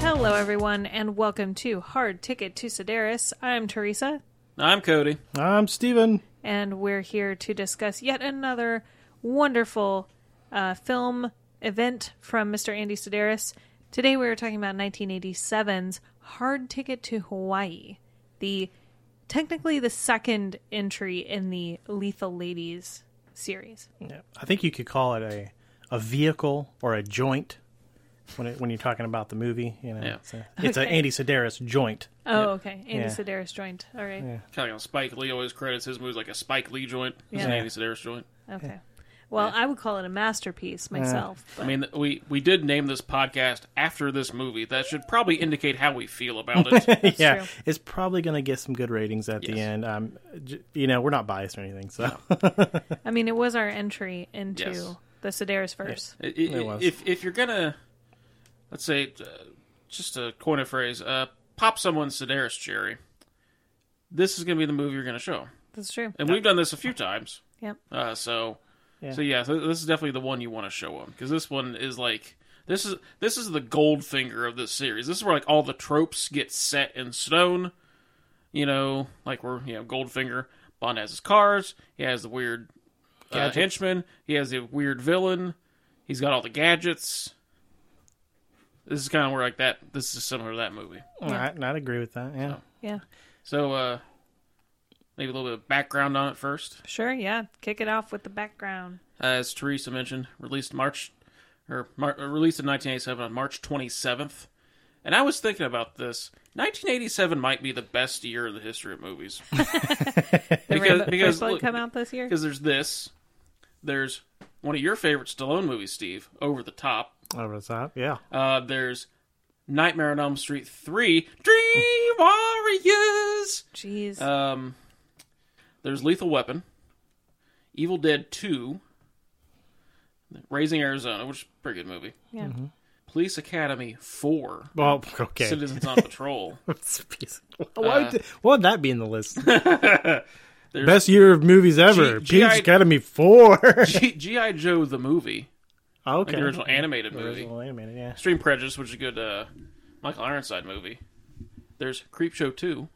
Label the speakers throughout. Speaker 1: Hello, everyone, and welcome to Hard Ticket to Sedaris. I'm Teresa,
Speaker 2: I'm Cody.
Speaker 3: I'm Steven.
Speaker 1: and we're here to discuss yet another wonderful uh, film event from Mr. Andy Sedaris. Today, we are talking about 1987's Hard Ticket to Hawaii, the technically the second entry in the Lethal Ladies series.
Speaker 3: Yeah, I think you could call it a a vehicle or a joint when it, when you're talking about the movie. You know,
Speaker 2: Yeah.
Speaker 3: it's, a, it's a
Speaker 1: Okay.
Speaker 3: Andy Sedaris joint.
Speaker 1: Oh, okay. Andy
Speaker 3: Yeah.
Speaker 1: Sedaris joined. All right.
Speaker 2: Kind of like how Spike Lee always credits his movies like a Spike Lee joint. It's an
Speaker 1: Yeah.
Speaker 2: Andy Sedaris joint.
Speaker 1: Okay. Well, I would call it a masterpiece myself.
Speaker 3: Uh,
Speaker 2: I mean, we we did name this podcast after this movie. That should probably indicate how we feel about it.
Speaker 3: yeah,
Speaker 1: true.
Speaker 3: it's probably going to get some good ratings at the
Speaker 2: Yes.
Speaker 3: end. Um, j- you know, we're not biased or anything, so
Speaker 1: I mean, it was our entry into
Speaker 2: Yes.
Speaker 1: the Sedaris verse.
Speaker 2: I- i-
Speaker 3: It was.
Speaker 2: If if you're gonna, let's say, uh, just to coin a phrase, uh, pop someone's Sedaris cherry. This is gonna be the movie you're gonna show,
Speaker 1: That's true.
Speaker 2: and we've done this a few times.
Speaker 1: Yep.
Speaker 2: Uh, so,
Speaker 3: Yeah.
Speaker 2: so yeah, so this is definitely the one you want to show them because this one is like this is this is the gold finger of this series. This is where like all the tropes get set in stone. You know, like we're you know Goldfinger. Bond has his cars. He has the weird uh, henchman. He has the weird villain. He's got all the gadgets. This is kind of where like that. This is similar to that movie.
Speaker 3: I, I'd agree with that. Yeah,
Speaker 1: Yeah.
Speaker 2: So uh maybe a little bit of background on it first.
Speaker 1: Sure. Yeah. Kick it off with the background.
Speaker 2: as Teresa mentioned, released March or Mar- uh, released in 1987 on March 27th. And I was thinking about this. 1987 might be the best year in the history of movies
Speaker 1: The
Speaker 2: because
Speaker 1: Rambo-
Speaker 2: because
Speaker 1: Blood
Speaker 2: look,
Speaker 1: come out this year.
Speaker 2: because there's this, there's one of your favorite Stallone movies, Steve, Over the Top.
Speaker 3: over the top. Yeah,
Speaker 2: Uh, there's Nightmare on Elm Street three, Dream Warriors.
Speaker 1: Jeez.
Speaker 2: Um, there's Lethal Weapon, Evil Dead 2, Raising Arizona, which is a pretty good movie.
Speaker 1: yeah.
Speaker 2: Police Academy 4,
Speaker 3: well, okay.
Speaker 2: Citizens on Patrol. Uh,
Speaker 3: Why, would, why would that be in the list?
Speaker 2: There's
Speaker 3: Best year of movies ever.
Speaker 2: G-
Speaker 3: Pete's
Speaker 2: GI
Speaker 3: Academy four.
Speaker 2: G- G.I. Joe the movie,
Speaker 3: okay,
Speaker 2: like the original animated movie.
Speaker 3: original animated. Yeah.
Speaker 2: Extreme Prejudice, which is a good uh, Michael Ironside movie. There's Creepshow 2.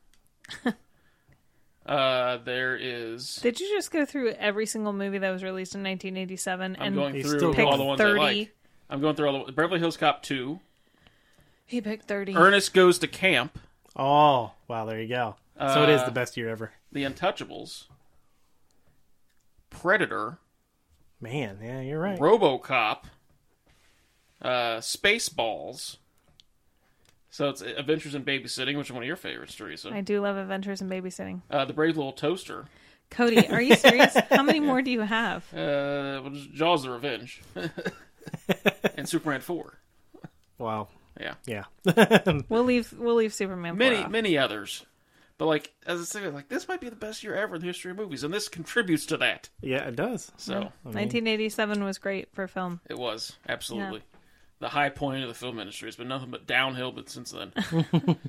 Speaker 2: uh, there is.
Speaker 1: Did you just go through every single movie that was released in 1987
Speaker 2: I'm
Speaker 1: and
Speaker 2: going
Speaker 3: He's
Speaker 2: through
Speaker 3: still
Speaker 2: all
Speaker 3: picked
Speaker 2: the ones I
Speaker 1: 30.
Speaker 2: like. I'm going through all the Beverly Hills Cop 2,
Speaker 1: he picked 30?
Speaker 2: Ernest Goes to Camp,
Speaker 3: Oh, wow, there you go. so it is
Speaker 2: Uh,
Speaker 3: the best year ever.
Speaker 2: The Untouchables, Predator,
Speaker 3: Man, yeah, you're right.
Speaker 2: RoboCop, uh, Spaceballs. So it's Adventures in Babysitting, which is one of your favorites, Teresa.
Speaker 1: I do love Adventures in Babysitting.
Speaker 2: Uh, the Brave Little Toaster,
Speaker 1: Cody, are you serious? How many more do you have?
Speaker 2: uh, what is- Jaws: The Revenge, and Superman Four.
Speaker 3: Wow.
Speaker 2: Yeah,
Speaker 3: Yeah.
Speaker 1: We'll leave. We'll leave Superman.
Speaker 2: many
Speaker 1: four off.
Speaker 2: many others. But like as I say, like this might be the best year ever in the history of movies, and this contributes to that.
Speaker 3: yeah, it does.
Speaker 2: So
Speaker 1: 1987 was great for film.
Speaker 2: it was absolutely the high point of the film industry. It's been nothing but downhill, but since then.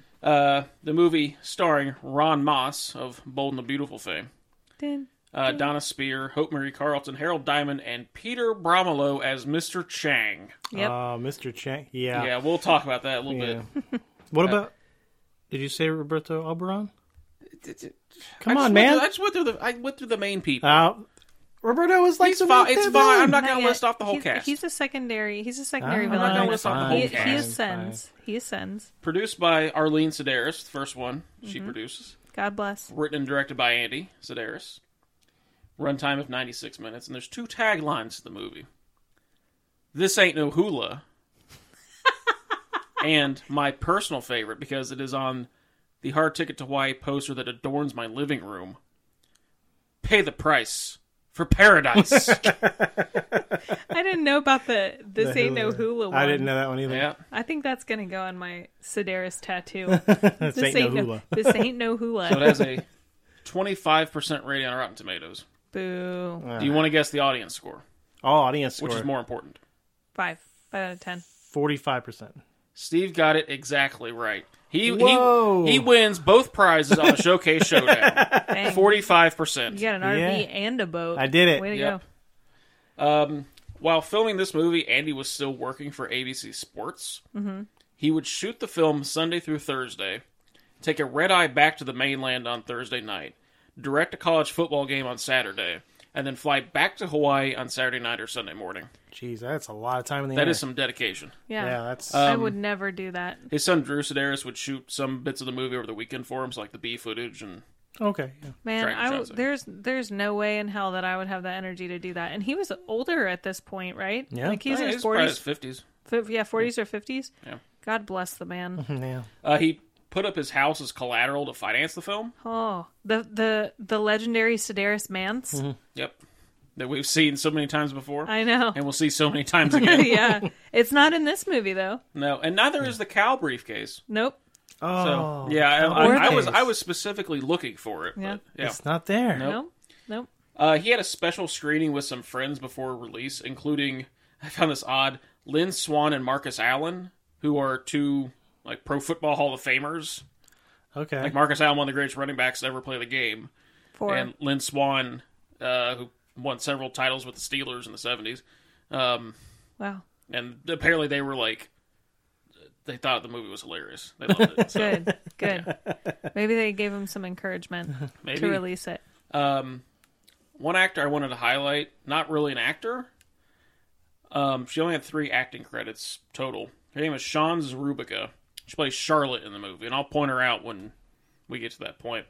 Speaker 2: uh, the movie starring Ron Moss of Bold and the Beautiful fame,
Speaker 1: Dun.
Speaker 2: uh, Donna Spear, Hope Marie Carlton, Harold Diamond, and Peter Bromelow as Mr. Chang.
Speaker 1: Yep.
Speaker 3: Uh, Mr. Chang. Yeah.
Speaker 2: Yeah, we'll talk about that a little
Speaker 3: Yeah. What about? Did you say Roberto Alberon?
Speaker 2: bit.
Speaker 3: Come
Speaker 2: I just went
Speaker 3: on, man.
Speaker 2: through- I just went through the I went through the main people.
Speaker 3: Uh, Roberto was like
Speaker 2: He's
Speaker 3: the
Speaker 2: fi-
Speaker 3: one
Speaker 2: it's
Speaker 3: that
Speaker 2: fine. I'm
Speaker 3: won.
Speaker 2: not gonna
Speaker 1: yet.
Speaker 2: list off the whole
Speaker 1: he's,
Speaker 2: cast.
Speaker 1: He's a secondary. He's a secondary
Speaker 3: Ah,
Speaker 1: villain.
Speaker 2: I'm not gonna list off the whole
Speaker 1: he,
Speaker 2: cast.
Speaker 1: he
Speaker 3: Fine,
Speaker 1: ascends. He ascends.
Speaker 2: Produced by Arlene Sedaris, the first one she produces.
Speaker 1: God bless.
Speaker 2: written and directed by Andy Sedaris. Runtime of 96 minutes, and there's two taglines to the movie. This ain't no hula. and my personal favorite because it is on the Hard Ticket to Hawaii poster that adorns my living room. Pay the price for paradise.
Speaker 1: I didn't know about the this
Speaker 3: The
Speaker 1: ain't no
Speaker 3: Hulu.
Speaker 1: hula one.
Speaker 3: I didn't know that one either.
Speaker 2: yeah.
Speaker 1: I think that's gonna go on my Sedaris tattoo.
Speaker 3: This ain't, no hula.
Speaker 1: this ain't no hula.
Speaker 2: So it has a 25% rating on Rotten Tomatoes.
Speaker 1: Boo.
Speaker 2: Do you want to guess the audience score,
Speaker 3: All Oh, audience
Speaker 2: which
Speaker 3: score
Speaker 2: is more important?
Speaker 1: Five. Five out of ten.
Speaker 3: forty five percent.
Speaker 2: Steve got it exactly right. He
Speaker 3: Whoa.
Speaker 2: he, he wins both prizes on the showcase showdown.
Speaker 1: Dang.
Speaker 2: Forty five
Speaker 1: You
Speaker 2: percent.
Speaker 1: got an
Speaker 3: Yeah.
Speaker 1: RV and a boat.
Speaker 3: I did it.
Speaker 1: Way to
Speaker 2: Yep. Um, while filming this movie, Andy was still working for ABC Sports. Mm-hmm. He would shoot the film Sunday through Thursday, take a red eye back to the mainland on Thursday night, direct a college football game on Saturday, and then fly back to Hawaii on Saturday night or Sunday morning.
Speaker 3: Jeez, that's a lot of time in the
Speaker 2: That
Speaker 3: air.
Speaker 2: is some dedication.
Speaker 1: go. Yeah.
Speaker 3: Yeah, that's
Speaker 2: Um,
Speaker 1: I would never do that.
Speaker 2: His son Drew Sedaris would shoot some bits of the movie over the weekend for him, so like the B footage and
Speaker 3: okay. Yeah.
Speaker 1: Man,
Speaker 2: Frank
Speaker 1: I w-
Speaker 2: Johnson.
Speaker 1: there's there's no way in hell that I would have the energy to do that. And he was older at this point, right?
Speaker 3: Yeah.
Speaker 1: like he's in
Speaker 2: Yeah, he's
Speaker 1: his
Speaker 2: probably in his
Speaker 1: forties,
Speaker 2: fifties.
Speaker 1: f- yeah, forties or fifties.
Speaker 2: Yeah.
Speaker 1: God bless the man.
Speaker 3: Yeah.
Speaker 2: Uh, he put up his house as collateral to finance the film.
Speaker 1: oh, the the the legendary Sedaris Mance.
Speaker 2: Yep, that we've seen so many times before.
Speaker 1: I know.
Speaker 2: and we'll see so many times again.
Speaker 1: yeah, it's not in this movie though.
Speaker 2: no, and neither is the cow briefcase.
Speaker 1: Nope.
Speaker 2: So
Speaker 3: Oh,
Speaker 2: yeah, I,
Speaker 1: Or
Speaker 2: I, I
Speaker 1: the-
Speaker 2: was I was specifically looking for it.
Speaker 1: Yeah.
Speaker 2: But, yeah.
Speaker 3: It's not there.
Speaker 2: Nope.
Speaker 1: Nope. Nope.
Speaker 2: Uh, he had a special screening with some friends before release, including I found this odd Lynn Swan and Marcus Allen, who are two like pro football Hall of Famers.
Speaker 3: Okay.
Speaker 2: Like Marcus Allen, one of the greatest running backs to ever play the game,
Speaker 1: Four.
Speaker 2: and Lynn Swan, uh, who won several titles with the Steelers in the seventies. Um,
Speaker 1: wow.
Speaker 2: and apparently they were like they thought the movie was hilarious. They loved it. So
Speaker 1: Good. Good. Maybe they gave him some encouragement
Speaker 2: maybe
Speaker 1: to release it.
Speaker 2: um, one actor I wanted to highlight, not really an actor. Um, she only had three acting credits total. Her name is Sean Zarubica. She plays Charlotte in the movie, and I'll point her out when we get to that point.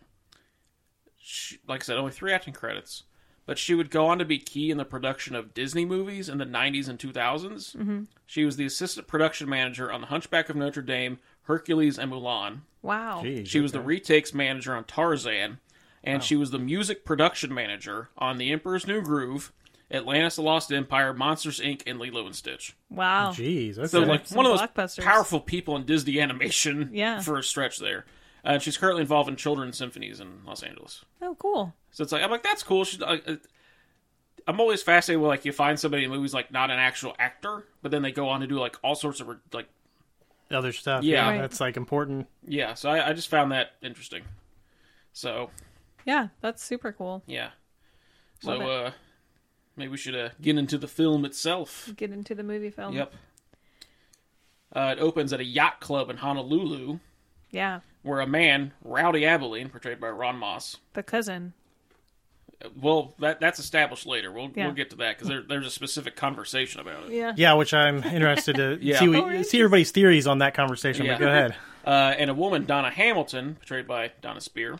Speaker 2: She, like I said, only three acting credits, but she would go on to be key in the production of Disney movies in the 90s and 2000s. Mm-hmm. She was the assistant production manager on The Hunchback of Notre Dame, Hercules, and Mulan.
Speaker 1: Wow.
Speaker 3: Jeez,
Speaker 2: She was the retakes manager on Tarzan, and she was the music production manager on The Emperor's New Groove, Atlantis: The Lost Empire, Monsters Inc., and Lilo and Stitch.
Speaker 1: Wow.
Speaker 3: Jeez. Okay.
Speaker 2: So, like
Speaker 1: Some
Speaker 2: one of those
Speaker 1: blockbusters.
Speaker 2: powerful people in Disney animation,
Speaker 1: Yeah.
Speaker 2: for a stretch there. Uh, and she's currently involved in children's symphonies in Los Angeles.
Speaker 1: Oh, cool.
Speaker 2: So it's like I'm like that's cool. She's like, uh, I'm always fascinated when like you find somebody in movies like not an actual actor, but then they go on to do like all sorts of like
Speaker 3: other stuff.
Speaker 2: Yeah.
Speaker 1: Right.
Speaker 3: That's like important.
Speaker 2: yeah. So I, I just found that interesting. So
Speaker 1: Yeah, that's super cool.
Speaker 2: Yeah. So
Speaker 1: Love it.
Speaker 2: uh maybe we should uh, get into the film itself.
Speaker 1: Get into the movie film.
Speaker 2: Yep. Uh, it opens at a yacht club in Honolulu
Speaker 1: Yeah.
Speaker 2: where a man, Rowdy Abilene, portrayed by Ron Moss.
Speaker 1: The cousin.
Speaker 2: uh, Well, that that's established later. We'll
Speaker 1: Yeah.
Speaker 2: we'll get to that because there, there's a specific conversation about it.
Speaker 1: Yeah.
Speaker 3: Yeah, which I'm interested to
Speaker 2: Yeah.
Speaker 3: see
Speaker 2: Oh,
Speaker 1: really?
Speaker 3: see everybody's theories on that conversation.
Speaker 2: Yeah.
Speaker 3: But go ahead.
Speaker 2: Uh, and a woman, Donna Hamilton, portrayed by Donna Spear.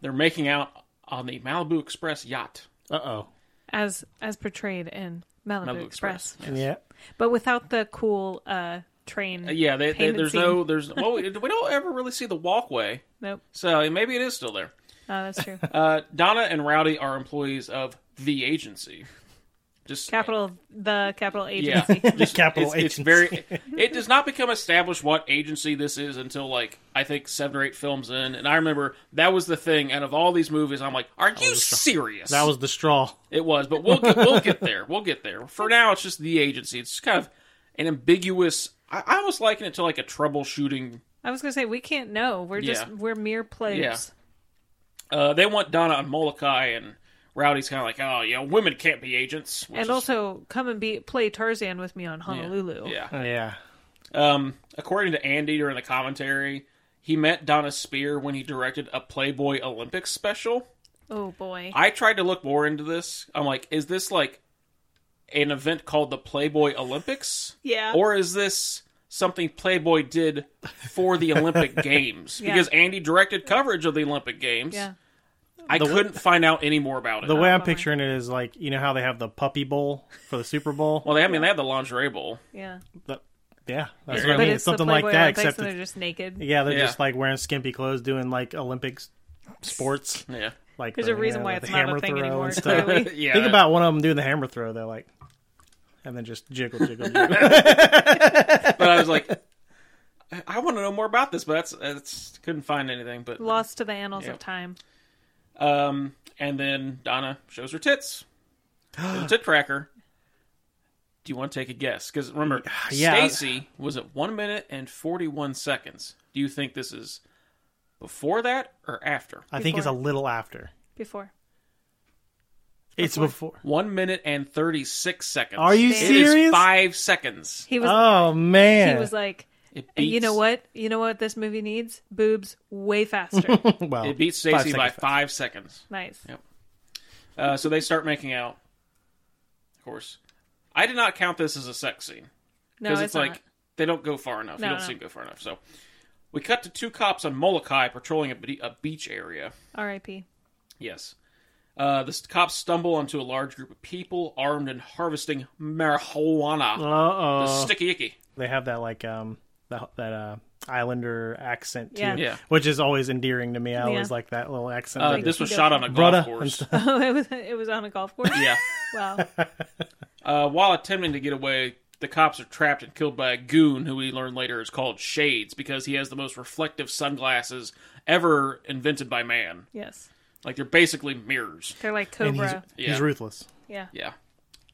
Speaker 2: They're making out on the Malibu Express yacht.
Speaker 3: Uh oh.
Speaker 1: As as portrayed in Malibu,
Speaker 2: Malibu
Speaker 1: Express.
Speaker 2: Express.
Speaker 3: Yeah.
Speaker 1: But without the cool uh train.
Speaker 2: Uh, yeah, they, they,
Speaker 1: Painted
Speaker 2: there's
Speaker 1: scene.
Speaker 2: no there's well we we don't ever really see the walkway,
Speaker 1: Nope.
Speaker 2: so maybe it is still there.
Speaker 1: Oh, that's true.
Speaker 2: Uh, Donna and Rowdy are employees of the agency. Just
Speaker 1: capital the capital
Speaker 2: yeah,
Speaker 1: agency.
Speaker 2: just
Speaker 3: Capital
Speaker 2: it's, it's
Speaker 3: agency.
Speaker 2: very. It does not become established what agency this is until like I think seven or eight films in, and I remember that was the thing. Out of all these movies, I'm like, are you serious?
Speaker 3: That was the straw.
Speaker 2: it was, but we'll get, we'll get there. We'll get there. For now, it's just the agency. It's kind of an ambiguous. I, I was liking it to like a troubleshooting
Speaker 1: I was gonna say we can't know. We're just
Speaker 2: Yeah.
Speaker 1: we're mere players.
Speaker 2: Uh, they want Donna on Molokai, and Rowdy's kind of like, oh, yeah, women can't be agents. which
Speaker 1: And
Speaker 2: is-
Speaker 1: also come and be play Tarzan with me on Honolulu.
Speaker 2: Oh, yeah.
Speaker 3: Yeah.
Speaker 2: Um, according to Andy during the commentary, he met Donna Spear when he directed a Playboy Olympics special.
Speaker 1: Oh boy.
Speaker 2: I tried to look more into this. I'm like, is this like an event called the Playboy Olympics?
Speaker 1: Yeah.
Speaker 2: Or is this something Playboy did for the Olympic Games?
Speaker 1: Yeah.
Speaker 2: Because Andy directed coverage of the Olympic Games.
Speaker 1: yeah.
Speaker 2: I couldn't find out any more about it.
Speaker 3: The way I'm
Speaker 1: bummer.
Speaker 3: picturing it is like you know how they have the puppy bowl for the Super Bowl.
Speaker 2: well, they, I mean, they had the lingerie bowl.
Speaker 1: Yeah.
Speaker 3: That- yeah, that's
Speaker 2: Yeah.
Speaker 3: what I
Speaker 1: But
Speaker 3: mean.
Speaker 1: it's
Speaker 3: something
Speaker 1: the
Speaker 3: like
Speaker 1: Playboy
Speaker 3: that,
Speaker 1: Olympics
Speaker 3: except
Speaker 1: and
Speaker 3: it's,
Speaker 1: they're just naked.
Speaker 3: yeah, they're
Speaker 2: Yeah.
Speaker 3: just like wearing skimpy clothes, doing like Olympics sports.
Speaker 2: Yeah.
Speaker 3: Like
Speaker 1: There's
Speaker 3: the,
Speaker 1: a reason
Speaker 3: you know,
Speaker 1: why
Speaker 3: the
Speaker 1: it's not
Speaker 3: hammer
Speaker 1: a thing
Speaker 3: throw and
Speaker 1: anymore.
Speaker 3: stuff.
Speaker 1: Clearly.
Speaker 2: Yeah.
Speaker 3: Think about one of them doing the hammer throw. They're like, and then just jiggle, jiggle, jiggle.
Speaker 2: but I was like, I, I want to know more about this, but that's, that's couldn't find anything. But
Speaker 1: Lost to the annals
Speaker 2: Yeah.
Speaker 1: of time.
Speaker 2: um, and then Donna shows her tits, There's a tit tracker, Do you want to take a guess? Because remember,
Speaker 3: Yeah.
Speaker 2: Stacy was at one minute and forty-one seconds. Do you think this is before that or after?
Speaker 3: I think it's a
Speaker 1: Before.
Speaker 3: little after.
Speaker 1: Before.
Speaker 3: It's before.
Speaker 2: One minute and thirty-six seconds.
Speaker 3: Are you
Speaker 2: It is
Speaker 3: serious?
Speaker 2: five seconds.
Speaker 1: He was
Speaker 3: Oh man!
Speaker 1: he was like
Speaker 2: It
Speaker 1: "And you know
Speaker 2: beats-
Speaker 1: what? You know what this movie needs? Boobs way faster.
Speaker 3: well,
Speaker 2: It beats
Speaker 3: five
Speaker 2: Stacy by
Speaker 3: seconds.
Speaker 2: five seconds.
Speaker 1: nice.
Speaker 2: Yep. Uh, so they start making out. Of course, I did not count this as a sex scene
Speaker 1: No,
Speaker 2: because
Speaker 1: it's,
Speaker 2: it's, like
Speaker 1: not.
Speaker 2: they don't go far enough.
Speaker 1: No,
Speaker 2: you don't
Speaker 1: no.
Speaker 2: see them go far enough. So we cut to two cops on Molokai patrolling a, be- a beach area.
Speaker 1: R.I.P.
Speaker 2: Yes. Uh, the s- cops stumble onto a large group of people armed and harvesting marijuana.
Speaker 3: Uh
Speaker 2: The
Speaker 3: oh.
Speaker 2: sticky icky.
Speaker 3: They have that like um that that uh Islander accent too,
Speaker 1: Yeah.
Speaker 2: Yeah.
Speaker 3: which is always endearing to me. I always
Speaker 1: Yeah.
Speaker 3: like that little accent.
Speaker 2: Uh,
Speaker 3: like,
Speaker 2: this was
Speaker 1: Okey-dokey.
Speaker 2: shot on a golf
Speaker 3: Brother and
Speaker 2: course.
Speaker 1: Oh, it was it was on a golf course.
Speaker 2: Yeah.
Speaker 1: Wow.
Speaker 2: Uh, while attempting to get away, the cops are trapped and killed by a goon who we learn later is called Shades because he has the most reflective sunglasses ever invented by man.
Speaker 1: Yes.
Speaker 2: Like they're basically mirrors.
Speaker 1: They're like
Speaker 3: and he's,
Speaker 1: Cobra.
Speaker 2: Yeah.
Speaker 3: he's ruthless.
Speaker 1: Yeah.
Speaker 2: Yeah.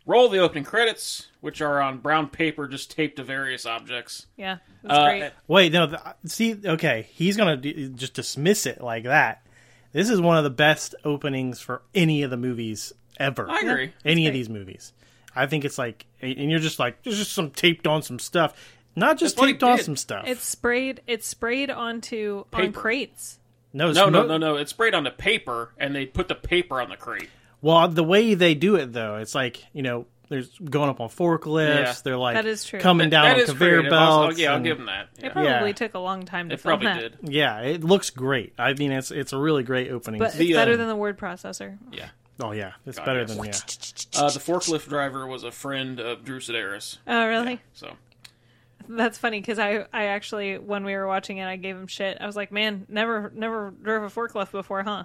Speaker 2: Roll the opening credits, which are on brown paper just taped to various objects.
Speaker 1: Yeah. It was
Speaker 2: Uh,
Speaker 1: great.
Speaker 3: Wait, no. The, see, okay, he's gonna d- just dismiss it like that. This is one of the best openings for any of the movies ever.
Speaker 2: I agree.
Speaker 3: any of
Speaker 1: great.
Speaker 3: these movies. I think it's like, and you're just like, there's just some taped on some stuff. Not just
Speaker 2: That's what he
Speaker 3: taped on
Speaker 2: did.
Speaker 3: some stuff.
Speaker 1: It's sprayed it's sprayed onto on
Speaker 2: Paper.
Speaker 1: crates.
Speaker 3: no,
Speaker 2: No,
Speaker 3: no,
Speaker 2: no, no, no. It's sprayed on the paper, and they put the paper on the crate.
Speaker 3: Well, the way they do it though, it's like you know, there's going up on forklifts.
Speaker 2: Yeah.
Speaker 3: They're like
Speaker 1: That is true.
Speaker 3: coming down
Speaker 2: That
Speaker 3: on
Speaker 2: is
Speaker 3: conveyor
Speaker 2: creative. I'll- I'll-
Speaker 3: belts.
Speaker 2: yeah, I'll
Speaker 3: and-
Speaker 2: give them that. Yeah.
Speaker 1: It probably
Speaker 3: Yeah.
Speaker 1: took a long time to
Speaker 2: It
Speaker 1: film
Speaker 2: probably
Speaker 1: that.
Speaker 2: did.
Speaker 3: yeah, it looks great. I mean, it's it's a really great opening.
Speaker 1: But
Speaker 2: The,
Speaker 1: it's better
Speaker 2: uh,
Speaker 1: than the word processor.
Speaker 2: Yeah.
Speaker 3: oh yeah, it's better
Speaker 2: yes.
Speaker 3: than yeah.
Speaker 2: Uh, the forklift driver was a friend of Drew Sedaris.
Speaker 1: Oh, really?
Speaker 2: So
Speaker 1: That's funny because I, I actually when we were watching it, I gave him shit. I was like, "Man, never never drove a forklift before, huh?"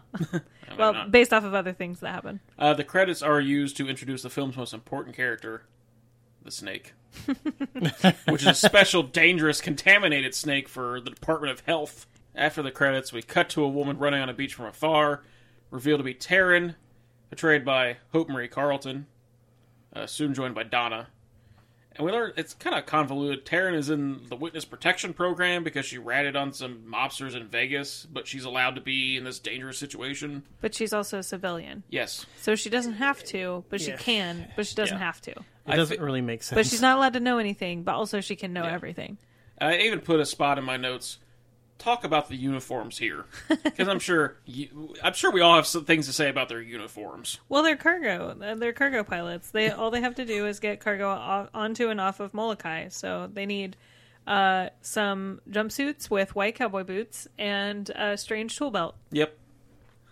Speaker 1: well,
Speaker 2: not.
Speaker 1: based off of other things that happen.
Speaker 2: Uh, the credits are used to introduce the film's most important character, the snake, which is a special, dangerous, contaminated snake for the Department of Health. After the credits, we cut to a woman running on a beach from afar, revealed to be Taryn, portrayed by Hope Marie Carlton, uh, soon joined by Donna. And we learn it's kind of convoluted. Taryn is in the witness protection program because she ratted on some mobsters in Vegas, but she's allowed to be in this dangerous situation.
Speaker 1: But she's also a civilian,
Speaker 2: Yes.
Speaker 1: so she doesn't have to, but she can, but she doesn't
Speaker 2: Yeah.
Speaker 1: have to.
Speaker 3: It doesn't really make sense.
Speaker 1: But she's not allowed to know anything, but also she can know everything.
Speaker 2: I even put a spot in my notes. Talk about the uniforms here, because I'm sure you, I'm sure we all have some things to say about their uniforms.
Speaker 1: Well, they're cargo. uh, They're cargo pilots. They all they have to do is get cargo o- onto and off of Molokai. So they need uh, some jumpsuits with white cowboy boots and a strange tool belt.
Speaker 2: Yep,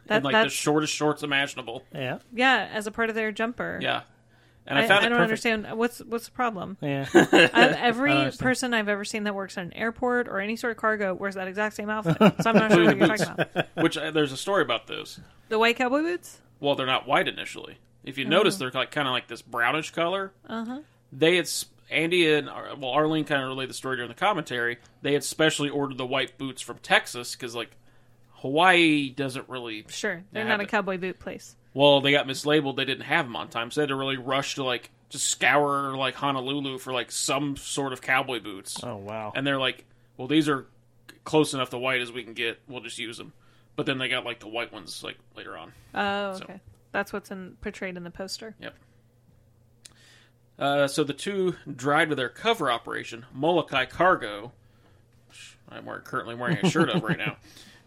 Speaker 1: That,
Speaker 2: and like the
Speaker 1: that's
Speaker 2: shortest shorts imaginable.
Speaker 3: yeah,
Speaker 1: yeah, as a part of their jumper.
Speaker 2: Yeah, and I,
Speaker 1: I, I
Speaker 2: found
Speaker 1: don't
Speaker 2: it perfect.
Speaker 1: understand what's what's the problem.
Speaker 3: yeah.
Speaker 1: I, every person I've ever seen that works at an airport or any sort of cargo wears that exact same outfit. So I'm not sure what you're talking about.
Speaker 2: Which uh, there's a story about those.
Speaker 1: The white cowboy boots.
Speaker 2: Well, they're not white initially. If you
Speaker 1: Oh.
Speaker 2: notice, they're like kind of like this brownish color. Uh huh.
Speaker 1: Uh-huh.
Speaker 2: They had s- Andy and Ar- well Arlene kind of relayed the story during the commentary. They had specially ordered the white boots from Texas because like Hawaii doesn't really
Speaker 1: Sure, they're
Speaker 2: Yeah,
Speaker 1: not a
Speaker 2: but-
Speaker 1: cowboy boot place.
Speaker 2: Well, they got mislabeled. They didn't have them on time, so they had to really rush to like just scour like Honolulu for like some sort of cowboy boots.
Speaker 3: Oh wow.
Speaker 2: And they're like, "Well, these are c- close enough to white as we can get. We'll just use them." But then they got like the white ones like later on.
Speaker 1: Oh,
Speaker 2: So-
Speaker 1: okay. That's what's in, portrayed in the poster.
Speaker 2: Yep. Uh, so the two dried to their cover operation, Molokai Cargo, which I'm wearing, currently wearing a shirt of right now,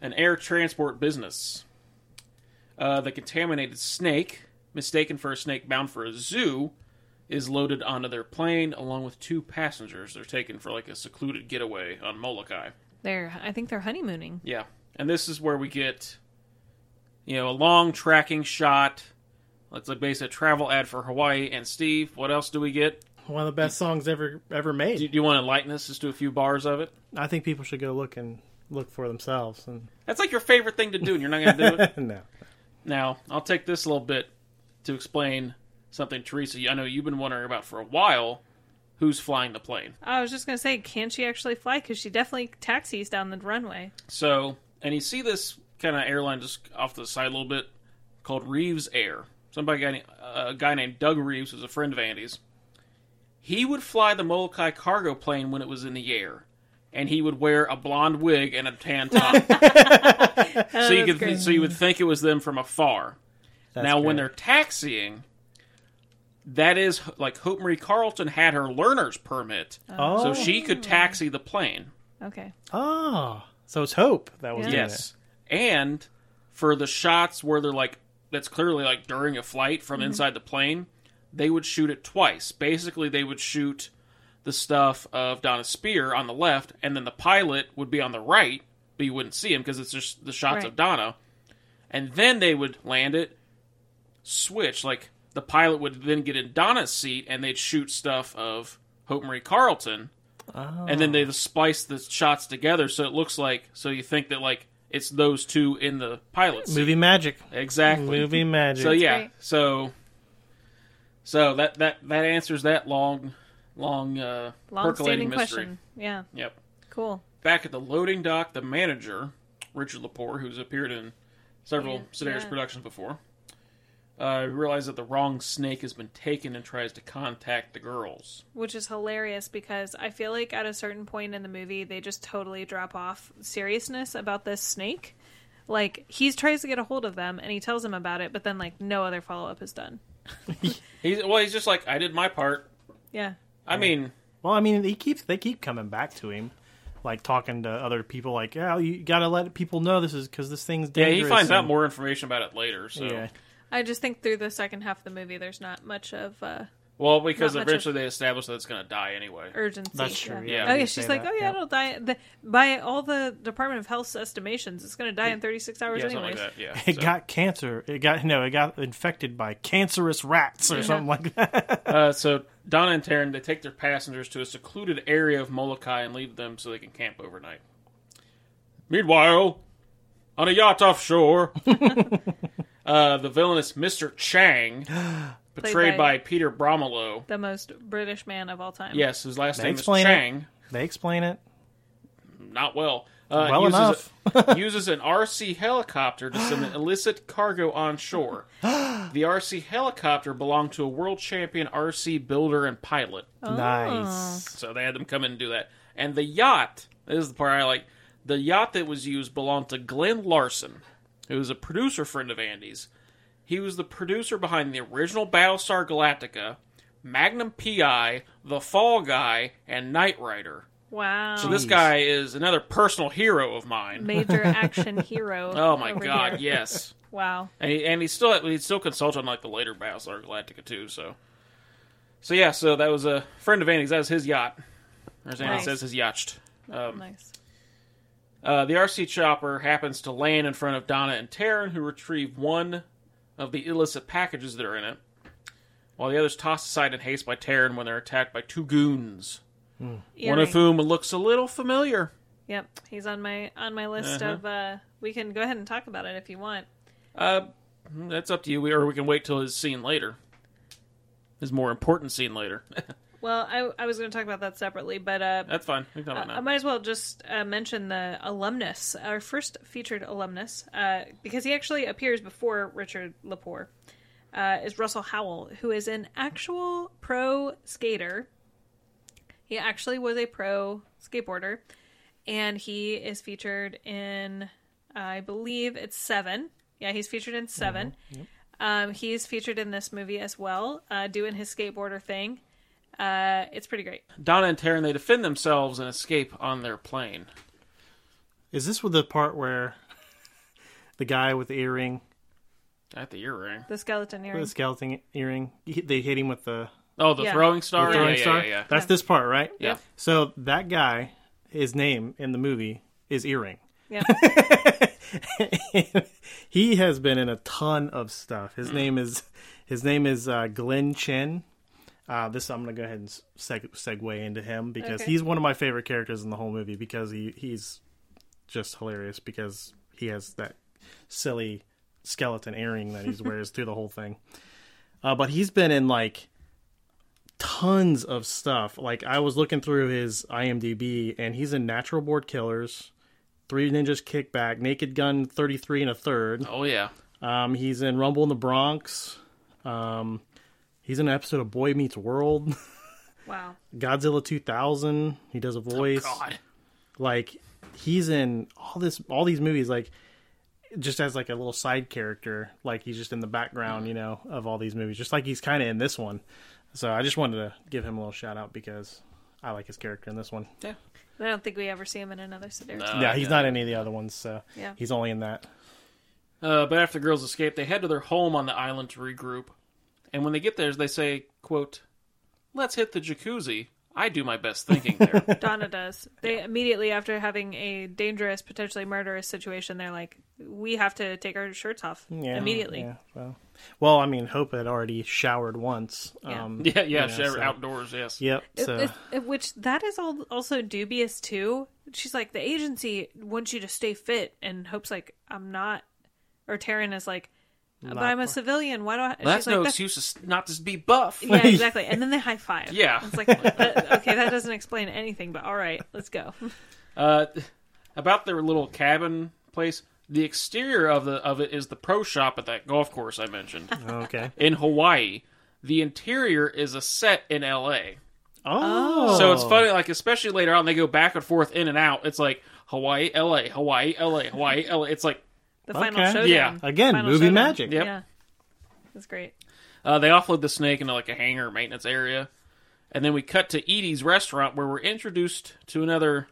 Speaker 2: an air transport business. Uh, the contaminated snake, mistaken for a snake bound for a zoo, is loaded onto their plane along with two passengers. They're taken for like a secluded getaway on Molokai.
Speaker 1: They're, I think they're honeymooning.
Speaker 2: Yeah. And this is where we get, you know, a long tracking shot. Let's like base a travel ad for Hawaii and Steve. What else do we get?
Speaker 3: One of the best songs ever ever made.
Speaker 2: Do, do you want to lighten us just to a few bars of it?
Speaker 3: I think people should go look and look for themselves. And
Speaker 2: That's like your favorite thing to do, and you're not going to do it.
Speaker 3: no,
Speaker 2: Now, I'll take this a little bit to explain something, Teresa. I know you've been wondering about for a while. Who's flying the plane?
Speaker 1: I was just gonna say, can she actually fly? Because she definitely taxis down the runway.
Speaker 2: So, and you see this kind of airline just off to the side a little bit called Reeves Air. Somebody, a guy, a guy named Doug Reeves, who's a friend of Andy's. He would fly the Molokai cargo plane when it was in the air, and he would wear a blonde wig and a tan top,
Speaker 3: Oh,
Speaker 2: so you could so you would think it was them from afar.
Speaker 3: That's
Speaker 2: now, when
Speaker 3: great.
Speaker 2: they're taxiing, that is like Hope Marie Carlton had her learner's permit,
Speaker 3: oh,
Speaker 2: so she could taxi the plane.
Speaker 1: Okay.
Speaker 3: oh, so it's Hope that was
Speaker 1: Yeah.
Speaker 3: doing
Speaker 2: Yes. And for the shots where they're like, that's clearly like during a flight from
Speaker 1: Mm-hmm.
Speaker 2: inside the plane, they would shoot it twice. Basically, they would shoot the stuff of Donna Spear on the left, and then the pilot would be on the right, but you wouldn't see him because it's just the shots
Speaker 1: Right.
Speaker 2: of Donna. And then they would land it, switch. Like, the pilot would then get in Donna's seat, and they'd shoot stuff of Hope Marie Carlton
Speaker 3: it. Oh.
Speaker 2: and then they splice the shots together so it looks like so you think that like it's those two in the pilot seat.
Speaker 3: movie magic,
Speaker 2: exactly
Speaker 3: movie magic.
Speaker 2: so yeah
Speaker 1: great.
Speaker 2: so so that that that answers that long long uh
Speaker 1: Long-standing
Speaker 2: percolating mystery
Speaker 1: question. Yeah.
Speaker 2: yep
Speaker 1: Cool.
Speaker 2: back at the loading dock the manager richard lepore who's appeared in several
Speaker 1: Yeah,
Speaker 2: Sedaris
Speaker 1: yeah.
Speaker 2: productions before uh realizes that the wrong snake has been taken and tries to contact the girls
Speaker 1: Which is hilarious because I feel like at a certain point in the movie they just totally drop off seriousness about this snake. Like he tries to get a hold of them and he tells them about it, but then like no other follow up is done.
Speaker 2: he's well he's just like i did my part
Speaker 1: Yeah.
Speaker 2: i mean
Speaker 3: Well, I mean, he keeps they keep coming back to him, like talking to other people, like, yeah, you gotta let people know this is because this thing's
Speaker 2: Yeah,
Speaker 3: dangerous.
Speaker 2: he finds out
Speaker 3: and-
Speaker 2: more information about it later. So,
Speaker 3: Yeah,
Speaker 1: I just think through the second half of the movie there's not much of uh
Speaker 2: well, because
Speaker 1: Not much
Speaker 2: eventually they establish that it's going to die anyway.
Speaker 1: urgency.
Speaker 3: That's true,
Speaker 2: yeah. Yeah.
Speaker 1: Oh
Speaker 3: You
Speaker 1: yeah,
Speaker 3: say
Speaker 1: she's like,
Speaker 3: that,
Speaker 1: oh yeah,
Speaker 3: yeah.
Speaker 1: it'll die. The, by all the Department of Health's estimations, it's going to die in 36 hours
Speaker 2: Yeah, something
Speaker 1: anyways.
Speaker 2: like that. Yeah,
Speaker 3: it
Speaker 2: so.
Speaker 3: got cancer. It got no, it got infected by cancerous rats or something like that.
Speaker 2: Uh, so Donna and Taryn they take their passengers to a secluded area of Molokai and leave them so they can camp overnight. Meanwhile, on a yacht offshore, uh, the villainous Mister Chang, portrayed
Speaker 1: by-
Speaker 2: by, Peter Bromelow,
Speaker 1: The most British man of all time.
Speaker 2: yes, whose last
Speaker 3: They
Speaker 2: name is
Speaker 3: explain it.
Speaker 2: Chang,
Speaker 3: they explain it
Speaker 2: not well. Uh,
Speaker 3: well
Speaker 2: uses
Speaker 3: enough.
Speaker 2: uses an RC helicopter to send an illicit cargo on shore. The RC helicopter belonged to a world champion RC builder and pilot.
Speaker 3: nice.
Speaker 2: So they had them come in and do that. And the yacht, this is the part I like, the yacht that was used belonged to Glenn Larson, who was a producer friend of Andy's. He was the producer behind the original Battlestar Galactica, Magnum PI, The Fall Guy, and Knight Rider.
Speaker 1: Wow.
Speaker 2: So this
Speaker 3: Jeez.
Speaker 2: guy is another personal hero of mine.
Speaker 1: Major action hero.
Speaker 2: Oh my
Speaker 1: over
Speaker 2: god,
Speaker 1: here.
Speaker 2: yes.
Speaker 1: Wow.
Speaker 2: And he, and he still he still consulted on like the later Battlestar Galactica too. So, so yeah, so that was a friend of Andy's. That was his yacht. Or as Andy
Speaker 1: Nice.
Speaker 2: says, his yacht. Um,
Speaker 1: nice.
Speaker 2: Uh, the RC chopper happens to land in front of Donna and Taryn, who retrieve one of the illicit packages that are in it, while the others tossed aside in haste by Taryn when they're attacked by two goons, one of
Speaker 1: Earring.
Speaker 2: whom looks a little familiar.
Speaker 1: Yep, he's on my on my list
Speaker 2: Uh-huh.
Speaker 1: of. uh We can go ahead and talk about it if you want.
Speaker 2: Uh, that's up to you. We or we can wait till his scene later. His more important scene later.
Speaker 1: Well, I I was going to talk about that separately, but uh,
Speaker 2: that's fine. We can talk
Speaker 1: Uh,
Speaker 2: about that.
Speaker 1: I might as well just uh, mention the alumnus, our first featured alumnus, uh, because he actually appears before Richard Lepore, uh, is Russell Howell, who is an actual pro skater. He actually was a pro skateboarder, and he is featured in, I believe it's seven. Yeah, he's featured in 7 Um, he is featured in this movie as well, uh, doing his skateboarder thing. Uh, it's pretty great.
Speaker 2: Donna and Taryn they defend themselves and escape on their plane.
Speaker 3: Is this with the part where the guy with the earring,
Speaker 2: At the earring.
Speaker 1: The skeleton earring.
Speaker 3: the skeleton earring, he- they hit him with the
Speaker 2: Oh, the
Speaker 1: Yeah.
Speaker 2: throwing star.
Speaker 3: throwing
Speaker 2: yeah,
Speaker 3: star?
Speaker 2: Yeah, yeah,
Speaker 3: That's this part, right?
Speaker 2: yeah.
Speaker 1: Yeah.
Speaker 3: So that guy, his name in the movie is Earring.
Speaker 1: Yeah.
Speaker 3: he has been in a ton of stuff. His name is his name is uh, Glenn Chen. Uh, this I'm going to go ahead and s- seg- segue into him because
Speaker 1: Okay.
Speaker 3: he's one of my favorite characters in the whole movie because he he's just hilarious because he has that silly skeleton earring that he wears through the whole thing. Uh, but he's been in like tons of stuff. Like I was looking through his IMDb, and he's in Natural Board Killers, Three Ninjas Kickback, Naked Gun 33 and a third.
Speaker 2: Oh yeah.
Speaker 3: Um, he's in Rumble in the Bronx. Um, he's in an episode of Boy Meets World.
Speaker 1: Wow.
Speaker 3: Godzilla 2000. He does a voice.
Speaker 2: God.
Speaker 3: like he's in all this all these movies like just as like a little side character like he's just in the background you know of all these movies just like he's kind of in this one so i just wanted to give him a little shout out because i like his character in this one
Speaker 2: Yeah.
Speaker 1: I don't think we ever see him in another Sedaris.
Speaker 2: No.
Speaker 3: yeah
Speaker 2: I
Speaker 3: he's
Speaker 2: know.
Speaker 3: not in any of the other ones so
Speaker 1: Yeah.
Speaker 3: he's only in that
Speaker 2: Uh, but after the girls escape, they head to their home on the island to regroup. And when they get there, they say, quote, let's hit the jacuzzi. I do my best thinking there.
Speaker 1: Donna does. They immediately after having a dangerous, potentially murderous situation, they're like, "We have to take our shirts off
Speaker 3: yeah
Speaker 1: immediately."
Speaker 3: yeah well, well i mean hope had already showered once
Speaker 1: Yeah.
Speaker 3: um
Speaker 2: yeah, yeah,
Speaker 3: you know,
Speaker 2: shower
Speaker 3: so-
Speaker 2: outdoors, yes.
Speaker 3: yep
Speaker 1: It-
Speaker 3: so
Speaker 1: it- it- which that is all also dubious too. She's like, the agency wants you to stay fit, and Hope's like, I'm not. Or Taryn is like, but I'm a civilian. Why do I?
Speaker 2: Well, that's
Speaker 1: she's like,
Speaker 2: no excuse to s- not to be buff.
Speaker 1: Yeah, exactly. And then they high five.
Speaker 2: Yeah.
Speaker 1: It's like, that, okay, that doesn't explain anything, but all right, let's go.
Speaker 2: Uh, about their little cabin place, the exterior of the of it is the pro shop at that golf course I mentioned
Speaker 3: okay
Speaker 2: in Hawaii. The interior is a set in L.A.
Speaker 3: oh
Speaker 2: So it's funny, like especially later on, they go back and forth in and out. It's like Hawaii, L.A., Hawaii, L.A., Hawaii, L.A. It's like
Speaker 1: The final
Speaker 3: Okay.
Speaker 1: showdown.
Speaker 2: Yeah.
Speaker 3: again
Speaker 1: Final
Speaker 3: movie
Speaker 1: showdown.
Speaker 3: magic
Speaker 2: Yep.
Speaker 1: Yeah. That's great.
Speaker 2: Uh, they offload the snake into like a hangar maintenance area, and then we cut to Edie's restaurant where we're introduced to another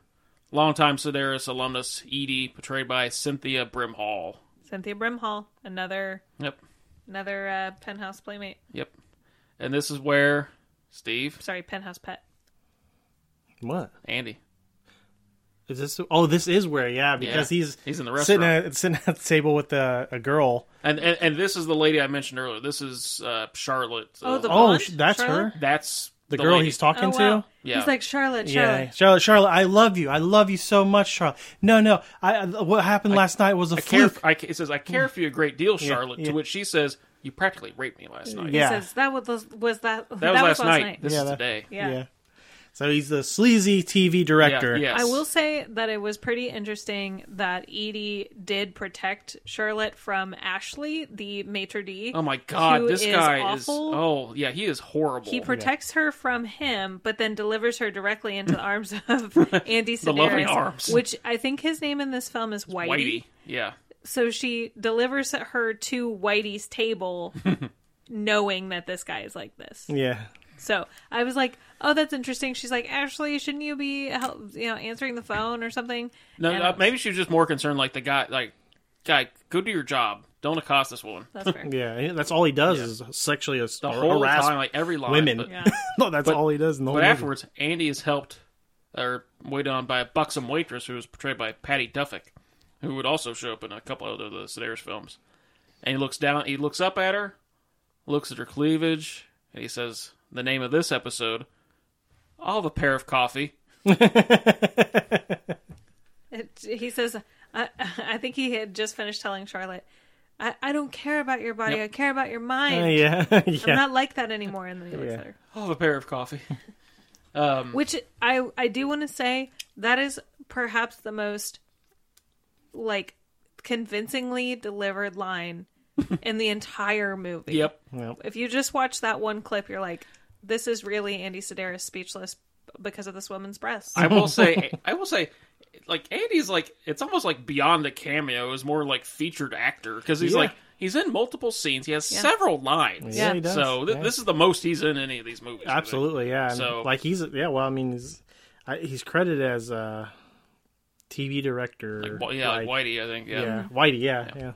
Speaker 2: longtime Sedaris alumnus, Edie, portrayed by Cynthia Brimhall.
Speaker 1: Cynthia Brimhall, another
Speaker 2: Yep,
Speaker 1: another uh, penthouse playmate.
Speaker 2: yep. And this is where Steve,
Speaker 1: Sorry, penthouse pet.
Speaker 3: what
Speaker 2: Andy,
Speaker 3: Is this? Oh, this is where, yeah, because
Speaker 2: Yeah.
Speaker 3: he's
Speaker 2: He's in the
Speaker 3: sitting at, sitting at the table with a, a girl.
Speaker 2: and, and and this is the lady I mentioned earlier. This is uh, Charlotte.
Speaker 1: Oh, the
Speaker 3: Oh,
Speaker 1: blonde?
Speaker 3: sh- that's
Speaker 1: Charlotte?
Speaker 3: her,
Speaker 2: that's
Speaker 3: the, girl
Speaker 2: lady.
Speaker 3: he's talking
Speaker 1: oh,
Speaker 3: to.
Speaker 1: wow.
Speaker 2: Yeah.
Speaker 1: He's like, Charlotte,
Speaker 3: Yeah,
Speaker 1: Charlotte.
Speaker 3: Charlotte, Charlotte, I love you. I love you so much, Charlotte. No, no, I. I- What happened last night was a
Speaker 2: Care,
Speaker 3: fluke. Mm.
Speaker 2: I, it says I care for you a great deal, Charlotte.
Speaker 3: yeah. Mm.
Speaker 2: To which she says, "You practically raped me last night.
Speaker 3: Yeah.
Speaker 1: He says, that was, was that, that,
Speaker 2: that was last night. This
Speaker 3: Yeah,
Speaker 2: is
Speaker 3: that-
Speaker 2: today.
Speaker 1: Yeah.
Speaker 3: So he's the sleazy TV director.
Speaker 2: Yeah, yes.
Speaker 1: I will say that it was pretty interesting that Edie did protect Charlotte from Ashley, the maitre d.
Speaker 2: Oh my god,
Speaker 1: who
Speaker 2: this
Speaker 1: is
Speaker 2: guy
Speaker 1: awful.
Speaker 2: is oh yeah, he is horrible.
Speaker 1: He protects her from him, but then delivers her directly into the arms of Andy Sedaris,
Speaker 2: lovely arms.
Speaker 1: which I think his name in this film is Whitey.
Speaker 2: Whitey. Yeah.
Speaker 1: So she delivers her to Whitey's table, knowing that this guy is like this.
Speaker 3: yeah.
Speaker 1: So I was like, "Oh, that's interesting." She's like, "Ashley, shouldn't you be, help, you know, answering the phone or something?"
Speaker 2: No,
Speaker 1: And-
Speaker 2: no, maybe she was just more concerned like the guy like guy, go do your job. Don't accost this woman.
Speaker 1: That's fair.
Speaker 3: Yeah, that's all he does is sexually ass-
Speaker 2: The
Speaker 3: har-
Speaker 2: whole
Speaker 3: harass
Speaker 2: time, like every line.
Speaker 3: women.
Speaker 2: But,
Speaker 1: Yeah.
Speaker 3: no, that's all he does. In the whole
Speaker 2: but
Speaker 3: movie.
Speaker 2: afterwards, Andy is helped or waited on by a buxom waitress who was portrayed by Patty Duffick, who would also show up in a couple other of the Sedaris films. And he looks down he looks up at her, looks at her cleavage, and he says, The name of this episode, I'll have a pair of coffee.
Speaker 1: It, he says, I, I think he had just finished telling Charlotte, I, I don't care about your body. I care about your mind.
Speaker 3: Uh, yeah,
Speaker 1: I'm
Speaker 3: yeah.
Speaker 1: not like that anymore. And then he looks
Speaker 3: Yeah.
Speaker 1: at her.
Speaker 2: I'll have a pair of coffee.
Speaker 1: Which I, I do want to say that is perhaps the most like convincingly delivered line in the entire movie.
Speaker 2: Yep.
Speaker 3: Well,
Speaker 1: If you just watch that one clip, you're like, this is really Andy Sedaris speechless because of this woman's breasts.
Speaker 2: I will say, I will say, like Andy's like it's almost like beyond a cameo is more like featured actor because he's
Speaker 3: Yeah.
Speaker 2: like he's in multiple scenes. He has
Speaker 1: Yeah.
Speaker 2: several lines.
Speaker 1: Yeah,
Speaker 3: he does.
Speaker 2: So th-
Speaker 3: Yeah.
Speaker 2: this is the most he's in any of these movies. I think.
Speaker 3: Absolutely, yeah. And,
Speaker 2: So-
Speaker 3: like he's yeah. Well, I mean, he's I, he's credited as uh, TV director.
Speaker 2: Like, Wh- yeah, like, Whitey, I think. Yeah.
Speaker 3: yeah, Whitey. Yeah, yeah.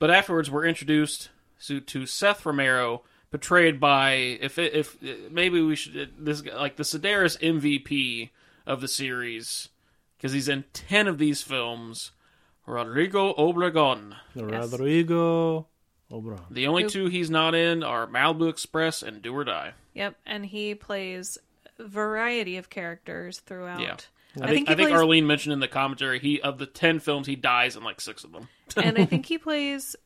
Speaker 2: But afterwards, we're introduced to, to Seth Romero, portrayed by if it, if maybe we should this guy- like the Sedaris MVP of the series because he's in ten of these films. Rodrigo Obregon.
Speaker 3: Rodrigo Obron.
Speaker 2: The only two he's not in are Malibu Express and Do or Die.
Speaker 1: Yep, and he plays a variety of characters throughout.
Speaker 2: Yeah.
Speaker 1: I,
Speaker 2: I think,
Speaker 1: think,
Speaker 2: I
Speaker 1: he
Speaker 2: think
Speaker 1: plays,
Speaker 2: Arlene mentioned in the commentary he of the ten films he dies in like six of them.
Speaker 1: and I think he plays.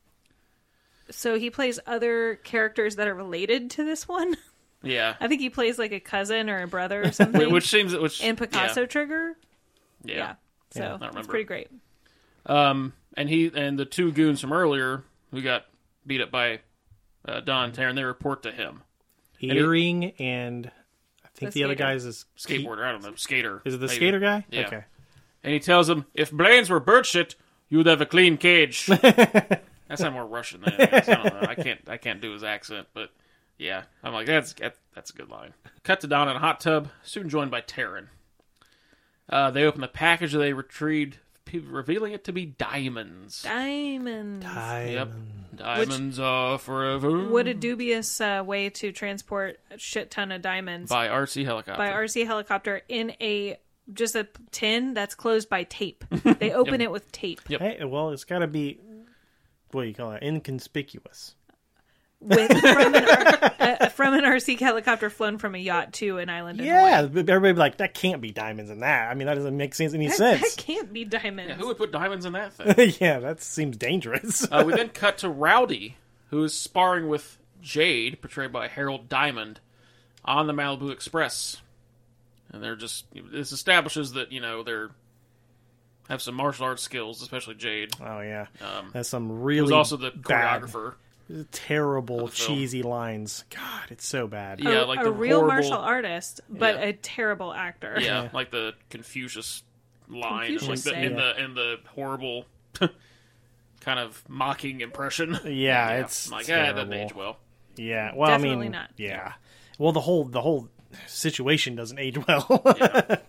Speaker 1: So he plays other characters that are related to this one.
Speaker 2: Yeah,
Speaker 1: I think he plays like a cousin or a brother or something.
Speaker 2: which seems which
Speaker 1: and Picasso Trigger,
Speaker 2: Yeah,
Speaker 1: yeah.
Speaker 2: yeah.
Speaker 1: So it's
Speaker 2: remember.
Speaker 1: pretty great.
Speaker 2: Um, and he and the two goons from earlier who got beat up by uh, Don Taryn, they report to him.
Speaker 3: Earring and I think
Speaker 1: The
Speaker 3: the, other
Speaker 1: skater.
Speaker 3: guy's is
Speaker 2: skateboarder. I don't know, skater.
Speaker 3: Is it the
Speaker 2: maybe.
Speaker 3: skater guy?
Speaker 2: Yeah.
Speaker 3: Okay.
Speaker 2: And he tells him, if Blaine's were bird shit, you'd have a clean cage. That's not more Russian than it is. I don't know. I can't. I can't do his accent, but yeah, I'm like that's that- that's a good line. Cut to Don in a hot tub, soon joined by Taryn. Uh, they open the package they retrieved, p- revealing it to be diamonds.
Speaker 1: Diamonds.
Speaker 2: Yep, diamonds are forever.
Speaker 1: What a dubious uh, way to transport a shit ton of diamonds
Speaker 2: by RC helicopter.
Speaker 1: by RC helicopter in a just a tin that's closed by tape. They open it with tape
Speaker 3: Hey, well, it's got to be what do you call it? Inconspicuous.
Speaker 1: with from an, R- uh, from an RC helicopter flown from a yacht to an island. in Hawaii.
Speaker 3: Yeah, but everybody be like, that can't be diamonds in that. I mean, that doesn't make sense any
Speaker 1: that,
Speaker 3: sense.
Speaker 1: that can't be diamonds.
Speaker 2: Who would put diamonds in that thing?
Speaker 3: yeah, that seems dangerous.
Speaker 2: Uh, we then cut to Rowdy, who is sparring with Jade, portrayed by Harold Diamond, on the Malibu Express, and they're just this establishes that you know they're have some martial arts skills, especially Jade.
Speaker 3: oh yeah,
Speaker 2: Um,
Speaker 3: that's some
Speaker 2: Who's
Speaker 3: really
Speaker 2: also the
Speaker 3: bad,
Speaker 2: choreographer.
Speaker 3: terrible,
Speaker 2: film.
Speaker 3: cheesy lines. God, it's so bad.
Speaker 1: A-
Speaker 2: Yeah, like
Speaker 1: a
Speaker 2: the
Speaker 1: real
Speaker 2: horrible-
Speaker 1: martial artist, but
Speaker 2: Yeah.
Speaker 1: a terrible actor.
Speaker 2: Yeah, like the Confucius line, and,
Speaker 1: Confucius
Speaker 2: like the, in
Speaker 1: said.
Speaker 2: the in the horrible kind of mocking impression.
Speaker 3: Yeah, it's
Speaker 2: like yeah, Oh
Speaker 3: terrible.
Speaker 2: that age well.
Speaker 3: Yeah, well, I
Speaker 1: Definitely
Speaker 3: mean,
Speaker 1: not.
Speaker 3: yeah. Well, the whole the whole situation doesn't age well.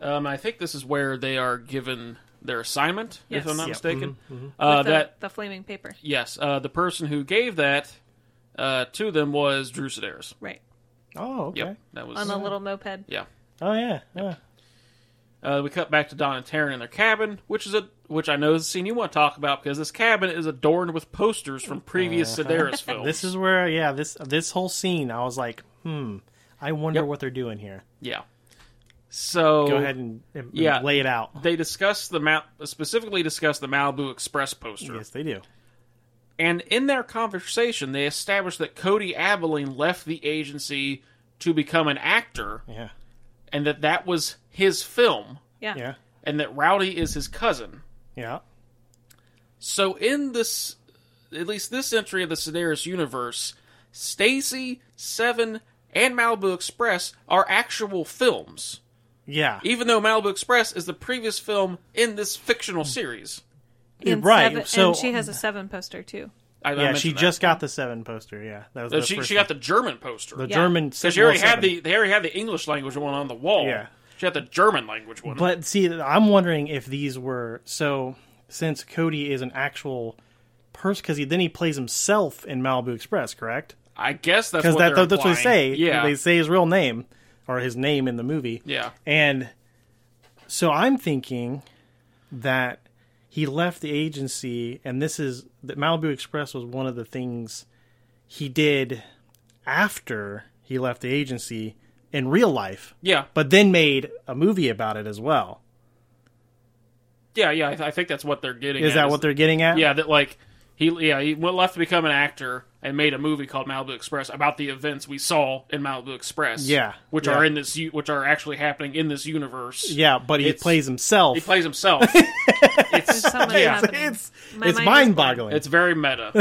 Speaker 2: Um, I think this is where they are given their assignment,
Speaker 1: Yes.
Speaker 2: if I'm not
Speaker 1: Yep.
Speaker 2: mistaken.
Speaker 3: Mm-hmm.
Speaker 2: Uh,
Speaker 1: With the,
Speaker 2: that
Speaker 1: the flaming paper,
Speaker 2: Yes, uh, the person who gave that uh, to them was Drew Sedaris.
Speaker 1: right
Speaker 3: oh, okay.
Speaker 2: Yep, that was.
Speaker 1: on a little moped.
Speaker 2: yeah,
Speaker 3: Oh yeah. yeah.
Speaker 2: uh, we cut back to Don and Taryn in their cabin, which is a which I know is a scene you want to talk about because this cabin is adorned with posters from previous Sedaris films.
Speaker 3: Uh-huh. This is where yeah this this whole scene. I was like, hmm. I wonder
Speaker 2: Yep.
Speaker 3: what they're doing here.
Speaker 2: yeah. So
Speaker 3: Go ahead and, and
Speaker 2: yeah.
Speaker 3: lay it out.
Speaker 2: They discuss the map specifically discuss the Malibu Express poster,
Speaker 3: Yes, they do.
Speaker 2: and in their conversation, they establish that Cody Abilene left the agency to become an actor,
Speaker 3: Yeah,
Speaker 2: and that that was his film.
Speaker 1: Yeah.
Speaker 3: yeah,
Speaker 2: and that Rowdy is his cousin.
Speaker 3: yeah.
Speaker 2: So in this, at least this entry of the Sedaris universe, Stacy, Seven, and Malibu Express are actual films,
Speaker 3: Yeah,
Speaker 2: even though Malibu Express is the previous film in this fictional series.
Speaker 1: And
Speaker 3: Right,
Speaker 1: Seven,
Speaker 3: so- Mm.
Speaker 1: and she has a seven poster too.
Speaker 2: I, I
Speaker 3: yeah. She
Speaker 2: mentioned that.
Speaker 3: just got the seven poster. Yeah, that was
Speaker 2: Uh,
Speaker 3: the
Speaker 2: she,
Speaker 3: first
Speaker 2: she got the German poster
Speaker 3: the
Speaker 1: Yeah.
Speaker 3: German.
Speaker 2: because she already had
Speaker 3: 007.
Speaker 2: the they already had the English language one on the wall.
Speaker 3: Yeah.
Speaker 2: she had the German language one.
Speaker 3: But see, I'm wondering if these were so since Cody is an actual person because he then he plays himself in Malibu Express, correct?
Speaker 2: I guess that's
Speaker 3: Because
Speaker 2: what
Speaker 3: that,
Speaker 2: they're
Speaker 3: that's what they say.
Speaker 2: implying. Yeah,
Speaker 3: they say his real name or his name in the movie.
Speaker 2: yeah.
Speaker 3: And so I'm thinking that he left the agency, and this is that Malibu Express was one of the things he did after he left the agency in real life,
Speaker 2: Yeah,
Speaker 3: but then made a movie about it as well.
Speaker 2: yeah, yeah. I, I think that's what they're getting.
Speaker 3: Is
Speaker 2: at,
Speaker 3: that what they're getting at?
Speaker 2: Yeah, that like he yeah he went left to become an actor and made a movie called Malibu Express about the events we saw in Malibu Express.
Speaker 3: Yeah,
Speaker 2: which
Speaker 3: yeah.
Speaker 2: are in this u- which are actually happening in this universe.
Speaker 3: Yeah, but he
Speaker 2: It's-
Speaker 3: plays himself.
Speaker 2: he plays himself.
Speaker 1: There's
Speaker 2: it's
Speaker 1: so much
Speaker 3: it's
Speaker 1: happening.
Speaker 3: it's,
Speaker 1: My mind
Speaker 3: it's
Speaker 1: is
Speaker 3: mind-boggling.
Speaker 2: it's very meta.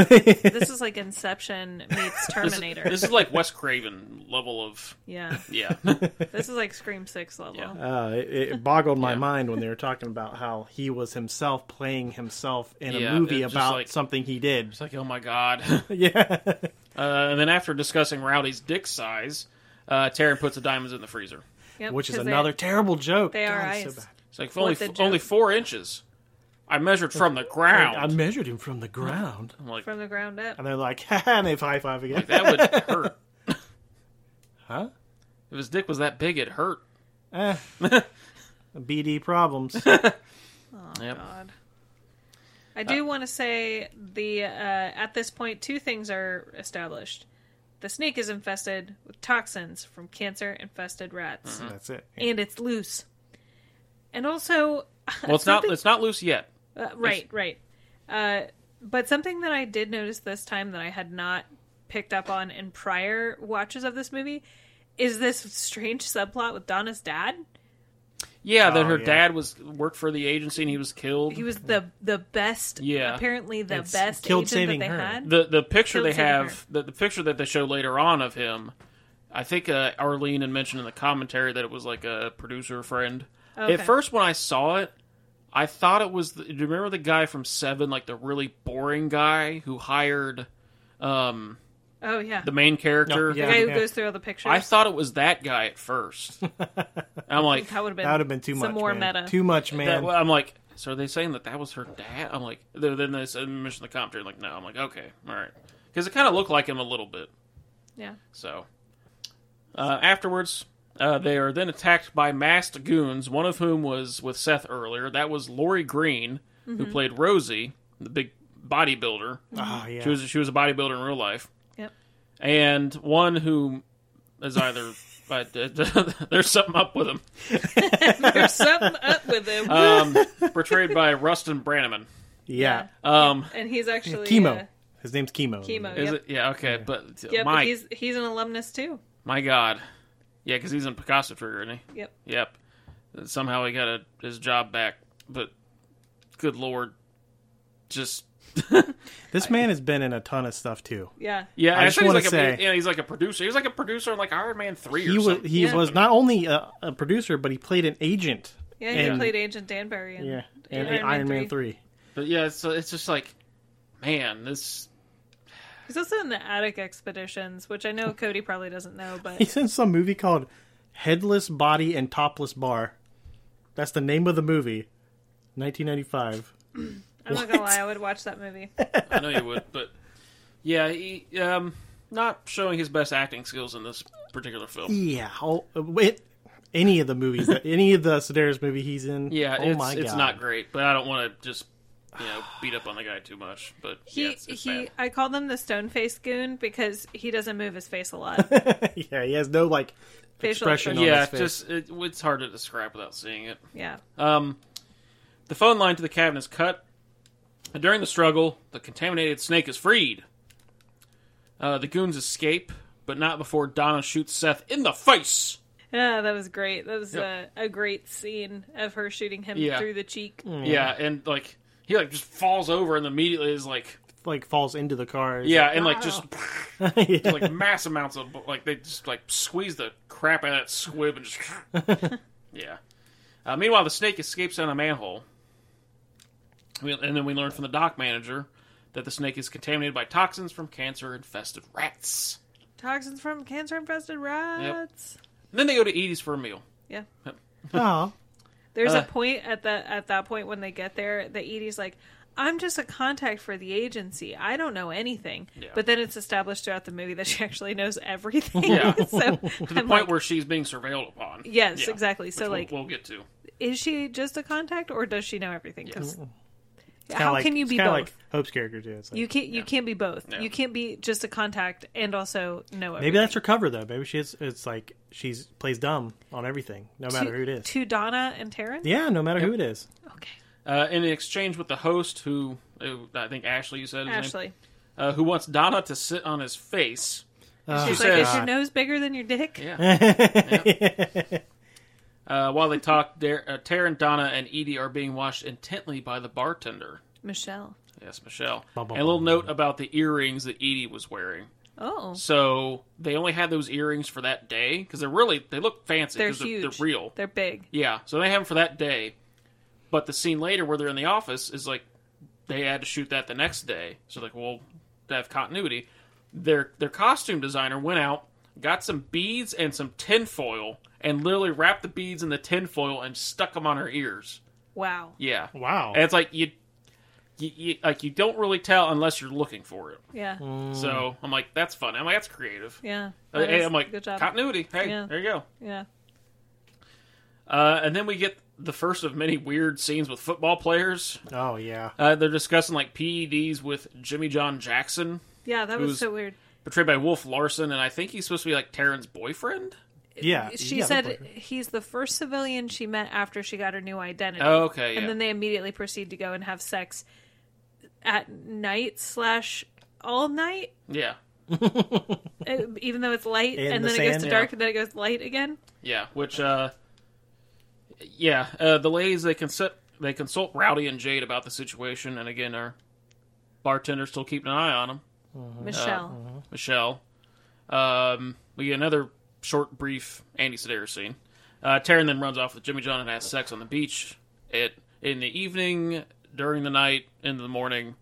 Speaker 1: This is like Inception meets Terminator.
Speaker 2: This is like Wes Craven level of
Speaker 1: yeah,
Speaker 2: yeah.
Speaker 1: this is like Scream Six level.
Speaker 2: Yeah.
Speaker 3: uh, it, it boggled my mind when they were talking about how he was himself playing himself in
Speaker 2: Yeah,
Speaker 3: a movie
Speaker 2: it's just
Speaker 3: about
Speaker 2: like-
Speaker 3: something he did.
Speaker 2: It's like oh my god.
Speaker 3: Yeah.
Speaker 2: Uh, and then after discussing Rowdy's dick size, uh, Taryn puts the diamonds in the freezer.
Speaker 1: Yep,
Speaker 3: Which is
Speaker 1: 'cause
Speaker 3: another terrible joke.
Speaker 1: They, they are
Speaker 3: God, it's
Speaker 1: ice.
Speaker 3: so bad.
Speaker 2: It's like only
Speaker 1: the
Speaker 2: f- only
Speaker 1: joke?
Speaker 2: four inches. I measured from the ground.
Speaker 3: I measured him from the ground.
Speaker 2: I'm like
Speaker 1: from the ground up.
Speaker 3: And they're like, haha, and they high five again.
Speaker 2: that would hurt.
Speaker 3: Huh?
Speaker 2: If his dick was that big, it hurt.
Speaker 3: Eh. BD Eh. problems.
Speaker 1: Oh,
Speaker 2: Yep.
Speaker 1: God.
Speaker 2: Uh,
Speaker 1: I do want to say the uh, at this point two things are established. The snake is infested with toxins from cancer infested rats,
Speaker 2: Mm-hmm.
Speaker 3: That's it.
Speaker 1: and it's loose. And also,
Speaker 2: Well, it's not
Speaker 1: something-
Speaker 2: it's not loose yet.
Speaker 1: uh, right, right. Uh, but something that I did notice this time that I had not picked up on in prior watches of this movie is this strange subplot with Donna's dad.
Speaker 2: Yeah, that
Speaker 3: Oh,
Speaker 2: her
Speaker 3: yeah.
Speaker 2: dad was worked for the agency and he was killed.
Speaker 1: He was the the best,
Speaker 2: Yeah.
Speaker 1: apparently the
Speaker 3: It's
Speaker 1: best
Speaker 3: killed
Speaker 1: agent
Speaker 3: saving
Speaker 1: that they
Speaker 3: her.
Speaker 1: had.
Speaker 2: the the picture
Speaker 1: Killed
Speaker 2: they
Speaker 1: Sidney
Speaker 2: have the, the picture that they show later on of him I think uh, Arlene had mentioned in the commentary that it was like a producer friend. At
Speaker 1: Oh, Okay.
Speaker 2: first, when I saw it, I thought it was. The, do you remember the guy from Seven, like the really boring guy who hired um,
Speaker 1: Oh yeah,
Speaker 2: the
Speaker 1: the,
Speaker 2: main character?
Speaker 3: No, yeah.
Speaker 1: guy who goes through all the pictures.
Speaker 2: I thought it was that guy at first. I'm like,
Speaker 1: that would have been
Speaker 3: That would have been too
Speaker 1: some
Speaker 3: much.
Speaker 1: more
Speaker 3: man.
Speaker 1: meta.
Speaker 3: Too much,
Speaker 2: that,
Speaker 3: man.
Speaker 2: I'm like, so are they saying that that was her dad? I'm like, then then they said mentioned the commentary. Like, no, I'm like, okay, all right, because it kind of looked like him a little bit.
Speaker 1: yeah,
Speaker 2: So, uh, afterwards, uh, they are then attacked by masked goons, one of whom was with Seth earlier. That was Lori Green, who played Rosie, the big bodybuilder.
Speaker 3: Ah, yeah.
Speaker 2: She was she was a bodybuilder in real life,
Speaker 1: yep.
Speaker 2: and one who is either. But uh, there's something up with him.
Speaker 1: There's something up with him,
Speaker 3: Uh,
Speaker 2: Um, portrayed by Rustin Brannaman.
Speaker 3: yeah. Uh,
Speaker 2: Um,
Speaker 1: and he's actually
Speaker 3: Chemo.
Speaker 1: uh,
Speaker 3: His name's Chemo.
Speaker 1: chemo.
Speaker 2: Is
Speaker 1: yep.
Speaker 2: it? Yeah. Okay. But
Speaker 1: Yep,
Speaker 2: my
Speaker 1: he's he's an alumnus too.
Speaker 2: my God. Yeah, because he's in Picasso Trigger, isn't
Speaker 1: Yep.
Speaker 2: he? Yep. Somehow he got a, his job back, but good lord, just
Speaker 3: This man has been in a ton of stuff too.
Speaker 1: Yeah.
Speaker 2: yeah.
Speaker 3: I just
Speaker 2: actually, he's
Speaker 3: wanna
Speaker 2: like a-
Speaker 3: say-
Speaker 2: yeah, he's like a producer. He was like a producer on like Iron Man three. Or
Speaker 3: He was
Speaker 2: something.
Speaker 3: he
Speaker 1: Yeah.
Speaker 3: was not only a, a producer, but he played an agent.
Speaker 1: Yeah, he
Speaker 3: And-
Speaker 1: played Agent Danbury in,
Speaker 3: Yeah,
Speaker 1: in
Speaker 3: and Iron, Man three.
Speaker 2: But yeah, it's it's just like, man, this
Speaker 1: He's also in the Attic Expeditions, which I know Cody probably doesn't know, but
Speaker 3: He's in some movie called Headless Body and Topless Bar. That's the name of the movie. 1995.
Speaker 1: I'm not gonna lie, I would watch that movie.
Speaker 2: I know you would, but yeah, he um not showing his best acting skills in this particular film.
Speaker 3: Yeah, all, it, Oh, any of the movies, that, any of the Sedaris movie he's in.
Speaker 2: Yeah,
Speaker 3: oh
Speaker 2: it's
Speaker 3: my
Speaker 2: it's
Speaker 3: God.
Speaker 2: not great, but I don't want to just you know beat up on the guy too much. But
Speaker 1: He
Speaker 2: yeah, it's, it's
Speaker 1: he
Speaker 2: bad.
Speaker 1: I called him the stone face goon because he doesn't move his face a lot.
Speaker 3: yeah, he has no like
Speaker 1: Facial
Speaker 3: expression.
Speaker 1: expression.
Speaker 3: on
Speaker 2: yeah,
Speaker 3: his
Speaker 2: it's
Speaker 3: face.
Speaker 2: just it, it's hard to describe without seeing it.
Speaker 1: yeah.
Speaker 2: Um, the phone line to the cabin is cut. During the struggle, the contaminated snake is freed. Uh, the goons escape, but not before Donna shoots Seth in the face.
Speaker 1: Yeah, that was great. That was
Speaker 2: Yeah.
Speaker 1: a, a great scene of her shooting him
Speaker 2: Yeah. Mm.
Speaker 1: through the cheek.
Speaker 3: Hmm.
Speaker 2: Yeah, and like he like just falls over and immediately is like
Speaker 3: like falls into the car.
Speaker 2: yeah, and like just
Speaker 3: Yeah.
Speaker 2: like mass amounts of like they just like squeeze the crap out of that squib and just yeah. Uh, meanwhile, the snake escapes down a manhole, we, and then we learn from the dock manager that the snake is contaminated by toxins from cancer-infested rats.
Speaker 1: Toxins from cancer infested rats.
Speaker 2: And then they go to Edie's for a meal.
Speaker 1: Yeah.
Speaker 3: Aw.
Speaker 1: There's
Speaker 2: Uh.
Speaker 1: a point at the at that point when they get there that Edie's like, I'm just a contact for the agency. I don't know anything.
Speaker 2: Yeah.
Speaker 1: But then it's established throughout the movie that she actually knows everything.
Speaker 2: Yeah.
Speaker 1: so
Speaker 2: To the
Speaker 1: I'm
Speaker 2: point
Speaker 1: like,
Speaker 2: where she's being surveilled upon.
Speaker 1: Yes,
Speaker 2: Yeah.
Speaker 1: exactly. So
Speaker 2: Which we'll-
Speaker 1: like
Speaker 2: we'll get to.
Speaker 1: is she just a contact or does she know everything? 'Cause
Speaker 3: Kinda
Speaker 1: How
Speaker 3: like-
Speaker 1: can you
Speaker 3: it's
Speaker 1: be both?
Speaker 3: kinda like Hope's character too? It's like-
Speaker 1: you can't you can't be both.
Speaker 2: No.
Speaker 1: You can't be just a contact and also know everything.
Speaker 3: maybe that's her cover though. Maybe she's it's like she's plays dumb on everything, no
Speaker 1: to,
Speaker 3: matter who it is.
Speaker 1: To Donna and Taryn?
Speaker 3: Yeah, no matter who it is.
Speaker 1: Okay.
Speaker 2: Uh, in exchange with the host, who, who I think Ashley, you said his name,
Speaker 1: Ashley.
Speaker 2: uh, who wants Donna to sit on his face.
Speaker 3: Uh,
Speaker 1: She's
Speaker 2: She
Speaker 1: like,
Speaker 2: says-
Speaker 1: is your nose bigger than your dick?
Speaker 2: Yeah. Uh, while they talk, Dar- uh, Taryn, Donna, and Edie are being watched intently by the bartender.
Speaker 1: Michelle.
Speaker 2: Yes, Michelle.
Speaker 3: Bum, bum,
Speaker 2: and a little
Speaker 3: bum,
Speaker 2: note about the earrings that Edie was wearing.
Speaker 1: Oh.
Speaker 2: So they only had those earrings for that day because they're really they look fancy.
Speaker 1: They're
Speaker 2: 'cause
Speaker 1: huge.
Speaker 2: They're, real.
Speaker 1: They're big.
Speaker 2: yeah. So they have them for that day. But the scene later where they're in the office is like they had to shoot that the next day. So like, well, they have continuity. Their their costume designer went out, got some beads and some tinfoil, and literally wrapped the beads in the tinfoil and stuck them on her ears.
Speaker 1: Wow.
Speaker 2: Yeah.
Speaker 3: Wow.
Speaker 2: And it's like you, you, you like you don't really tell unless you're looking for it.
Speaker 1: Yeah.
Speaker 3: Mm.
Speaker 2: So I'm like, that's fun. I'm like, that's creative.
Speaker 1: Yeah.
Speaker 2: Uh,
Speaker 1: That
Speaker 2: hey,
Speaker 1: is-
Speaker 2: I'm like,
Speaker 1: good job.
Speaker 2: continuity. Hey,
Speaker 1: Yeah.
Speaker 2: there you go.
Speaker 1: Yeah.
Speaker 2: Uh, and then we get the first of many weird scenes with football players.
Speaker 3: oh yeah.
Speaker 2: Uh, they're discussing like PEDs with Jimmy John Jackson,
Speaker 1: Yeah, that was
Speaker 2: Who's-
Speaker 1: so weird.
Speaker 2: portrayed by Wolf Larson, and I think he's supposed to be like Taryn's boyfriend.
Speaker 3: Yeah.
Speaker 1: She
Speaker 3: yeah,
Speaker 1: said
Speaker 3: they're boyfriend.
Speaker 1: he's the first civilian she met after she got her new identity.
Speaker 2: Oh, okay, yeah.
Speaker 1: And then they immediately proceed to go and have sex at night slash all night,
Speaker 2: Yeah,
Speaker 1: uh, even though it's light,
Speaker 3: In
Speaker 1: and
Speaker 3: the
Speaker 1: then it goes
Speaker 3: sand,
Speaker 1: to
Speaker 3: yeah.
Speaker 1: dark, and then it goes light again.
Speaker 2: yeah. Which, uh, yeah, uh, the ladies they consult they consult Rowdy and Jade about the situation, and again, our bartender's
Speaker 3: Mm-hmm.
Speaker 2: still keeping an eye on them.
Speaker 3: Uh-huh.
Speaker 1: Michelle.
Speaker 2: Michelle. Um, we get another short, brief Andy Sedaris scene. Uh, Taryn then runs off with Jimmy John and has sex on the beach at in the evening, during the night, in the morning,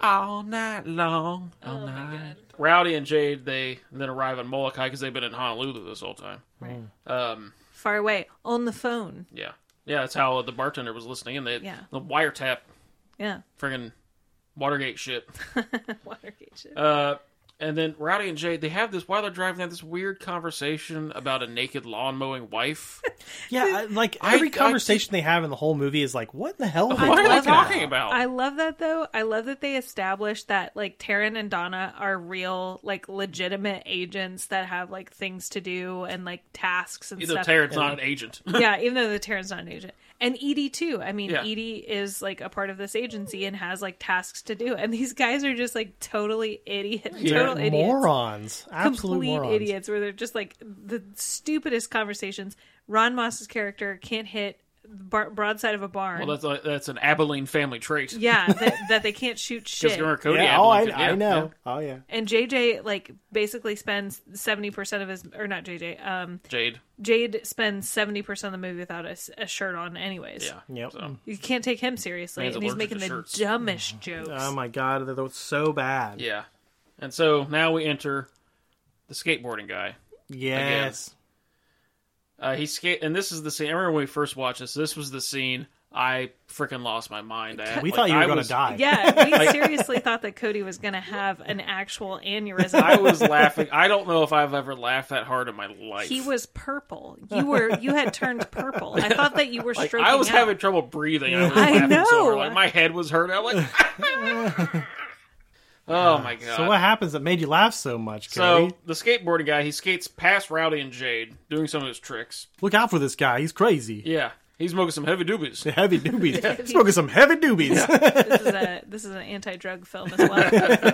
Speaker 2: all night long. All
Speaker 1: Oh my
Speaker 2: night.
Speaker 1: God.
Speaker 2: Rowdy and Jade they then arrive in Molokai because they've been in Honolulu this whole time.
Speaker 1: Right.
Speaker 2: Um,
Speaker 1: Far away on the phone.
Speaker 2: yeah, yeah, that's how the bartender was listening in. They
Speaker 1: Yeah.
Speaker 2: the wiretap
Speaker 1: Yeah.
Speaker 2: friggin' Watergate shit.
Speaker 1: Watergate shit.
Speaker 2: Uh, and then Rowdy and Jade, they have this while they're driving. They have this weird conversation about a naked lawn mowing wife.
Speaker 3: Yeah, I, like
Speaker 2: I-
Speaker 3: every
Speaker 2: I-
Speaker 3: conversation they have in the whole movie is like, what in the hell?
Speaker 2: what are they
Speaker 1: Oh, love
Speaker 2: talking
Speaker 1: that.
Speaker 2: about?
Speaker 1: I love that though. I love that they established that like Taryn and Donna are real, like legitimate agents that have like things to do and like tasks and
Speaker 2: Either
Speaker 1: stuff.
Speaker 2: Taryn's not an agent.
Speaker 1: yeah, even though the Taryn's not an agent. And Edie too. I mean,
Speaker 2: Yeah.
Speaker 1: Edie is like a part of this agency and has like tasks to do. And these guys are just like totally idiot, total
Speaker 3: They're
Speaker 1: idiots,
Speaker 3: morons, absolute
Speaker 1: complete
Speaker 3: morons.
Speaker 1: idiots. Where they're just like the stupidest conversations. Ron Moss's character can't hit the bar- broadside of a barn.
Speaker 2: well, that's a, that's an Abilene family trait.
Speaker 1: yeah, that, that they can't shoot
Speaker 2: Because
Speaker 1: shit.
Speaker 2: remember Cody
Speaker 3: Yeah,
Speaker 2: Abilene
Speaker 3: oh, I,
Speaker 2: could- yeah,
Speaker 3: I
Speaker 2: yeah.
Speaker 3: know. Oh yeah.
Speaker 1: And JJ like basically spends seventy percent of his, or not JJ. Um,
Speaker 2: Jade.
Speaker 1: Jade spends seventy percent of the movie without a, s- a shirt on, anyways.
Speaker 2: Yeah.
Speaker 3: Yep.
Speaker 2: So,
Speaker 1: You can't take him seriously,
Speaker 2: Man's
Speaker 1: and he's
Speaker 2: allergic
Speaker 1: making
Speaker 2: to
Speaker 1: the
Speaker 2: shirts.
Speaker 1: dumbest jokes.
Speaker 3: Oh my god, that was so bad.
Speaker 2: yeah. And so now we enter the skateboarding guy.
Speaker 3: Yes.
Speaker 2: Uh, he skate, and this is the scene. I remember when we first watched this. This was the scene I freaking lost my mind at.
Speaker 3: We
Speaker 2: Like,
Speaker 3: thought you were
Speaker 2: I
Speaker 3: gonna
Speaker 2: was-
Speaker 3: die.
Speaker 1: yeah, we seriously thought that Cody was going to have an actual aneurysm.
Speaker 2: I was laughing. I don't know if I've ever laughed that hard in my life.
Speaker 1: he was purple. You were you had turned purple. I thought that you were
Speaker 2: Like,
Speaker 1: stroking.
Speaker 2: I was
Speaker 1: out.
Speaker 2: having trouble breathing. I was
Speaker 1: I
Speaker 2: laughing so hard.
Speaker 1: know.
Speaker 2: Like my head was hurting. I'm like, oh my god.
Speaker 3: So what happens that made you laugh so much,
Speaker 2: So,
Speaker 3: Cody?
Speaker 2: the skateboarding guy, he skates past Rowdy and Jade, doing some of his tricks.
Speaker 3: Look out for this guy. He's crazy.
Speaker 2: Yeah, he's smoking some heavy doobies.
Speaker 3: Heavy doobies. Smoking some heavy doobies.
Speaker 1: this is a this is an anti drug film as well.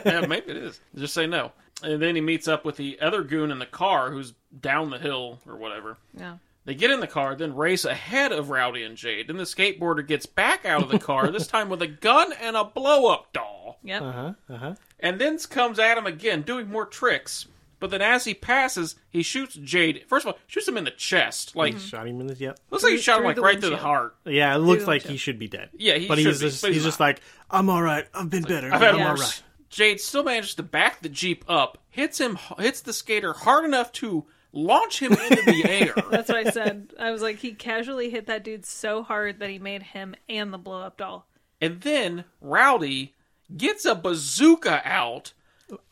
Speaker 2: yeah, maybe it is. Just say no. And then he meets up with the other goon in the car, who's down the hill or whatever.
Speaker 1: Yeah.
Speaker 2: They get in the car, then race ahead of Rowdy and Jade. Then the skateboarder gets back out of the car, this time with a gun and a blow up doll.
Speaker 1: Yep.
Speaker 3: Uh-huh. Uh-huh.
Speaker 2: And then comes at him again, doing more tricks. But then as he passes, he shoots Jade. First of all, shoots him in the chest. Like,
Speaker 3: Shot him in the yep.
Speaker 2: looks like he
Speaker 1: Mm-hmm. Through-
Speaker 2: shot him
Speaker 1: through
Speaker 2: like
Speaker 1: the
Speaker 2: right through the
Speaker 1: windshield.
Speaker 2: heart.
Speaker 3: Yeah, it looks
Speaker 1: Dude,
Speaker 3: like
Speaker 1: yeah.
Speaker 3: he should be dead.
Speaker 2: Yeah, he
Speaker 3: but
Speaker 2: should
Speaker 3: he's
Speaker 2: be,
Speaker 3: just
Speaker 2: but he's
Speaker 3: he's just
Speaker 2: not.
Speaker 3: like, I'm all right. I've been better.
Speaker 2: I've had
Speaker 3: I'm all
Speaker 2: worse.
Speaker 3: right."
Speaker 2: Jade still manages to back the jeep up, hits him, hits the skater hard enough to launch him into the air.
Speaker 1: That's what I said. I was like, he casually hit that dude so hard that he made him and the blow up doll.
Speaker 2: And then Rowdy gets a bazooka out,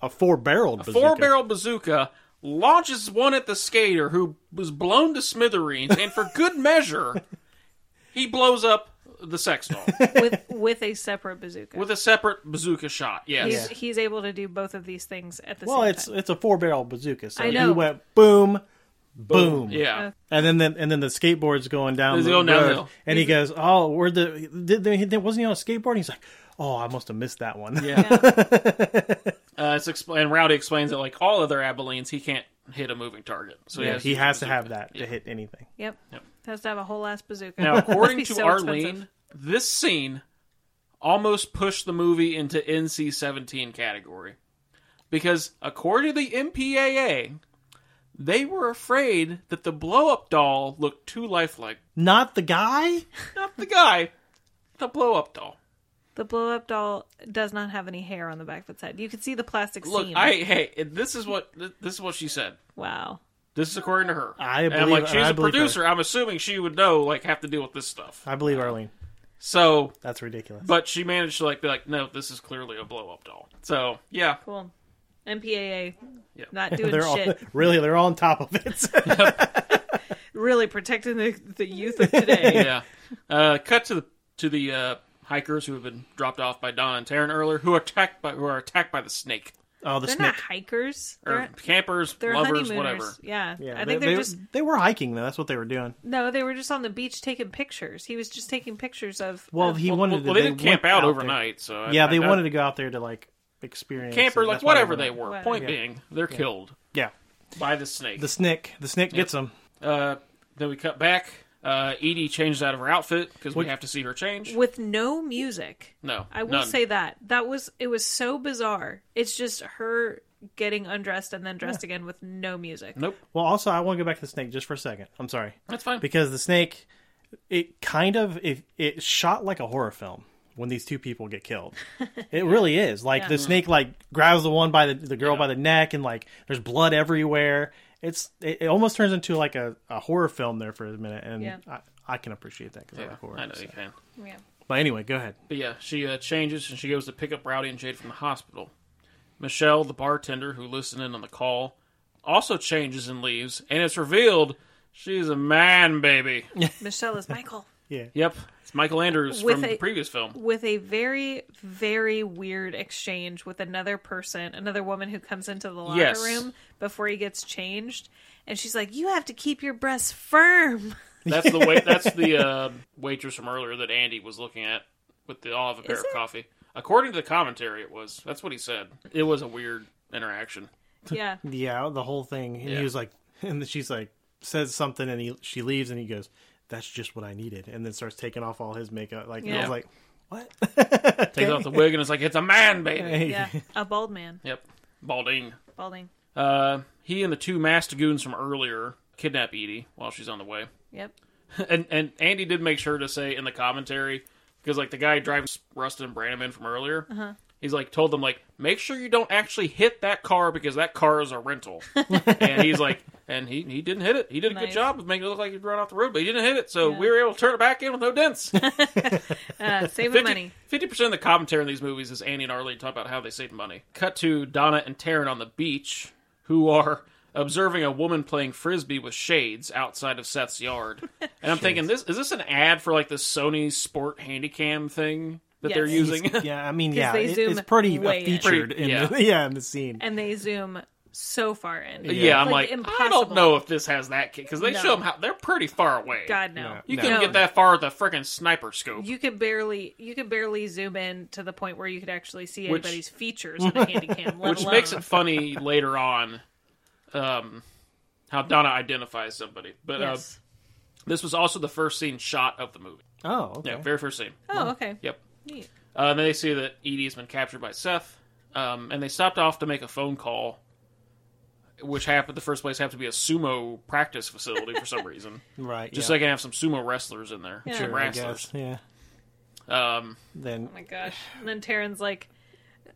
Speaker 3: A four-barreled bazooka.
Speaker 2: four barrel bazooka, launches one at the skater who was blown to smithereens, and for good measure, he blows up the sex doll
Speaker 1: with with a separate bazooka.
Speaker 2: with a separate bazooka shot. Yes.
Speaker 1: he's, he's able to do both of these things at the
Speaker 3: Well,
Speaker 1: same
Speaker 3: it's
Speaker 1: time.
Speaker 3: it's a four-barrel bazooka. So
Speaker 1: I
Speaker 3: he
Speaker 1: know.
Speaker 3: went boom, boom.
Speaker 2: Yeah.
Speaker 3: And then, the, and then the skateboard's going down
Speaker 2: It's
Speaker 3: the
Speaker 2: going
Speaker 3: road,
Speaker 2: downhill.
Speaker 3: and he goes, "Oh, where the did they, he- wasn't he on a skateboard?" He's like, "Oh, I must have missed that one." Yeah,
Speaker 2: Uh, it's expl- and Rowdy explains that, like all other Abilenes, he can't hit a moving target. So he has,
Speaker 3: he
Speaker 2: use
Speaker 3: has
Speaker 2: the
Speaker 3: to have
Speaker 2: bazooka.
Speaker 3: that to hit anything.
Speaker 1: Yep. Has to have a whole ass bazooka.
Speaker 2: Now,
Speaker 1: Must be
Speaker 2: according to
Speaker 1: so
Speaker 2: Arlene,
Speaker 1: expensive.
Speaker 2: this scene almost pushed the movie into NC 17 category. Because according to the MPAA, they were afraid that the blow up doll looked too lifelike.
Speaker 3: Not the guy.
Speaker 2: Not the guy, the blow up doll.
Speaker 1: the blow up doll does not have any hair on the back of its head. You can see the plastic
Speaker 2: Look,
Speaker 1: seam.
Speaker 2: I hey, this is what this is what she said.
Speaker 1: Wow.
Speaker 2: This is according to her.
Speaker 3: I
Speaker 2: and I'm
Speaker 3: believe-
Speaker 2: like, she's
Speaker 3: I
Speaker 2: a
Speaker 3: believe her.
Speaker 2: producer. I'm assuming she would know, like, have to deal with this stuff.
Speaker 3: I believe Arlene.
Speaker 2: So,
Speaker 3: That's ridiculous.
Speaker 2: but she managed to like be like, no, this is clearly a blow up doll. So, yeah,
Speaker 1: Cool. MPAA.
Speaker 2: Yeah.
Speaker 1: Not doing
Speaker 3: they're all
Speaker 1: shit.
Speaker 3: really they're all on top of it.
Speaker 1: Really protecting the, the youth of today.
Speaker 2: yeah. Uh, cut to the to the uh, hikers who have been dropped off by Don and Taryn earlier, who are attacked by who are attacked by the snake
Speaker 3: oh, the
Speaker 1: They're
Speaker 3: snake.
Speaker 1: not hikers.
Speaker 2: or
Speaker 1: They're,
Speaker 2: campers,
Speaker 1: they're
Speaker 2: lovers,
Speaker 1: honeymooners.
Speaker 2: whatever.
Speaker 1: Yeah.
Speaker 3: Yeah,
Speaker 1: I think
Speaker 3: they,
Speaker 1: they're
Speaker 3: they-
Speaker 1: just
Speaker 3: they were hiking though. That's what they were doing.
Speaker 1: no, they were just on the beach taking pictures. He was just taking pictures of
Speaker 3: Well, he
Speaker 2: Well,
Speaker 3: wanted.
Speaker 2: well,
Speaker 3: to,
Speaker 2: they didn't camp
Speaker 3: went
Speaker 2: out
Speaker 3: there.
Speaker 2: overnight, so I-
Speaker 3: Yeah,
Speaker 2: I
Speaker 3: they
Speaker 2: doubt-
Speaker 3: wanted to go out there to like experience
Speaker 2: camper
Speaker 3: it.
Speaker 2: like
Speaker 3: That's why
Speaker 2: whatever they were.
Speaker 1: Whatever.
Speaker 2: Point
Speaker 1: Yeah.
Speaker 2: being, they're killed
Speaker 3: Yeah,
Speaker 2: by the snake.
Speaker 3: the snake. The snake gets them.
Speaker 2: Uh, then we cut back. Uh, Edie changes out of her outfit because we have to see her change.
Speaker 1: with no music.
Speaker 2: No,
Speaker 1: I will
Speaker 2: none.
Speaker 1: say that that was it was so bizarre. It's just her getting undressed and then dressed again with no music.
Speaker 2: nope.
Speaker 3: Well, also, I want to go back to the snake just for a second. I'm sorry.
Speaker 2: That's fine.
Speaker 3: because the snake it kind of it, it shot like a horror film when these two people get killed it really is like the snake like grabs the one by the, the girl by the neck and like there's blood everywhere it's it, it almost turns into like a, a horror film there for a minute and
Speaker 1: Yeah.
Speaker 3: I, I can appreciate that because i
Speaker 2: Yeah,
Speaker 3: like horror
Speaker 2: I know
Speaker 3: so.
Speaker 2: you can.
Speaker 1: Yeah.
Speaker 3: but anyway go ahead
Speaker 2: But yeah, she uh, changes and she goes to pick up Rowdy and Jade from the hospital. Michelle, the bartender who listened in on the call, also changes and leaves, and it's revealed she's a man baby.
Speaker 1: Michelle is Michael
Speaker 2: yep, it's Michael Andrews
Speaker 1: With
Speaker 2: from
Speaker 1: a-
Speaker 2: the previous film.
Speaker 1: with a very very weird exchange with another person, another woman who comes into the locker
Speaker 2: Yes.
Speaker 1: room before he gets changed, and she's like, "You have to keep your breasts firm."
Speaker 2: That's the wait. That's the uh, waitress from earlier that Andy was looking at with the olive and a pair
Speaker 1: Is
Speaker 2: of
Speaker 1: it?
Speaker 2: coffee. According to the commentary, it was. That's what he said. It was a weird interaction.
Speaker 1: Yeah.
Speaker 3: yeah the whole thing and
Speaker 2: Yeah.
Speaker 3: he was like and she's like says something and he she leaves and he goes that's just what i needed and then starts taking off all his makeup like and i
Speaker 1: Yeah.
Speaker 3: was like what
Speaker 2: Takes off the wig and it's like it's a man baby.
Speaker 1: Yeah. A bald man,
Speaker 2: Yep, balding.
Speaker 1: balding.
Speaker 2: Uh, he and the two masked goons from earlier kidnap Edie while she's on the way.
Speaker 1: Yep.
Speaker 2: And and Andy did make sure to say in the commentary because like the guy driving Rustin and Branham in from earlier, he's like told them like make sure you don't actually hit that car because that car is a rental. and he's like, and he he didn't hit it. He did a good
Speaker 1: Nice.
Speaker 2: job of making it look like he'd run off the road, but he didn't hit it, so we were able to turn it back in with no dents.
Speaker 1: Uh, saving money.
Speaker 2: Fifty percent of the commentary in these movies is Andy and Arlene talk about how they save money. Cut to Donna and Taryn on the beach, who are observing a woman playing frisbee with shades outside of Seth's yard. And I'm thinking, this is this an ad for like the Sony Sport Handycam thing that they're
Speaker 1: Yes.
Speaker 2: using?
Speaker 3: Yeah, I mean, yeah,
Speaker 1: they
Speaker 3: it-
Speaker 1: zoom
Speaker 3: it's pretty
Speaker 1: way in.
Speaker 3: featured
Speaker 2: Pretty-
Speaker 3: in,
Speaker 2: yeah.
Speaker 3: The, yeah, in the scene.
Speaker 1: and they zoom so far in.
Speaker 2: Yeah, I'm like, I don't know if this has that because they show 'em
Speaker 1: No.
Speaker 2: show them how they're pretty far away.
Speaker 1: God no.
Speaker 3: No.
Speaker 2: you
Speaker 3: No.
Speaker 2: couldn't get that far with a freaking sniper scope.
Speaker 1: You could barely you could barely zoom in to the point where you could actually see
Speaker 2: Which-
Speaker 1: anybody's features in a handy cam, let
Speaker 2: which
Speaker 1: alone
Speaker 2: makes it funny later on, um, how Donna identifies somebody. But uh,
Speaker 1: yes.
Speaker 2: This was also the first scene shot of the movie.
Speaker 3: Oh, okay.
Speaker 2: Yeah, very first scene.
Speaker 1: Oh, okay.
Speaker 2: Yep.
Speaker 1: Neat.
Speaker 2: Uh, and then they see that Edie has been captured by Seth, um, and they stopped off to make a phone call, which happened. The first place happened to be a sumo practice facility for some reason,
Speaker 3: right.
Speaker 2: just
Speaker 3: yeah.
Speaker 2: so they can have some sumo wrestlers in there,
Speaker 1: Yeah.
Speaker 2: some
Speaker 1: Sure,
Speaker 3: I
Speaker 2: wrestlers.
Speaker 3: guess, yeah.
Speaker 2: Um,
Speaker 3: Then
Speaker 1: Oh my gosh. And then Taryn's like,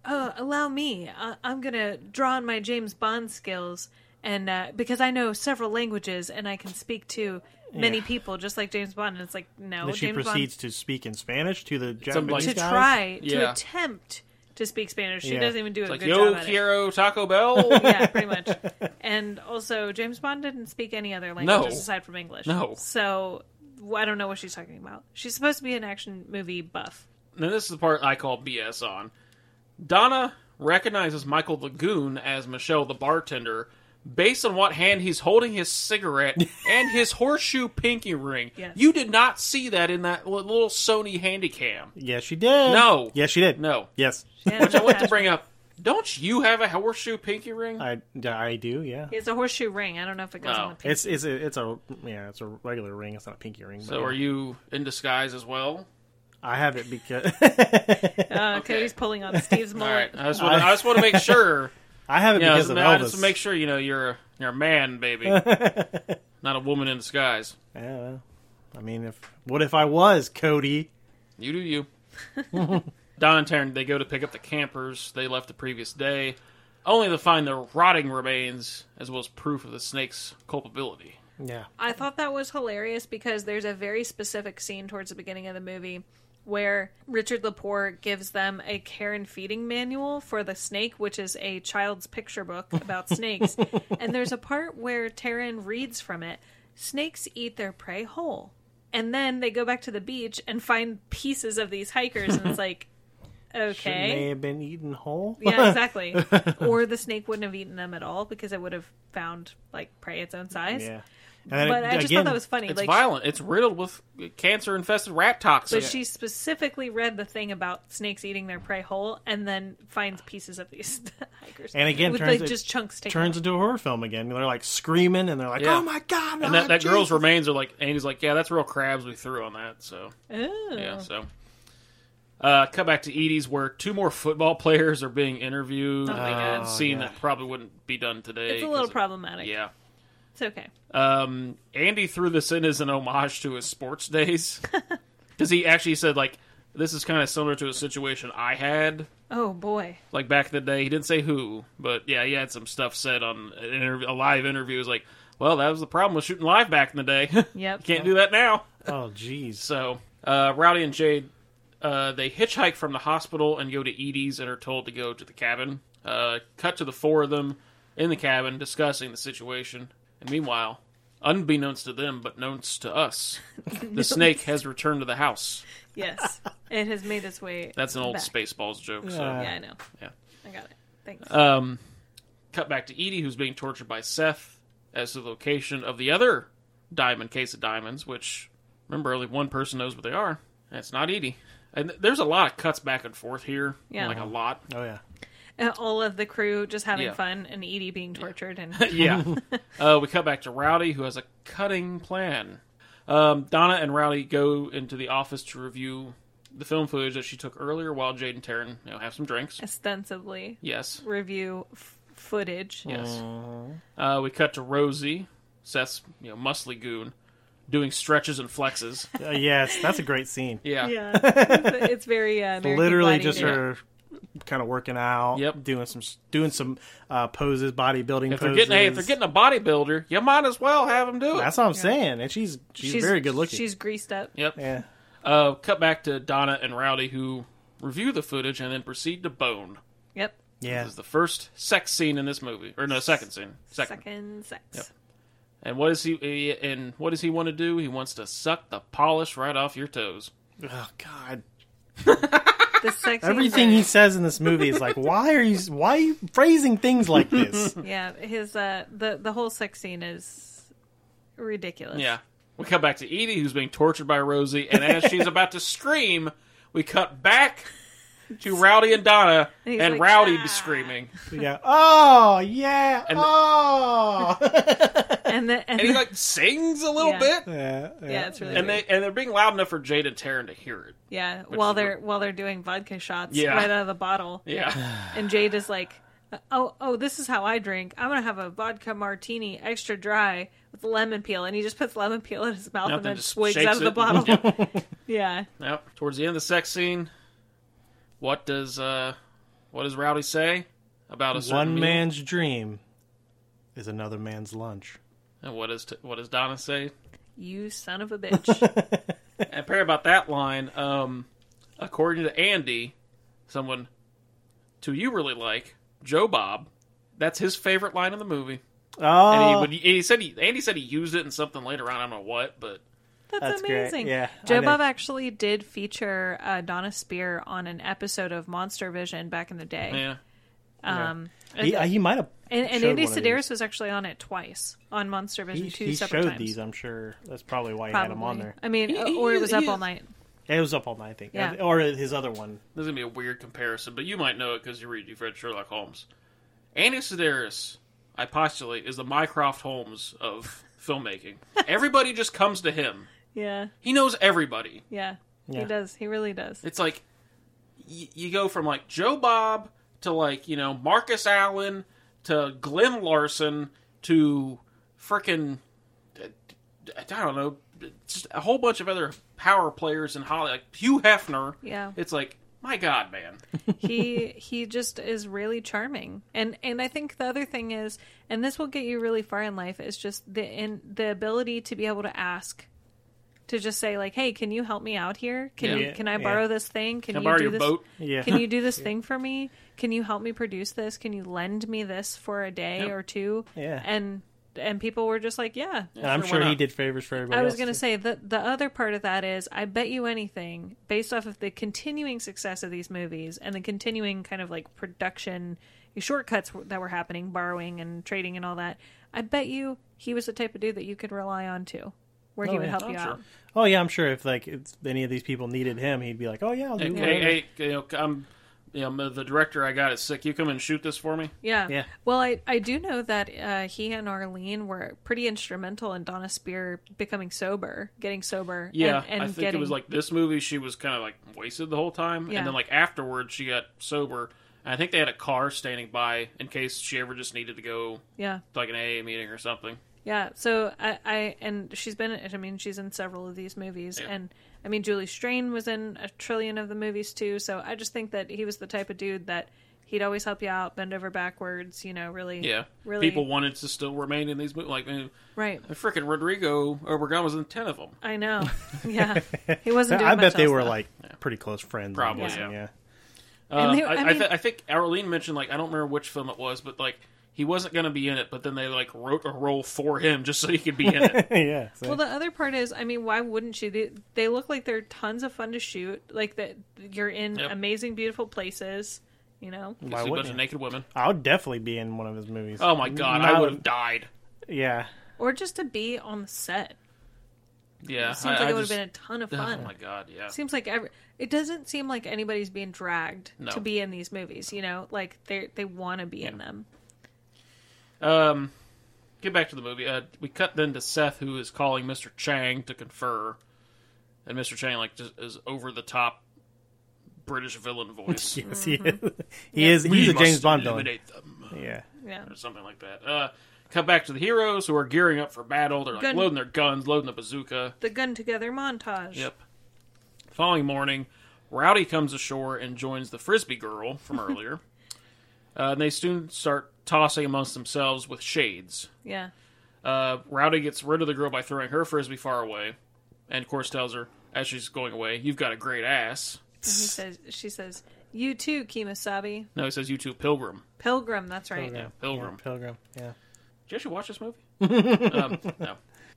Speaker 1: "Oh, allow me. I- I'm gonna draw on my James Bond skills, and uh, because I know several languages and I can speak to many
Speaker 3: Yeah.
Speaker 1: people, just like James Bond." And it's like, no,
Speaker 3: then she
Speaker 1: James
Speaker 3: proceeds to speak in Spanish to the
Speaker 2: Some, like-
Speaker 3: Japanese
Speaker 1: Bond to
Speaker 3: guys.
Speaker 1: try
Speaker 2: Yeah.
Speaker 1: to attempt to speak Spanish. She
Speaker 3: Yeah.
Speaker 1: doesn't even do a
Speaker 2: like,
Speaker 1: good
Speaker 2: yo,
Speaker 1: job at it.
Speaker 2: Kiro Taco Bell.
Speaker 1: yeah, pretty much. And also, James Bond didn't speak any other languages aside from English.
Speaker 2: No.
Speaker 1: So w- I don't know what she's talking about. She's supposed to be an action movie buff.
Speaker 2: now, this is the part I call BS on. Donna recognizes Michael the Goon as Michelle the bartender based on what hand he's holding his cigarette and his horseshoe pinky ring.
Speaker 1: Yes.
Speaker 2: You did not see that in that li- little Sony handycam.
Speaker 3: Yes, she did.
Speaker 2: No.
Speaker 3: Yes, she did.
Speaker 2: No.
Speaker 3: Yes,
Speaker 2: Which I want to bring up. Don't you have a horseshoe pinky ring?
Speaker 3: I, I do. Yeah.
Speaker 1: It's a horseshoe ring. I don't know if it goes
Speaker 2: No.
Speaker 1: on the pinky.
Speaker 3: It's it's a, it's a yeah it's a regular ring. It's not a pinky ring.
Speaker 2: so
Speaker 3: but
Speaker 2: are you in disguise as well?
Speaker 3: I have it because
Speaker 1: Uh, Cody's pulling on Steve's
Speaker 2: All right.
Speaker 1: mullet.
Speaker 2: I just want to, I just want to make sure.
Speaker 3: I have it
Speaker 2: You know,
Speaker 3: Uh, because of
Speaker 2: I
Speaker 3: Elvis.
Speaker 2: just make sure you know you're a, you're a man, baby, not a woman in disguise.
Speaker 3: Yeah, well, I mean, if what if I was Cody?
Speaker 2: You do you. Don and Taryn, they go to pick up the campers they left the previous day, only to find their rotting remains as well as proof of the snake's culpability.
Speaker 3: Yeah.
Speaker 1: I thought that was hilarious because there's a very specific scene towards the beginning of the movie where Richard Lepore gives them a care and feeding manual for the snake, which is a child's picture book about snakes. and there's a part where Taryn reads from it Snakes eat their prey whole. And then they go back to the beach and find pieces of these hikers, and it's like,
Speaker 3: Shouldn't they
Speaker 1: okay.
Speaker 3: have been eaten whole?
Speaker 1: Yeah, exactly. or the snake wouldn't have eaten them at all because it would have found like prey its own size.
Speaker 3: yeah. then
Speaker 1: but I just thought that was funny.
Speaker 2: It's
Speaker 1: like,
Speaker 2: violent. It's riddled with cancer infested rat toxin.
Speaker 1: but she specifically read the thing about snakes eating their prey whole, and then finds pieces of these hikers.
Speaker 3: And again,
Speaker 1: with
Speaker 3: turns
Speaker 1: like
Speaker 3: it-
Speaker 1: just chunks taken.
Speaker 3: turns into a horror film again. They're like screaming and they're like,
Speaker 2: Yeah.
Speaker 3: "Oh my god!"
Speaker 2: and
Speaker 3: oh,
Speaker 2: that, that girl's
Speaker 3: Jesus."
Speaker 2: remains are like, Andy's like, yeah, that's real crabs we threw on that. So
Speaker 1: Ooh.
Speaker 2: yeah, so. Uh, cut back to Edie's, where two more football players are being interviewed.
Speaker 1: Oh my
Speaker 2: and
Speaker 1: God.
Speaker 2: scene
Speaker 3: yeah.
Speaker 2: that probably wouldn't be done today.
Speaker 1: It's a little
Speaker 2: 'cause it-
Speaker 1: problematic.
Speaker 2: Yeah.
Speaker 1: It's okay.
Speaker 2: Um, Andy threw this in as an homage to his sports days because he actually said like this is kind of similar to a situation I had
Speaker 1: Oh boy.
Speaker 2: like back in the day. He didn't say who, but yeah, he had some stuff said on an interview, a live interview. It was like, well, that was the problem with shooting live back in the day.
Speaker 1: Yep.
Speaker 2: Can't do that now.
Speaker 3: Oh jeez.
Speaker 2: So uh, Rowdy and Jade. Uh, they hitchhike from the hospital and go to Edie's and are told to go to the cabin. Uh, cut to the four of them in the cabin discussing the situation. And meanwhile, unbeknownst to them but knownst to us, the snake has returned to the house.
Speaker 1: Yes. it has made its way.
Speaker 2: That's an old
Speaker 1: back.
Speaker 2: Spaceballs joke. So.
Speaker 1: Yeah,
Speaker 3: Yeah.
Speaker 1: I know.
Speaker 2: Yeah.
Speaker 1: I got it. Thanks.
Speaker 2: Um, cut back to Edie, who's being tortured by Seth as to the location of the other diamond case of diamonds, which remember only one person knows what they are. And it's not Edie. And th- there's a lot of cuts back and forth here.
Speaker 1: Yeah.
Speaker 2: Like a lot.
Speaker 3: Oh yeah.
Speaker 1: Uh, all of the crew just having
Speaker 2: Yeah.
Speaker 1: fun and Edie being tortured and
Speaker 2: yeah. uh, we cut back to Rowdy, who has a cutting plan. Um, Donna and Rowdy go into the office to review the film footage that she took earlier while Jade and Taryn you know, have some drinks.
Speaker 1: ostensibly
Speaker 2: Yes.
Speaker 1: review f- footage.
Speaker 2: Yes. Uh, we cut to Rosie, Seth's you know muscly goon, doing stretches and flexes.
Speaker 3: Uh, yes, that's a great scene.
Speaker 2: Yeah.
Speaker 1: Yeah. it's, it's very uh, American
Speaker 3: Literally
Speaker 1: Gladiator.
Speaker 3: just her kind of working out.
Speaker 2: Yep.
Speaker 3: Doing some doing some uh, poses, bodybuilding
Speaker 2: If they're
Speaker 3: poses.
Speaker 2: getting hey, if they're getting a bodybuilder, you might as well have them do it.
Speaker 3: that's what I'm saying. And she's she's, very good looking.
Speaker 1: She's greased up.
Speaker 2: yep.
Speaker 3: yeah.
Speaker 2: Uh, cut back to Donna and Rowdy, who review the footage and then proceed to bone.
Speaker 1: Yep.
Speaker 3: Yeah.
Speaker 2: This is the first sex scene in this movie, or no, second scene, second.
Speaker 1: Second sex.
Speaker 2: And what does he? eh, And what does he want to do? He wants to suck the polish right off your toes.
Speaker 3: Oh god.
Speaker 1: The sex.
Speaker 3: Everything he says in this movie is like, why are you why are you phrasing things like this?
Speaker 1: Yeah, his uh the the whole sex scene is ridiculous.
Speaker 2: Yeah. We cut back to Edie, who's being tortured by Rosie, and as she's about to scream, we cut back to Rowdy and Donna,
Speaker 1: And
Speaker 2: and,
Speaker 1: he's like,
Speaker 2: Rowdy
Speaker 1: "Ah."
Speaker 2: be screaming,
Speaker 3: Yeah. Oh yeah.
Speaker 2: And-
Speaker 3: oh.
Speaker 1: And the and,
Speaker 2: and he
Speaker 1: the-
Speaker 2: like sings a little
Speaker 1: Yeah.
Speaker 2: bit,
Speaker 3: yeah,
Speaker 1: yeah, it's really
Speaker 2: and they and they're being loud enough for Jade and Taryn to hear it.
Speaker 1: yeah while
Speaker 2: is
Speaker 1: they're while they're doing vodka shots
Speaker 2: Yeah.
Speaker 1: right out of the bottle,
Speaker 2: Yeah,
Speaker 1: and Jade is like, oh oh this is how I drink. I'm gonna have a vodka martini extra dry with lemon peel, and he just puts lemon peel in his mouth and
Speaker 2: Nothing
Speaker 1: then
Speaker 2: just
Speaker 1: swigs
Speaker 2: shakes
Speaker 1: out of the
Speaker 2: it.
Speaker 1: bottle.
Speaker 2: Yep.
Speaker 1: yeah,
Speaker 2: Yep. Towards the end of the sex scene, what does uh, what does Rowdy say about a certain
Speaker 3: One
Speaker 2: meal?
Speaker 3: man's dream is another man's lunch.
Speaker 2: And what does what does Donna say?
Speaker 1: you son of a bitch.
Speaker 2: And pair about that line, um, according to Andy, someone who you really like, Joe Bob, that's his favorite line in the movie. And he,
Speaker 3: Oh,
Speaker 2: would, and he said he, Andy said he used it in something later on. I don't know what, but
Speaker 1: That's,
Speaker 3: That's great.
Speaker 1: amazing.
Speaker 3: Yeah, I
Speaker 1: Joe
Speaker 3: know.
Speaker 1: Bob actually did feature uh, Donna Spear on an episode of Monster Vision back in the day.
Speaker 2: yeah,
Speaker 1: Um,
Speaker 3: he, uh, he might have.
Speaker 1: And, and
Speaker 3: showed
Speaker 1: Andy
Speaker 3: one of
Speaker 1: Sedaris was actually on it twice on Monster
Speaker 3: these.
Speaker 1: Vision two
Speaker 3: He, he
Speaker 1: separate
Speaker 3: showed
Speaker 1: times.
Speaker 3: these. I'm sure that's probably why he
Speaker 1: Probably.
Speaker 3: had him on there.
Speaker 1: I mean, uh,
Speaker 2: He- he
Speaker 1: or it was
Speaker 2: is-
Speaker 1: up
Speaker 2: he
Speaker 1: all
Speaker 2: is-
Speaker 1: night.
Speaker 3: It was up all night, I think,
Speaker 1: Yeah.
Speaker 3: or his other one.
Speaker 2: this is gonna be a weird comparison, but you might know it because you read you've read Sherlock Holmes. Andy Sedaris, I postulate, is the Mycroft Holmes of filmmaking. Everybody just comes to him.
Speaker 1: Yeah,
Speaker 2: He knows everybody.
Speaker 1: yeah,
Speaker 3: Yeah.
Speaker 1: He does. He really does.
Speaker 2: It's like y- you go from like Joe Bob to like you know Marcus Allen to Glenn Larson to frickin' I don't know, just a whole bunch of other power players in Hollywood, like Hugh Hefner.
Speaker 1: Yeah.
Speaker 2: it's like my God, man.
Speaker 1: he he just is really charming. And and I think the other thing is, and this will get you really far in life, is just the in the ability to be able to ask. To just say like, "Hey, can you help me out here? Can
Speaker 2: Yeah.
Speaker 1: you
Speaker 3: Yeah,
Speaker 1: can I
Speaker 3: yeah.
Speaker 1: borrow this thing? Can,
Speaker 2: Can I
Speaker 1: you
Speaker 2: borrow
Speaker 1: do
Speaker 2: your
Speaker 1: this?
Speaker 2: boat?"
Speaker 3: Yeah.
Speaker 1: Can you do this thing for me? Can you help me produce this? Can you lend me this for a day
Speaker 2: Yep.
Speaker 1: or two?
Speaker 3: Yeah.
Speaker 1: And and people were just like, yeah.
Speaker 3: And I'm
Speaker 2: sure,
Speaker 3: sure
Speaker 2: why
Speaker 3: he
Speaker 2: not?
Speaker 3: did favors for everybody.
Speaker 1: I was
Speaker 3: else,
Speaker 1: going to
Speaker 3: too.
Speaker 1: say that the other part of that is I bet you anything based off of the continuing success of these movies and the continuing kind of like production shortcuts that were happening, borrowing and trading and all that. I bet you he was the type of dude that you could rely on too, where he
Speaker 3: Oh,
Speaker 1: would
Speaker 3: yeah.
Speaker 1: help
Speaker 2: Oh,
Speaker 1: you
Speaker 2: sure.
Speaker 1: out.
Speaker 3: Oh yeah, I'm sure if like if any of these people needed him, he'd be like, "Oh yeah, I'll
Speaker 2: Hey,
Speaker 3: do
Speaker 2: hey,
Speaker 3: whatever."
Speaker 2: hey, you know, I'm, you know, the director I got is sick. You come and shoot this for me.
Speaker 1: Yeah.
Speaker 3: Yeah.
Speaker 1: Well, I, I do know that uh, he and Arlene were pretty instrumental in Donna Spear becoming sober, getting sober.
Speaker 2: Yeah,
Speaker 1: And, and
Speaker 2: I think
Speaker 1: getting,
Speaker 2: it was like this movie. She was kind of like wasted the whole time,
Speaker 1: Yeah.
Speaker 2: and then like afterwards she got sober. And I think they had a car standing by in case she ever just needed to go
Speaker 1: Yeah.
Speaker 2: to like an AA meeting or something.
Speaker 1: Yeah. So I, I and she's been. I mean, she's in several of these movies,
Speaker 2: Yeah.
Speaker 1: and I mean, Julie Strain was in a trillion of the movies too. So I just think that he was the type of dude that he'd always help you out, bend over backwards. You know, really.
Speaker 2: Yeah,
Speaker 1: Really.
Speaker 2: people wanted to still remain in these movies. Like, man,
Speaker 1: Right.
Speaker 2: freaking Rodrigo Obregon was in ten of them.
Speaker 1: I know. Yeah. He wasn't. Doing
Speaker 3: I bet
Speaker 1: much
Speaker 3: they
Speaker 1: else,
Speaker 3: were
Speaker 1: though.
Speaker 3: like pretty close friends. I'm
Speaker 2: Probably,
Speaker 3: guessing,
Speaker 2: yeah.
Speaker 3: yeah.
Speaker 2: Um,
Speaker 1: they-
Speaker 2: I,
Speaker 1: I
Speaker 2: I,
Speaker 1: mean-
Speaker 2: th- I think Arlene mentioned like I don't remember which film it was, but like he wasn't going to be in it, but then they like wrote a role for him just so he could be in it.
Speaker 3: yeah. so-
Speaker 1: Well, the other part is, I mean, why wouldn't you? They, they look like they're tons of fun to shoot. Like that, you're in
Speaker 2: Yep.
Speaker 1: amazing, beautiful places. You know,
Speaker 2: It's a
Speaker 3: wouldn't
Speaker 2: bunch of
Speaker 3: he?
Speaker 2: naked women.
Speaker 3: I would definitely be in one of his movies.
Speaker 2: Oh my god,
Speaker 3: Not-
Speaker 2: I would have died.
Speaker 3: Yeah.
Speaker 1: or just to be on the set.
Speaker 2: Yeah,
Speaker 1: It seems like
Speaker 2: I, I
Speaker 1: it would have
Speaker 2: just-
Speaker 1: been a ton of fun.
Speaker 2: Oh my god, yeah.
Speaker 1: Seems like every. It doesn't seem like anybody's being dragged
Speaker 2: No.
Speaker 1: to be in these movies. You know, like they they want to be in them.
Speaker 2: Um, get back to the movie. Uh, we cut then to Seth, who is calling Mr. Chang to confer, and Mr. Chang like just is over the top British villain voice.
Speaker 1: Mm-hmm.
Speaker 3: Yes, he is. He is.
Speaker 2: We
Speaker 3: He's a
Speaker 2: must
Speaker 3: James Bond villain.
Speaker 2: eliminate them.
Speaker 3: Yeah.
Speaker 1: Yeah.
Speaker 2: or something like that. Uh, cut back to the heroes who are gearing up for battle. They're like
Speaker 1: Gun-
Speaker 2: loading their guns, loading the bazooka.
Speaker 1: The gun together montage.
Speaker 2: Yep. Following morning, Rowdy comes ashore and joins the frisbee girl from earlier. Uh, and they soon start tossing amongst themselves with shades.
Speaker 1: Yeah.
Speaker 2: Uh, Rowdy gets rid of the girl by throwing her frisbee far away, and of course tells her as she's going away, "You've got a great ass."
Speaker 1: And he says, she says, "You too, Kimasabi,
Speaker 2: No, he says, "You too, Pilgrim."
Speaker 1: Pilgrim." That's right.
Speaker 3: Pilgrim.
Speaker 2: Pilgrim.
Speaker 3: Pilgrim.
Speaker 2: Did
Speaker 3: Yeah.
Speaker 2: you actually watch this movie? um, no.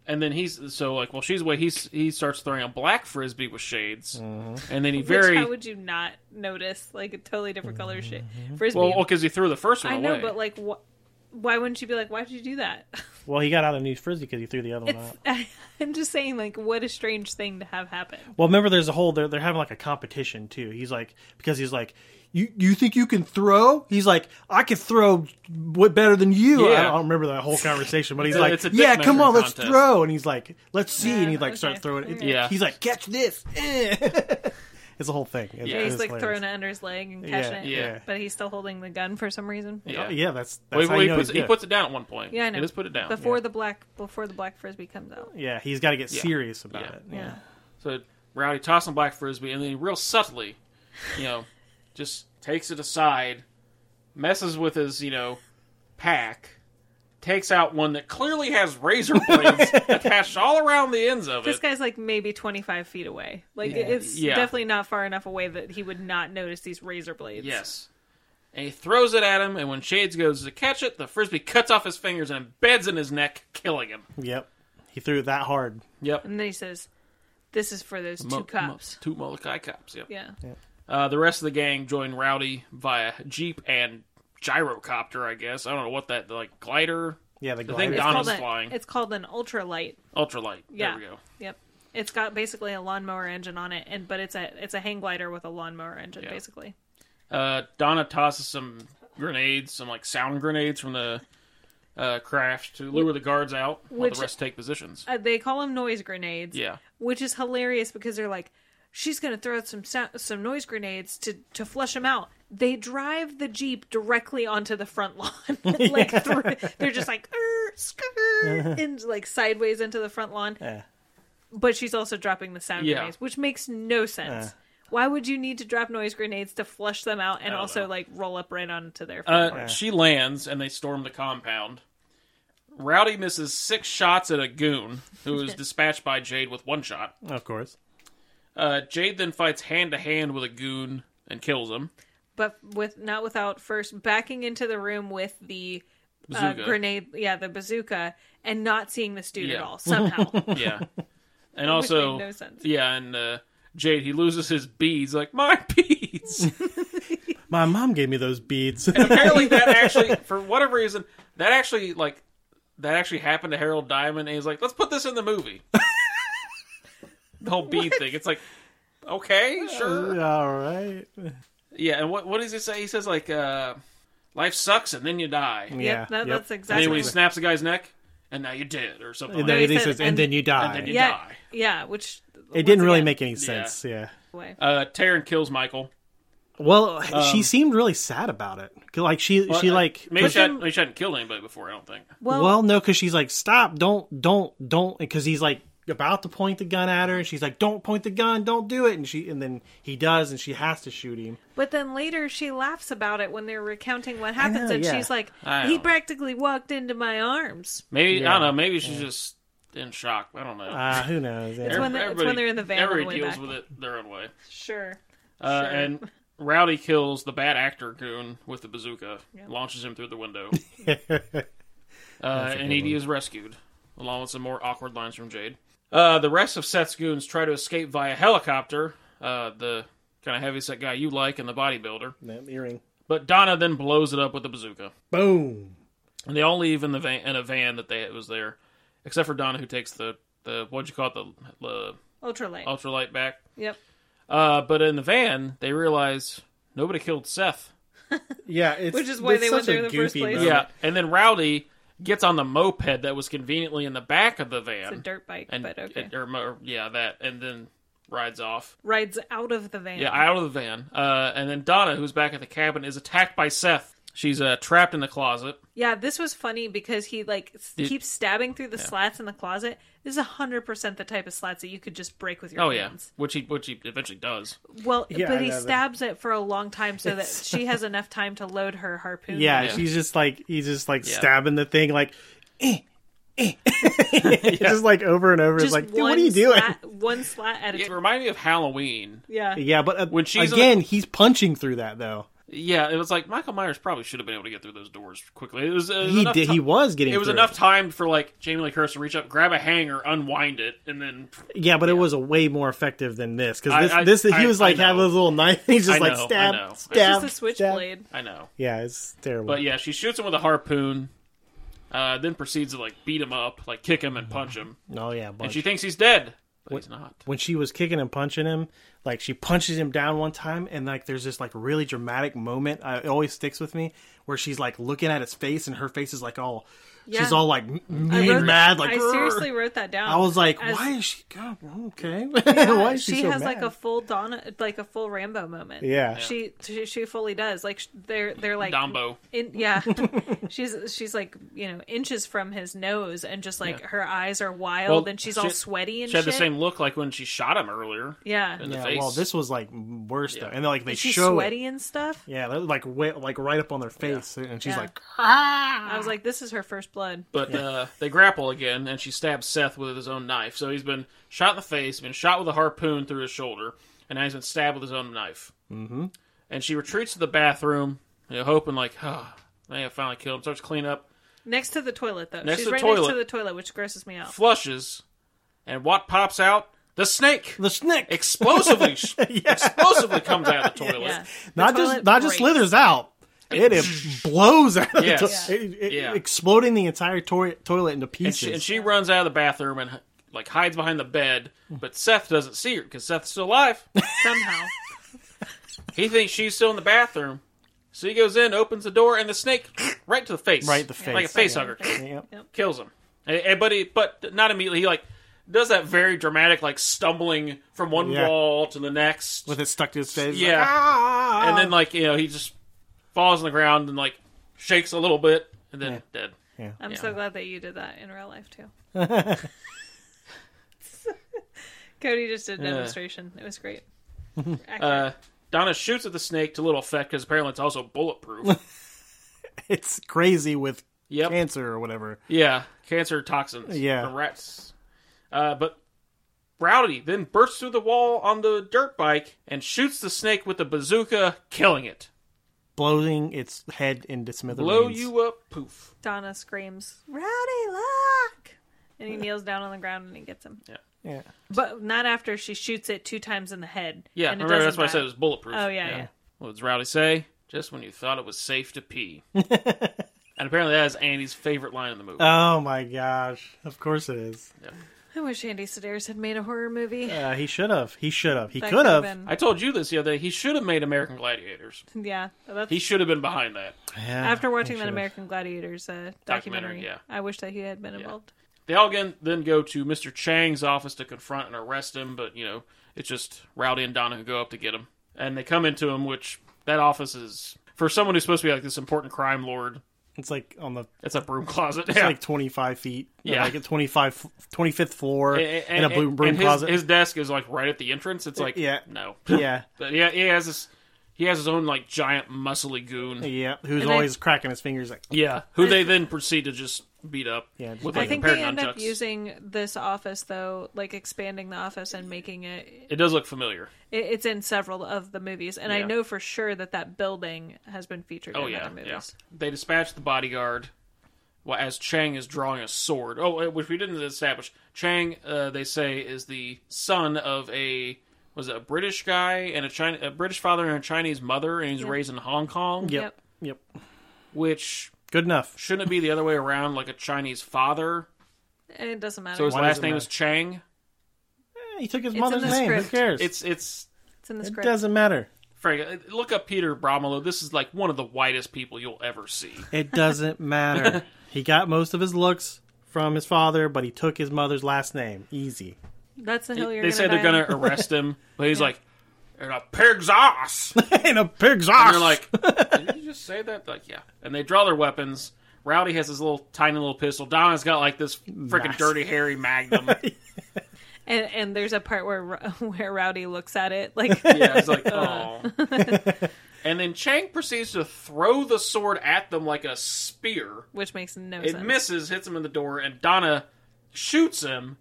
Speaker 2: And then he's so like while she's away, he's he starts throwing a black frisbee with shades,
Speaker 3: Mm-hmm.
Speaker 2: and then he
Speaker 1: Which,
Speaker 2: very
Speaker 1: how would you not notice like a totally different color shade
Speaker 3: Mm-hmm.
Speaker 1: frisbee?
Speaker 2: well because he threw the first one
Speaker 1: I know,
Speaker 2: away.
Speaker 1: but like, wh- why wouldn't you be like, why did you do that?
Speaker 3: Well, he got out of New Frisbee because he threw the other one
Speaker 1: It's
Speaker 3: out.
Speaker 1: I'm just saying, like, what a strange thing to have happen.
Speaker 3: Well, remember, there's a whole. They're, they're having like a competition too. He's like because he's like. You, you think you can throw? He's like, I can throw what better than you. I,
Speaker 2: Yeah.
Speaker 3: don't remember that whole conversation, but he's
Speaker 2: a-
Speaker 3: like,
Speaker 2: it's a dick
Speaker 3: yeah, come
Speaker 2: measuring
Speaker 3: on, let's
Speaker 2: contest.
Speaker 3: throw. And he's like, let's see. and he
Speaker 1: Yeah,
Speaker 3: like starts
Speaker 1: okay.
Speaker 3: throwing. It.
Speaker 2: Yeah.
Speaker 3: he's like, catch this. Eh. it's a whole thing. It's-
Speaker 2: Yeah,
Speaker 1: Yeah, he's
Speaker 3: it's
Speaker 1: like
Speaker 3: hilarious.
Speaker 1: throwing it under his leg and catching it,
Speaker 2: yeah.
Speaker 1: but he's still holding the gun for some reason.
Speaker 2: yeah,
Speaker 3: Oh, Yeah, that's, that's
Speaker 2: Well,
Speaker 3: how
Speaker 2: he,
Speaker 3: you know
Speaker 2: puts,
Speaker 3: he's
Speaker 2: he
Speaker 3: good.
Speaker 2: puts it down at one point.
Speaker 1: Yeah, I know.
Speaker 2: He just put it down.
Speaker 1: before the black before the black frisbee comes out.
Speaker 3: Yeah, he's got to get
Speaker 2: Yeah.
Speaker 3: serious about
Speaker 2: Yeah.
Speaker 3: it.
Speaker 1: Yeah,
Speaker 3: Yeah.
Speaker 2: So Rowdy tosses him black frisbee, and then he real subtly, you know, just takes it aside, messes with his, you know, pack, takes out one that clearly has razor blades attached all around the ends of
Speaker 1: this
Speaker 2: it.
Speaker 1: guy's like maybe 25 feet away. Like it's
Speaker 2: Yeah.
Speaker 1: definitely not far enough away that he would not notice these razor blades.
Speaker 2: Yes. And he throws it at him, and when Shades goes to catch it, the frisbee cuts off his fingers and embeds in his neck, killing him.
Speaker 3: Yep. He threw it that hard.
Speaker 2: Yep.
Speaker 1: and then he says, "This is for those two
Speaker 2: Mo- mo-
Speaker 1: cops."
Speaker 2: two Molokai cops, yep.
Speaker 1: yeah.
Speaker 2: Uh, the rest of the gang join Rowdy via Jeep and gyrocopter, I guess. I don't know what that, like, glider?
Speaker 3: Yeah, the
Speaker 2: The thing
Speaker 3: glider.
Speaker 2: Donna's
Speaker 1: Called an-
Speaker 2: flying.
Speaker 1: It's called an ultralight.
Speaker 2: Ultralight.
Speaker 1: Yeah.
Speaker 2: There we go.
Speaker 1: Yep. It's got basically a lawnmower engine on it, and but it's a it's a hang glider with a lawnmower engine,
Speaker 2: Yeah.
Speaker 1: basically.
Speaker 2: Uh, Donna tosses some grenades, some like sound grenades from the uh, craft to lure the guards out while
Speaker 1: Which-
Speaker 2: the rest take positions.
Speaker 1: Uh, they call them noise grenades.
Speaker 2: Yeah.
Speaker 1: Which is hilarious because they're like, she's gonna throw out some sound, some noise grenades to to flush them out. They drive the jeep directly onto the front lawn, like through. They're just like, "Er, skr," and like sideways into the front lawn.
Speaker 3: Uh-huh. Yeah.
Speaker 1: But she's also dropping the sound
Speaker 2: Yeah.
Speaker 1: grenades, which makes no sense.
Speaker 3: Uh.
Speaker 1: Why would you need to drop noise grenades to flush them out and
Speaker 2: don't
Speaker 1: also
Speaker 2: know.
Speaker 1: like roll up right onto their front
Speaker 2: Uh,
Speaker 1: lawn?
Speaker 2: She lands and they storm the compound. Rowdy misses six shots at a goon who is dispatched by Jade with one shot.
Speaker 3: Of course.
Speaker 2: Uh, Jade then fights hand to hand with a goon and kills him.
Speaker 1: but with not without first backing into the room with the uh,
Speaker 2: Bazooka.
Speaker 1: grenade, yeah, the bazooka, and not seeing this dude at
Speaker 2: Yeah.
Speaker 1: all somehow.
Speaker 2: Yeah, and also
Speaker 1: made no sense.
Speaker 2: yeah, and uh, Jade he loses his beads like my beads.
Speaker 3: My mom gave me those beads.
Speaker 2: apparently that actually for whatever reason that actually like that actually happened to Harold Diamond, and he's like, "Let's put this in the movie." the whole bead thing. It's like, okay, sure,
Speaker 3: All right.
Speaker 1: Oh,
Speaker 2: yeah. And what what does he say? He says like, uh, "Life sucks, and then you die." And
Speaker 3: Yeah.
Speaker 1: that- that's
Speaker 2: then when
Speaker 1: exactly-
Speaker 2: he snaps the guy's neck, and now you're dead, or something. Like
Speaker 3: And then
Speaker 2: that.
Speaker 1: he
Speaker 3: he
Speaker 1: said,
Speaker 3: says,
Speaker 1: and-
Speaker 3: and then you die.
Speaker 2: then you
Speaker 1: yeah,
Speaker 2: die.
Speaker 1: yeah. Which
Speaker 3: it didn't
Speaker 1: once
Speaker 3: really
Speaker 1: again,
Speaker 3: make any sense. Yeah.
Speaker 1: way.
Speaker 2: Uh, Taryn kills Michael.
Speaker 3: Well,
Speaker 1: Um,
Speaker 3: she seemed really sad about it. 'Cause, Like she, she
Speaker 2: Uh,
Speaker 3: like
Speaker 2: maybe
Speaker 3: pushed
Speaker 2: she, hadn't, maybe she hadn't killed anybody before. I don't think.
Speaker 1: Well,
Speaker 3: Well, no, because she's like, stop, don't, don't, don't, because he's like about to point the gun at her, and she's like, don't point the gun, don't do it, and she, and then he does, and she has to shoot him.
Speaker 1: but then later she laughs about it when they're recounting what happens,
Speaker 3: know,
Speaker 1: and
Speaker 3: yeah.
Speaker 1: she's like,
Speaker 2: I
Speaker 1: "He
Speaker 2: know.
Speaker 1: practically walked into my arms."
Speaker 2: Maybe I
Speaker 3: Yeah.
Speaker 2: don't know. Maybe she's just in shock. I don't know.
Speaker 3: Uh, who knows? Yeah.
Speaker 1: when they- it's when they're in the van on the
Speaker 2: Everybody
Speaker 1: way
Speaker 2: deals
Speaker 1: back.
Speaker 2: with it their own way.
Speaker 1: Sure.
Speaker 2: Uh,
Speaker 1: Sure.
Speaker 2: And Rowdy kills the bad actor goon with the bazooka, launches him through the window, uh, and Edie is rescued, along with some more awkward lines from Jade. Uh, the rest of Seth's goons try to escape via helicopter. Uh, the kind of heavyset guy you like and the bodybuilder,
Speaker 3: That earring.
Speaker 2: but Donna then blows it up with the bazooka,
Speaker 3: Boom.
Speaker 2: and they all leave in the van in a van that they was there, except for Donna who takes the the what'd you call it the, the
Speaker 1: Ultralight.
Speaker 2: ultralight back.
Speaker 1: Yep.
Speaker 2: Uh, but in the van, they realize nobody killed Seth.
Speaker 3: Yeah, it's,
Speaker 1: Which is why
Speaker 3: it's
Speaker 1: they went
Speaker 3: such
Speaker 1: there
Speaker 3: a
Speaker 1: in the first
Speaker 3: goofy
Speaker 1: place.
Speaker 3: moment.
Speaker 2: Yeah, and then Rowdy gets on the moped that was conveniently in the back of the van.
Speaker 1: It's a dirt bike,
Speaker 2: and,
Speaker 1: but okay.
Speaker 2: and- or, mo- or- yeah, that, and then rides off.
Speaker 1: Rides out of the van.
Speaker 2: Yeah, out of the van. Uh, and then Donna, who's back at the cabin, is attacked by Seth. She's uh, trapped in the closet.
Speaker 1: Yeah, this was funny because he like s
Speaker 2: It-
Speaker 1: keeps stabbing through the slats in the closet. This is hundred percent the type of slats that you could just break with your
Speaker 2: Oh yeah,
Speaker 1: hands.
Speaker 2: which he which he eventually does.
Speaker 1: Well,
Speaker 3: Yeah,
Speaker 1: but
Speaker 3: I
Speaker 1: he
Speaker 3: know that.
Speaker 1: stabs it for a long time so that she has enough time to load her harpoon.
Speaker 3: Yeah,
Speaker 2: Yeah.
Speaker 3: she's just like he's just like stabbing the thing like, eh, eh. just like over and over. it's
Speaker 1: just
Speaker 3: like, dude,
Speaker 1: one
Speaker 3: what are you doing?
Speaker 1: Slat, one slat at a
Speaker 2: It
Speaker 1: time.
Speaker 2: reminded me of Halloween.
Speaker 1: Yeah.
Speaker 3: Yeah, but uh,
Speaker 2: When she's
Speaker 3: again, he's punching through that though.
Speaker 2: Yeah, it was like Michael Myers probably should have been able to get through those doors quickly. It was, it was
Speaker 3: He
Speaker 2: enough
Speaker 3: did.
Speaker 2: ti-
Speaker 3: he was getting.
Speaker 2: It was
Speaker 3: through
Speaker 2: enough time for like Jamie Lee Curtis to reach up, grab a hanger, unwind it, and then
Speaker 3: Yeah, but it was a way more effective than this
Speaker 2: I-
Speaker 3: because this,
Speaker 2: I-
Speaker 3: this
Speaker 2: I-
Speaker 3: he was
Speaker 2: I
Speaker 3: like having
Speaker 2: know.
Speaker 3: his little knife. He's
Speaker 2: I
Speaker 3: just like
Speaker 2: know, I
Speaker 3: stab,
Speaker 2: know. It's
Speaker 3: stab,
Speaker 1: Just a
Speaker 3: stab.
Speaker 1: switchblade.
Speaker 2: I know.
Speaker 3: Yeah, it's terrible.
Speaker 2: But yeah, she shoots him with a harpoon, uh, then proceeds to like beat him up, like kick him and punch him,
Speaker 3: oh yeah,
Speaker 2: and
Speaker 3: bunch.
Speaker 2: she thinks he's dead, but he's not.
Speaker 3: when she was kicking and punching him, like she punches him down one time, and like there's this like really dramatic moment. I, it always sticks with me where she's like looking at his face, and her face is like all, she's
Speaker 1: Yeah.
Speaker 3: all like m-
Speaker 1: I
Speaker 3: mean,
Speaker 1: wrote-
Speaker 3: mad. Like
Speaker 1: I
Speaker 3: "Grr."
Speaker 1: seriously wrote that down.
Speaker 3: I was like,
Speaker 1: As-
Speaker 3: why is she? God, okay,
Speaker 1: Yeah,
Speaker 3: why is she, so
Speaker 1: has like
Speaker 3: mad?
Speaker 1: a full Donna, like a full Rambo moment.
Speaker 3: Yeah. Yeah.
Speaker 1: she she, she fully does. Like sh- they're they're like
Speaker 2: Dumbo.
Speaker 1: In, yeah, she's she's like you know inches from his nose, and just like her eyes are wild,
Speaker 2: Well,
Speaker 1: and she's
Speaker 2: she-
Speaker 1: all sweaty and
Speaker 2: She had the
Speaker 1: shit.
Speaker 2: same look like when she shot him earlier.
Speaker 1: yeah,
Speaker 2: in the
Speaker 3: yeah,
Speaker 2: face.
Speaker 3: well, this was like worse though, and then, like they
Speaker 1: And she's
Speaker 3: show it.
Speaker 1: sweaty and stuff.
Speaker 3: Yeah, they're like way, like right up on their face, and she's
Speaker 1: Yeah.
Speaker 3: like,
Speaker 1: I was like, this is her first blood.
Speaker 2: But uh, they grapple again, and she stabs Seth with his own knife. So he's been shot in the face, been shot with a harpoon through his shoulder, and now he's been stabbed with his own knife. Mm-hmm. And she retreats to the bathroom, you know, hoping like, oh, I finally killed him. Starts to clean up,
Speaker 1: Next to the toilet, though.
Speaker 2: Next
Speaker 1: she's
Speaker 2: to the
Speaker 1: right next
Speaker 2: toilet.
Speaker 1: to the toilet, which grosses me out.
Speaker 2: flushes, and what pops out? The snake.
Speaker 3: the snake.
Speaker 2: explosively sh- explosively comes out of the toilet.
Speaker 1: Yeah,
Speaker 3: not just
Speaker 1: toilet
Speaker 3: not
Speaker 1: breaks.
Speaker 3: just slithers out. It em- blows out of
Speaker 2: Yes.
Speaker 3: the to- it- it-
Speaker 2: Yeah.
Speaker 3: exploding the entire toi- toilet into
Speaker 2: And
Speaker 3: pieces.
Speaker 2: she, and she runs out of the bathroom and like hides behind the bed, but Seth doesn't see her because Seth's still alive.
Speaker 1: somehow.
Speaker 2: He thinks she's still in the bathroom, so he goes in, opens the door, and the snake right to the face,
Speaker 3: Right the
Speaker 2: like a
Speaker 3: face,
Speaker 2: face hugger,
Speaker 3: Yep.
Speaker 2: kills him. And, and- but he, but not immediately. He like does that very dramatic, like stumbling from one
Speaker 3: Yeah.
Speaker 2: wall to the next,
Speaker 3: with it stuck to his face. "Ah!"
Speaker 2: yeah, and then like you know he just falls on the ground and like shakes a little bit, and then dead.
Speaker 1: I'm so glad that you did that in real life too. Cody just did a demonstration. It was great. Accurate.
Speaker 2: Uh, Donna shoots at the snake to little effect because apparently it's also bulletproof.
Speaker 3: it's crazy with
Speaker 2: Yep.
Speaker 3: cancer or whatever.
Speaker 2: yeah, cancer toxins.
Speaker 3: Yeah.
Speaker 2: from rats. Uh, but Rowdy then bursts through the wall on the dirt bike and shoots the snake with a bazooka, killing it.
Speaker 3: Blowing its head into smithereens.
Speaker 2: Blow you up, poof.
Speaker 1: Donna screams, "Rowdy lock!" and he kneels down on the ground and he gets him.
Speaker 3: Yeah.
Speaker 1: But not after she shoots it two times in the head.
Speaker 2: Yeah,
Speaker 1: and it
Speaker 2: remember that's
Speaker 1: doesn't
Speaker 2: why I
Speaker 1: die.
Speaker 2: said it was bulletproof.
Speaker 1: Oh, yeah, yeah.
Speaker 2: What does Rowdy say? Just when you thought it was safe to pee. And apparently that is Andy's favorite line in the movie.
Speaker 3: Oh my gosh! Of course it is.
Speaker 1: I wish Andy Sedaris had made a horror movie.
Speaker 3: Uh, he should have. He should have. He
Speaker 1: That
Speaker 3: could
Speaker 1: could've
Speaker 3: have.
Speaker 1: been-
Speaker 2: I told you this the other day. He should have made American Gladiators.
Speaker 1: Yeah, that's
Speaker 2: He should have been behind that.
Speaker 3: Yeah,
Speaker 1: after watching
Speaker 3: he
Speaker 1: that
Speaker 3: should've.
Speaker 1: American Gladiators uh, documentary.
Speaker 2: Documentary, yeah.
Speaker 1: I wish that he had been involved.
Speaker 2: They all again then go to Mr. Chang's office to confront and arrest him, but you know, it's just Rowdy and Donna who go up to get him. And they come into him, which that office is for someone who's supposed to be like this important crime lord,
Speaker 3: It's like on the.
Speaker 2: it's a broom closet.
Speaker 3: It's like twenty five feet.
Speaker 2: Yeah.
Speaker 3: Yeah, like a 25, 25th floor
Speaker 2: And-
Speaker 3: in a
Speaker 2: and-
Speaker 3: broom, broom
Speaker 2: and his,
Speaker 3: closet.
Speaker 2: His desk is like right at the entrance. It's like
Speaker 3: Yeah.
Speaker 2: no.
Speaker 3: yeah,
Speaker 2: But yeah, he has this he has his own like giant muscly goon.
Speaker 3: yeah. Who's
Speaker 1: And I-
Speaker 3: always cracking his fingers? Like
Speaker 2: Yeah. Who they then proceed to just beat up
Speaker 3: Yeah, just
Speaker 2: with
Speaker 1: I
Speaker 2: like
Speaker 1: think
Speaker 2: a pair
Speaker 1: they
Speaker 2: of
Speaker 1: end up
Speaker 2: nunchucks.
Speaker 1: using this office though, like expanding the office and making it.
Speaker 2: It does look familiar.
Speaker 1: it it's in several of the movies, and I
Speaker 2: Yeah.
Speaker 1: know for sure that that building has been featured
Speaker 2: Oh
Speaker 1: in
Speaker 2: yeah,
Speaker 1: other movies.
Speaker 2: yeah. They dispatch the bodyguard while as Chang is drawing a sword. Oh, which we didn't establish. Chang, uh, they say, is the son of a was it a British guy and a China, a British father and a Chinese mother, and he's raised in Hong Kong.
Speaker 1: Yep.
Speaker 3: yep,
Speaker 2: Which
Speaker 3: good enough.
Speaker 2: shouldn't it be the other way around, like a Chinese father.
Speaker 1: And it doesn't matter.
Speaker 2: So his
Speaker 3: Why does
Speaker 2: last
Speaker 3: it
Speaker 2: name is Chang.
Speaker 3: Eh, He took his
Speaker 1: in
Speaker 3: mother's
Speaker 1: the
Speaker 3: name. Who
Speaker 1: script.
Speaker 3: cares?
Speaker 2: It's it's
Speaker 1: it's in the
Speaker 3: it
Speaker 1: script.
Speaker 3: doesn't matter.
Speaker 2: Frank. uh, Look up Peter Bromolo. This is like one of the whitest people you'll ever see.
Speaker 3: It doesn't matter. he got most of his looks from his father, but he took his mother's last name. Easy.
Speaker 1: That's the hill Oh, you're.
Speaker 2: they
Speaker 1: gonna
Speaker 2: say they're
Speaker 1: die
Speaker 2: gonna
Speaker 1: on.
Speaker 2: arrest him, but he's like, "And a pig's ass."
Speaker 3: and a pig's
Speaker 2: And
Speaker 3: ass.
Speaker 2: they're like, did you just say that? Like, yeah. And they draw their weapons. Rowdy has his little tiny little pistol. Donna's got like this freaking
Speaker 3: Nice.
Speaker 2: dirty hairy magnum.
Speaker 1: And, and there's a part where Ro- where Rowdy looks at it like
Speaker 2: yeah, it's like, oh. and then Chang proceeds to throw the sword at them like a spear.
Speaker 1: which makes no
Speaker 2: It
Speaker 1: sense.
Speaker 2: misses, hits him in the door, and Donna shoots him,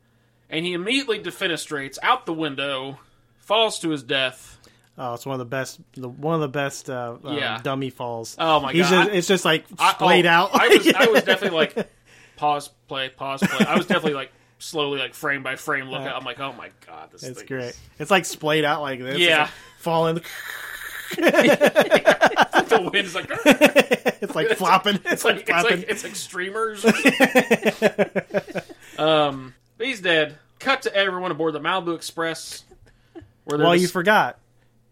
Speaker 2: and he immediately defenestrates out the window, falls to his death.
Speaker 3: oh, it's one of the best. The one of the best uh, um,
Speaker 2: Yeah.
Speaker 3: dummy falls.
Speaker 2: Oh my
Speaker 3: He's
Speaker 2: God.
Speaker 3: Just, it's just like
Speaker 2: I-
Speaker 3: splayed
Speaker 2: oh,
Speaker 3: out.
Speaker 2: I was, I was definitely like, pause, play, pause, play. I was definitely like slowly, like frame by frame, look. at I'm like, oh my god, this
Speaker 3: it's
Speaker 2: thing
Speaker 3: great.
Speaker 2: is-
Speaker 3: It's like splayed out like this. It's
Speaker 2: Yeah.
Speaker 3: like falling.
Speaker 2: the wind's like, it's
Speaker 3: It's like flopping. It's
Speaker 2: like,
Speaker 3: like
Speaker 2: it's
Speaker 3: flopping.
Speaker 2: like, it's like streamers. um, but he's dead. Cut to everyone aboard the Malibu Express. Where they're
Speaker 3: well, you
Speaker 2: just-
Speaker 3: forgot.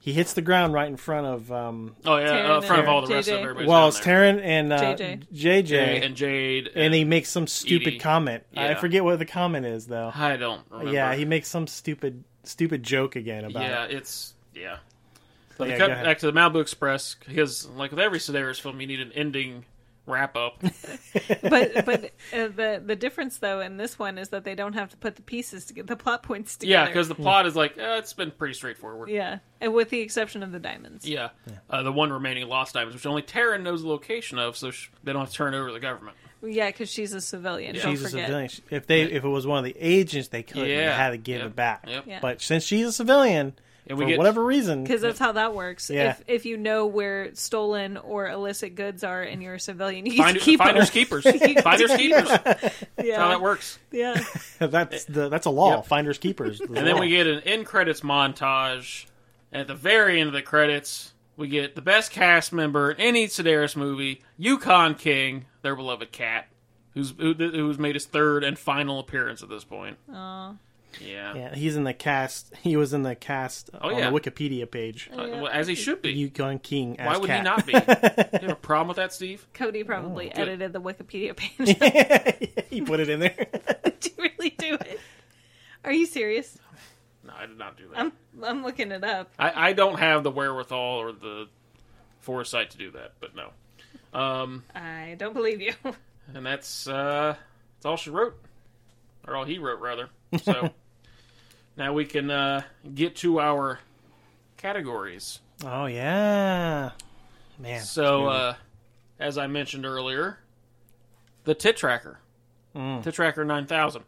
Speaker 3: He hits the ground right in front of. Um,
Speaker 2: oh yeah, uh, in
Speaker 1: Taryn
Speaker 2: front of
Speaker 1: and
Speaker 2: all the rest of
Speaker 1: JJ.
Speaker 2: everybody.
Speaker 3: well, it's Taryn and uh,
Speaker 1: JJ.
Speaker 3: JJ.
Speaker 2: and Jade,
Speaker 3: and he makes some stupid
Speaker 2: Edie.
Speaker 3: comment. I
Speaker 2: Yeah.
Speaker 3: forget what the comment is though.
Speaker 2: I don't remember.
Speaker 3: Yeah, he makes some stupid stupid joke again about
Speaker 2: yeah,
Speaker 3: it.
Speaker 2: it's yeah. But
Speaker 3: Yeah,
Speaker 2: they
Speaker 3: go
Speaker 2: cut
Speaker 3: ahead.
Speaker 2: back to the Malibu Express because, like with every Sedaris film, you need an ending wrap up.
Speaker 1: but but uh, the the difference though in this one is that they don't have to put the pieces to get the plot points together.
Speaker 2: yeah, because the plot is like eh, it's been pretty straightforward. Yeah,
Speaker 1: yeah, and with the exception of the diamonds.
Speaker 2: Uh, the one remaining lost diamonds, which only Terran knows the location of, so sh- they don't have to turn it over to the government.
Speaker 1: Yeah, because she's a civilian. Don't
Speaker 3: She's a
Speaker 1: forget.
Speaker 3: civilian. If they if it was one of the agents, they could
Speaker 2: Yeah.
Speaker 3: have had to give
Speaker 2: Yep.
Speaker 3: it back.
Speaker 2: Yep.
Speaker 1: Yeah.
Speaker 3: But since she's a civilian,
Speaker 2: And we
Speaker 3: for
Speaker 2: get-
Speaker 3: whatever reason,
Speaker 1: Because that's how that works.
Speaker 3: Yeah.
Speaker 1: If if you know where stolen or illicit goods are and you're a civilian, you
Speaker 2: Find,
Speaker 1: can keep
Speaker 2: finders
Speaker 1: them.
Speaker 2: keepers. finders keepers. That's
Speaker 1: Yeah,
Speaker 2: how that works.
Speaker 1: yeah.
Speaker 3: that's the that's a law.
Speaker 2: Eh. Yep.
Speaker 3: Finders keepers.
Speaker 2: And then we get an end credits montage. And at the very end of the credits, we get the best cast member in any Sedaris movie, Yukon King, their beloved cat, who's who, who's made his third and final appearance at this point.
Speaker 1: Aw.
Speaker 2: Yeah.
Speaker 3: yeah, he's in the cast. He was in the cast on
Speaker 2: Oh, yeah.
Speaker 3: the Wikipedia page.
Speaker 2: Uh, well, as he should be.
Speaker 3: Yukon King. As
Speaker 2: Why would
Speaker 3: cat.
Speaker 2: he not be? You have a problem with that, Steve?
Speaker 1: Cody
Speaker 2: Oh,
Speaker 1: probably edited the Wikipedia page. Did
Speaker 3: he put it in there.
Speaker 1: you really do it? Are you serious?
Speaker 2: No, I did not do that.
Speaker 1: I'm I'm looking it up.
Speaker 2: I, I don't have the wherewithal or the foresight to do that, but no. Um,
Speaker 1: I don't believe you.
Speaker 2: and that's uh, that's all she wrote, or all he wrote rather. So now we can uh, get to our categories.
Speaker 3: oh yeah, man.
Speaker 2: So uh, as I mentioned earlier, the tit tracker,
Speaker 3: Mm.
Speaker 2: tit tracker nine thousand,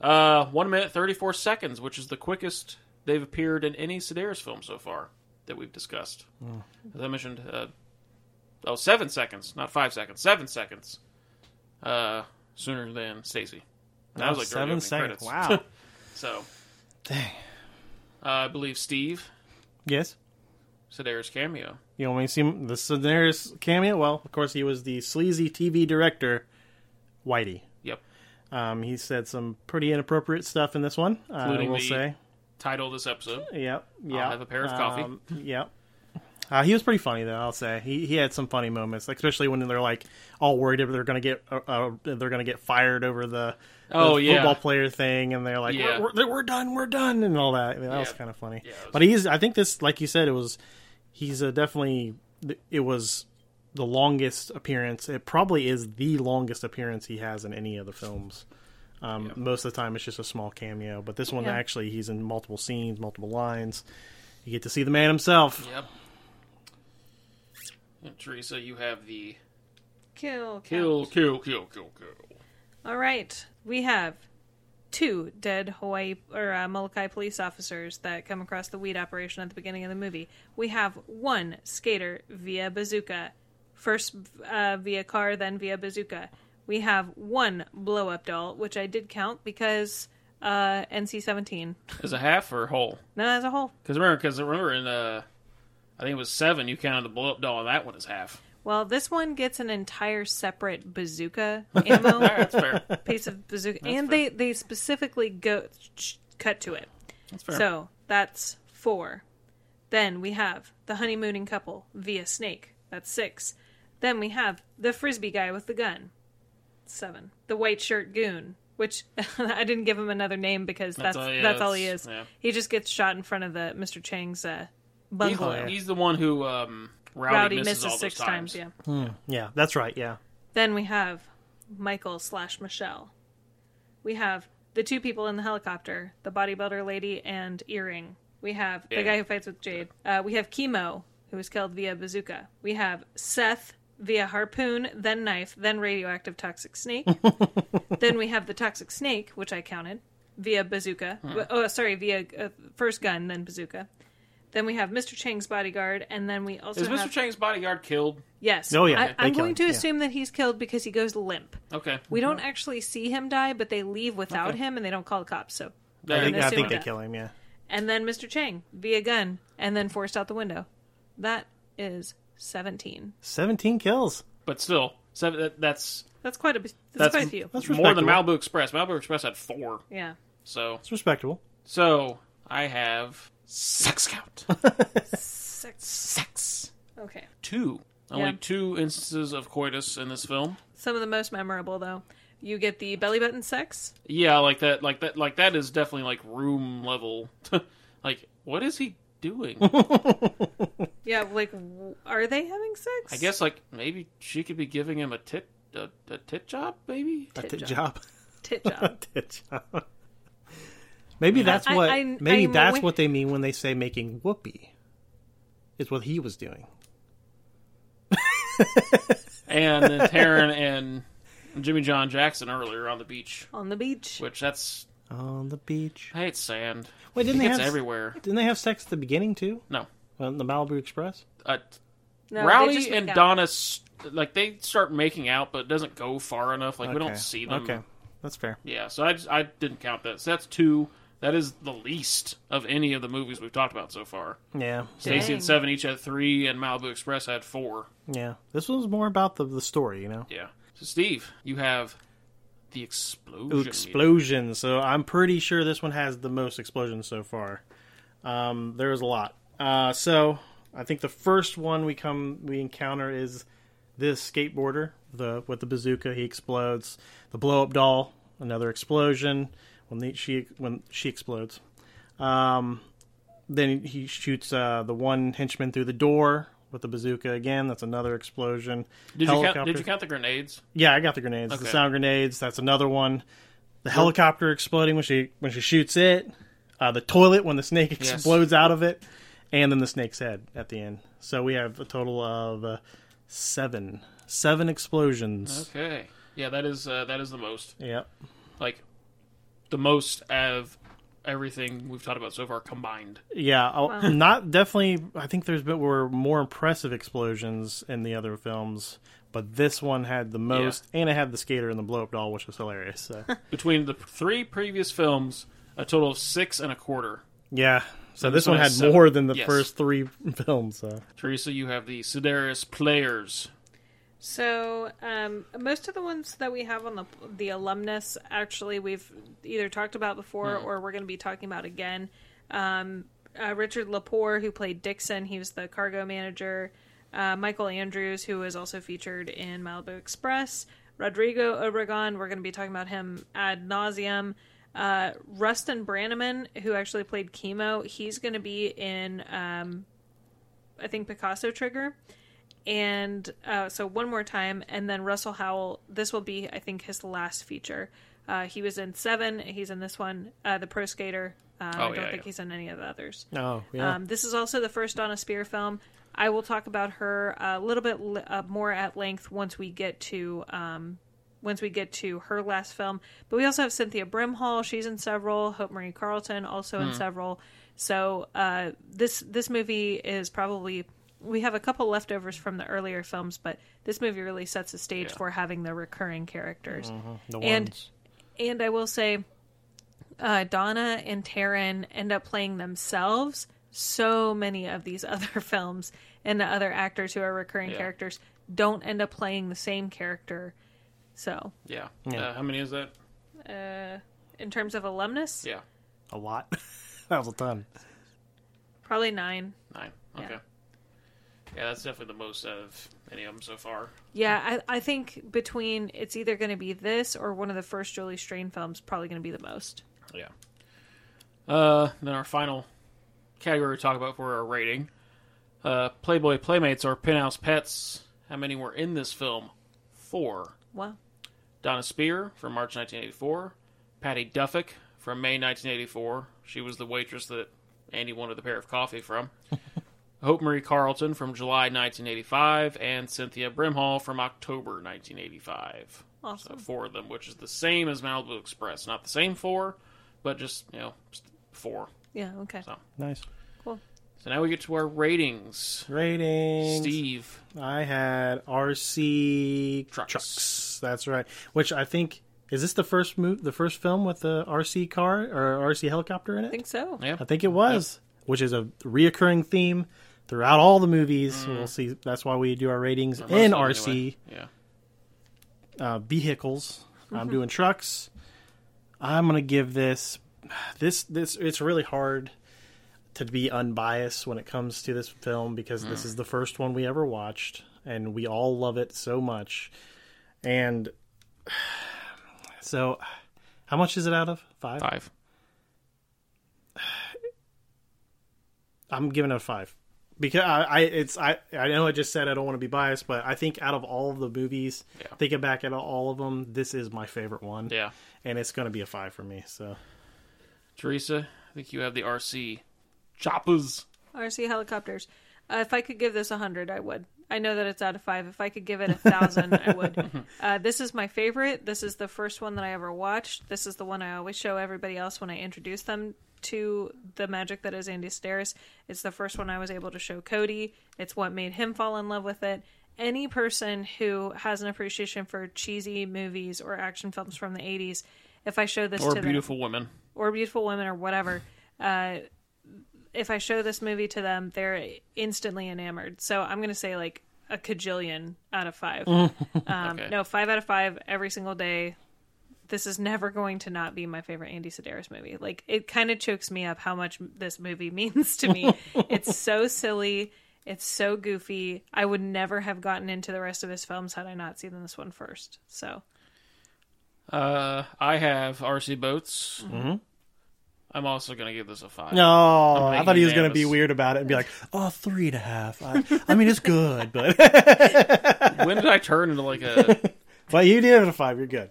Speaker 2: uh, one minute thirty four seconds, which is the quickest they've appeared in any Sedaris film so far that we've discussed.
Speaker 3: Mm.
Speaker 2: As I mentioned, uh, oh seven seconds, not five seconds, seven seconds. Uh, sooner than Stacy. That
Speaker 3: That
Speaker 2: was like during
Speaker 3: Oh, seven
Speaker 2: opening
Speaker 3: seconds.
Speaker 2: credits.
Speaker 3: Wow.
Speaker 2: So
Speaker 3: Dang.
Speaker 2: uh, I believe Steve
Speaker 3: Yes.
Speaker 2: Sedaris cameo.
Speaker 3: You know, when you see him- the Sedaris cameo, well, of course, he was the sleazy TV director, Whitey.
Speaker 2: Yep.
Speaker 3: Um, he said some pretty inappropriate stuff in this one. uh, I
Speaker 2: Including
Speaker 3: will
Speaker 2: the-
Speaker 3: say,
Speaker 2: Title of this episode.
Speaker 3: yep, yeah.
Speaker 2: have a pair of coffee.
Speaker 3: Um, yep. Uh, he was pretty funny though. I'll say he he had some funny moments, like, especially when they're like all worried if they're gonna get uh, uh, they're gonna get fired over the, the
Speaker 2: Oh, yeah.
Speaker 3: football player thing, and they're like
Speaker 2: Yeah.
Speaker 3: we're, we're, we're done, we're done, and all that. I mean, that was
Speaker 2: Yeah.
Speaker 3: kind of funny.
Speaker 2: it was-
Speaker 3: but he's I think this like you said it was he's uh, definitely it was the longest appearance. It probably is the longest appearance he has in any of the films. Um, Most of the time, it's just a small cameo, but this one
Speaker 1: Yeah.
Speaker 3: actually he's in multiple scenes, multiple lines. You get to see the man himself.
Speaker 2: Yep. And Teresa, you have the
Speaker 1: Kill,
Speaker 2: kill, kill, kill, kill, kill.
Speaker 1: All right, we have two dead Hawaii or uh, Molokai police officers that come across the weed operation at the beginning of the movie. We have one skater via bazooka, first uh, via car, then via bazooka. We have one blow up doll, which I did count because uh, NC seventeen.
Speaker 2: Is a half or a whole?
Speaker 1: No, as a whole.
Speaker 2: Because remember, because remember in uh, I think it was seven. You counted the blow up doll, and that one is half.
Speaker 1: Well, this one gets an entire separate bazooka ammo
Speaker 2: That's fair.
Speaker 1: piece of bazooka, and they they specifically go sh- cut to it.
Speaker 2: That's fair.
Speaker 1: So that's four. Then we have the honeymooning couple via snake. That's six. Then we have the frisbee guy with the gun. Seven. The white shirt goon, which I didn't give him another name because that's
Speaker 2: That's
Speaker 1: that's all,
Speaker 2: all- yeah,
Speaker 1: he
Speaker 2: that's-
Speaker 1: is.
Speaker 2: yeah.
Speaker 1: He just gets shot in front of the Mr. Chang's uh,
Speaker 2: he's,
Speaker 1: bungalow.
Speaker 2: he's the one who um, Rowdy,
Speaker 1: Rowdy misses,
Speaker 2: misses, all
Speaker 1: six
Speaker 2: those times.
Speaker 1: times. Yeah.
Speaker 3: Yeah, that's right. Yeah,
Speaker 1: Then we have Michael slash Michelle. We have the two people in the helicopter, the bodybuilder lady and earring. We have
Speaker 2: Yeah.
Speaker 1: the guy who fights with Jade. Uh, we have Chemo, who was killed via bazooka. We have Seth via harpoon, then knife, then radioactive toxic snake. then we have the toxic snake, which I counted, via bazooka.
Speaker 2: Hmm.
Speaker 1: Oh, sorry, via uh, first gun, then bazooka. Then we have Mr. Chang's bodyguard, and then we also
Speaker 2: Is
Speaker 1: have
Speaker 2: Mr. Chang's bodyguard killed?
Speaker 1: yes.
Speaker 3: Oh, yeah,
Speaker 1: I,
Speaker 3: they
Speaker 1: I'm
Speaker 3: killed
Speaker 1: going
Speaker 3: him,
Speaker 1: to
Speaker 3: yeah.
Speaker 1: assume that he's killed because he goes limp.
Speaker 2: Okay.
Speaker 1: We don't actually see him die, but they leave without him and they don't call the cops. So,
Speaker 3: I think,
Speaker 1: gonna
Speaker 3: I
Speaker 1: assume
Speaker 3: think they
Speaker 1: that.
Speaker 3: kill him. Yeah,
Speaker 1: and then Mr. Chang via gun and then forced out the window. That is 17.
Speaker 3: seventeen kills.
Speaker 2: But still, seven. That, that's
Speaker 1: That's quite a that's,
Speaker 2: That's-
Speaker 1: quite a few.
Speaker 3: That's
Speaker 2: more than
Speaker 3: respectable.
Speaker 2: Malibu Express. Malibu Express had four.
Speaker 1: Yeah.
Speaker 2: So,
Speaker 3: It's respectable.
Speaker 2: so I have sex count.
Speaker 1: Six.
Speaker 2: sex.
Speaker 1: Okay.
Speaker 2: Two. Only
Speaker 1: Yeah.
Speaker 2: two instances of coitus in this film.
Speaker 1: Some of the most memorable though. You get the belly button sex.
Speaker 2: Yeah, like that, like that, like that is definitely like room level. like, what is he doing?
Speaker 1: Yeah, like w- are they having sex?
Speaker 2: I guess like maybe she could be giving him a tit, a, a tit job, maybe.
Speaker 3: A tit
Speaker 1: job.
Speaker 3: job.
Speaker 1: tit job.
Speaker 3: Tit job. Maybe that's
Speaker 1: I-
Speaker 3: what.
Speaker 1: I-
Speaker 3: maybe
Speaker 1: I'm
Speaker 3: that's
Speaker 1: wi-
Speaker 3: what they mean when they say making whoopee. Is what he was doing.
Speaker 2: And then Taryn and Jimmy John Jackson earlier on the beach,
Speaker 1: On the beach.
Speaker 2: which that's
Speaker 3: On the beach.
Speaker 2: I hate sand.
Speaker 3: Wait, didn't they
Speaker 2: It's
Speaker 3: have
Speaker 2: everywhere.
Speaker 3: Didn't they have sex at the beginning too?
Speaker 2: No,
Speaker 3: On the Malibu Express.
Speaker 2: uh,
Speaker 1: No, they just
Speaker 2: Rowdy
Speaker 1: make
Speaker 2: and
Speaker 1: out.
Speaker 2: Donna, s- like they start making out, but it doesn't go far enough. Like we don't see them.
Speaker 3: Okay, that's fair.
Speaker 2: Yeah, so I just, I didn't count that. So that's two. That is the least of any of the movies we've talked about so far.
Speaker 3: Yeah,
Speaker 2: Stacy
Speaker 1: Dang.
Speaker 2: and Seven each had three, and Malibu Express had four.
Speaker 3: yeah. This one's more about the the story, you know.
Speaker 2: Yeah. So Steve, you have the explosion.
Speaker 3: Ooh, explosions. So I'm pretty sure this one has the most explosions so far. Um, there was a lot. Uh, so I think the first one we come we encounter is this skateboarder the with the bazooka. He explodes. The blow up doll. Another explosion when the, she when she explodes. Um, then he shoots uh, the one henchman through the door with the bazooka again. That's another explosion.
Speaker 2: Did you count?
Speaker 3: Helicopter-
Speaker 2: Did you count the grenades?
Speaker 3: yeah, I got the grenades. The
Speaker 2: Okay.
Speaker 3: sound grenades. That's another one. The helicopter exploding when she when she shoots it. Uh, the toilet when the snake
Speaker 2: Yes.
Speaker 3: explodes out of it, and then the snake's head at the end. So we have a total of uh, seven seven explosions.
Speaker 2: Okay. Yeah, that is uh, that is the most
Speaker 3: Yep.
Speaker 2: like the most of everything we've talked about so far combined.
Speaker 3: Yeah, I'll- not definitely. I think there's been were more impressive explosions in the other films, but this one had the most, and it had the skater and the blow up doll, which was hilarious. So
Speaker 2: Between the three previous films, a total of six and a quarter.
Speaker 3: yeah, So this
Speaker 2: one
Speaker 3: one had
Speaker 2: has seven.
Speaker 3: more than the
Speaker 2: Yes.
Speaker 3: first three films. So.
Speaker 2: Teresa, you have the Sedaris players.
Speaker 1: So um, most of the ones that we have on the the alumnus, actually, we've either talked about before or we're going to be talking about again. Um, uh, Richard Lepore, who played Dixon, he was the cargo manager. Uh, Michael Andrews, who was also featured in Malibu Express. Rodrigo Obregon, we're going to be talking about him ad nauseum. Uh, Rustin Brannaman, who actually played Chemo, he's going to be in, um, I think, Picasso Trigger and uh, so one more time, and then Russell Howell. This will be, I think, his last feature. Uh, he was in seven. He's in this one, uh, the Pro Skater. Um, I
Speaker 2: Oh,
Speaker 1: don't
Speaker 2: yeah,
Speaker 1: think
Speaker 2: yeah.
Speaker 1: he's in any of the others.
Speaker 3: Oh yeah.
Speaker 1: Um, this is also the first Donna Spear film. I will talk about her a little bit l- uh, more at length once we get to um, once we get to her last film. But we also have Cynthia Brimhall. She's in several. Hope Marie Carlton also in several. So uh, this this movie is probably we have a couple leftovers from the earlier films, but this movie really sets the stage
Speaker 2: Yeah.
Speaker 1: for having the recurring characters.
Speaker 3: the
Speaker 1: and-
Speaker 3: ones.
Speaker 1: And I will say, uh, Donna and Taryn end up playing themselves so many of these other films, and the other actors who are recurring
Speaker 2: Yeah.
Speaker 1: characters don't end up playing the same character. So,
Speaker 2: Yeah.
Speaker 3: Yeah.
Speaker 2: Uh, how many is that?
Speaker 1: uh, in terms of alumnus,
Speaker 2: Yeah,
Speaker 3: a lot. that was a ton.
Speaker 1: probably nine.
Speaker 2: nine.
Speaker 1: Yeah.
Speaker 2: Okay. Yeah, that's definitely the most out of any of them so far.
Speaker 1: Yeah, I, I think between it's either going to be this or one of the first Julie Strain films, probably going to be the most.
Speaker 2: Yeah. Uh, then our final category to talk about for our rating: uh, Playboy Playmates or Penthouse Pets. How many were in this film? Four.
Speaker 1: Wow.
Speaker 2: Donna Spear from March 1984. Patty Duffick from May 1984. She was the waitress that Andy wanted the pair of coffee from. Hope Marie Carlton from July 1985. And Cynthia Brimhall from October 1985.
Speaker 1: Awesome.
Speaker 2: So four of them, which is the same as Malibu Express. Not the same four, but just, you know, just four.
Speaker 1: Yeah, okay.
Speaker 2: So-
Speaker 3: Nice
Speaker 1: Cool.
Speaker 2: So now we get to our ratings.
Speaker 3: ratings.
Speaker 2: Steve.
Speaker 3: I had RC
Speaker 2: Trucks.
Speaker 3: That's right. Which I think is this the first move, the first film with the RC car or RC helicopter in it.
Speaker 1: I think so.
Speaker 2: Yeah.
Speaker 3: I think it was, which is a reoccurring theme throughout all the movies.
Speaker 2: Mm.
Speaker 3: We'll see. That's why we do our ratings
Speaker 2: Most
Speaker 3: in
Speaker 2: of them,
Speaker 3: RC
Speaker 2: anyway. Yeah.
Speaker 3: uh, vehicles. I'm
Speaker 2: Mm-hmm.
Speaker 3: doing trucks. I'm gonna give this this this it's really hard to be unbiased when it comes to this film because
Speaker 2: Mm.
Speaker 3: this is the first one we ever watched and we all love it so much. And so how much is it out of? 5?
Speaker 2: Five.
Speaker 3: I'm giving it a 5. Because I, I it's I I know I just said I don't want to be biased, but I think out of all the movies,
Speaker 2: Yeah.
Speaker 3: thinking back at all of them, this is my favorite one.
Speaker 2: Yeah.
Speaker 3: and it's going to be a five for me. So
Speaker 2: Teresa, I think you have the RC choppers.
Speaker 1: RC helicopters. Uh, if I could give this a hundred, I would. I know that it's out of five. If I could give it a thousand, I would. Uh, this is my favorite. This is the first one that I ever watched. This is the one I always show everybody else when I introduce them to the magic that is Andy Sedaris. It's the first one I was able to show Cody. It's what made him fall in love with it. Any person who has an appreciation for cheesy movies or action films from the '80s, if I show this
Speaker 2: Or
Speaker 1: to them,
Speaker 2: beautiful women.
Speaker 1: or beautiful women or whatever uh if i show this movie to them they're instantly enamored so i'm gonna say like a cajillion out of five um
Speaker 2: Okay.
Speaker 1: no five out of five every single day this is never going to not be my favorite andy sedaris movie like it kind of chokes me up how much this movie means to me it's so silly it's so goofy i would never have gotten into the rest of his films had i not seen this one first so
Speaker 2: Uh, I have RC boats. Mm-hmm. I'm also gonna give this a five.
Speaker 3: no, I
Speaker 2: making
Speaker 3: thought he was
Speaker 2: you
Speaker 3: going to be
Speaker 2: nervous.
Speaker 3: weird about it and be like, "Oh, three and a half." I, I mean, it's good, but
Speaker 2: When did I turn into like a?
Speaker 3: but you did it a five. You're good.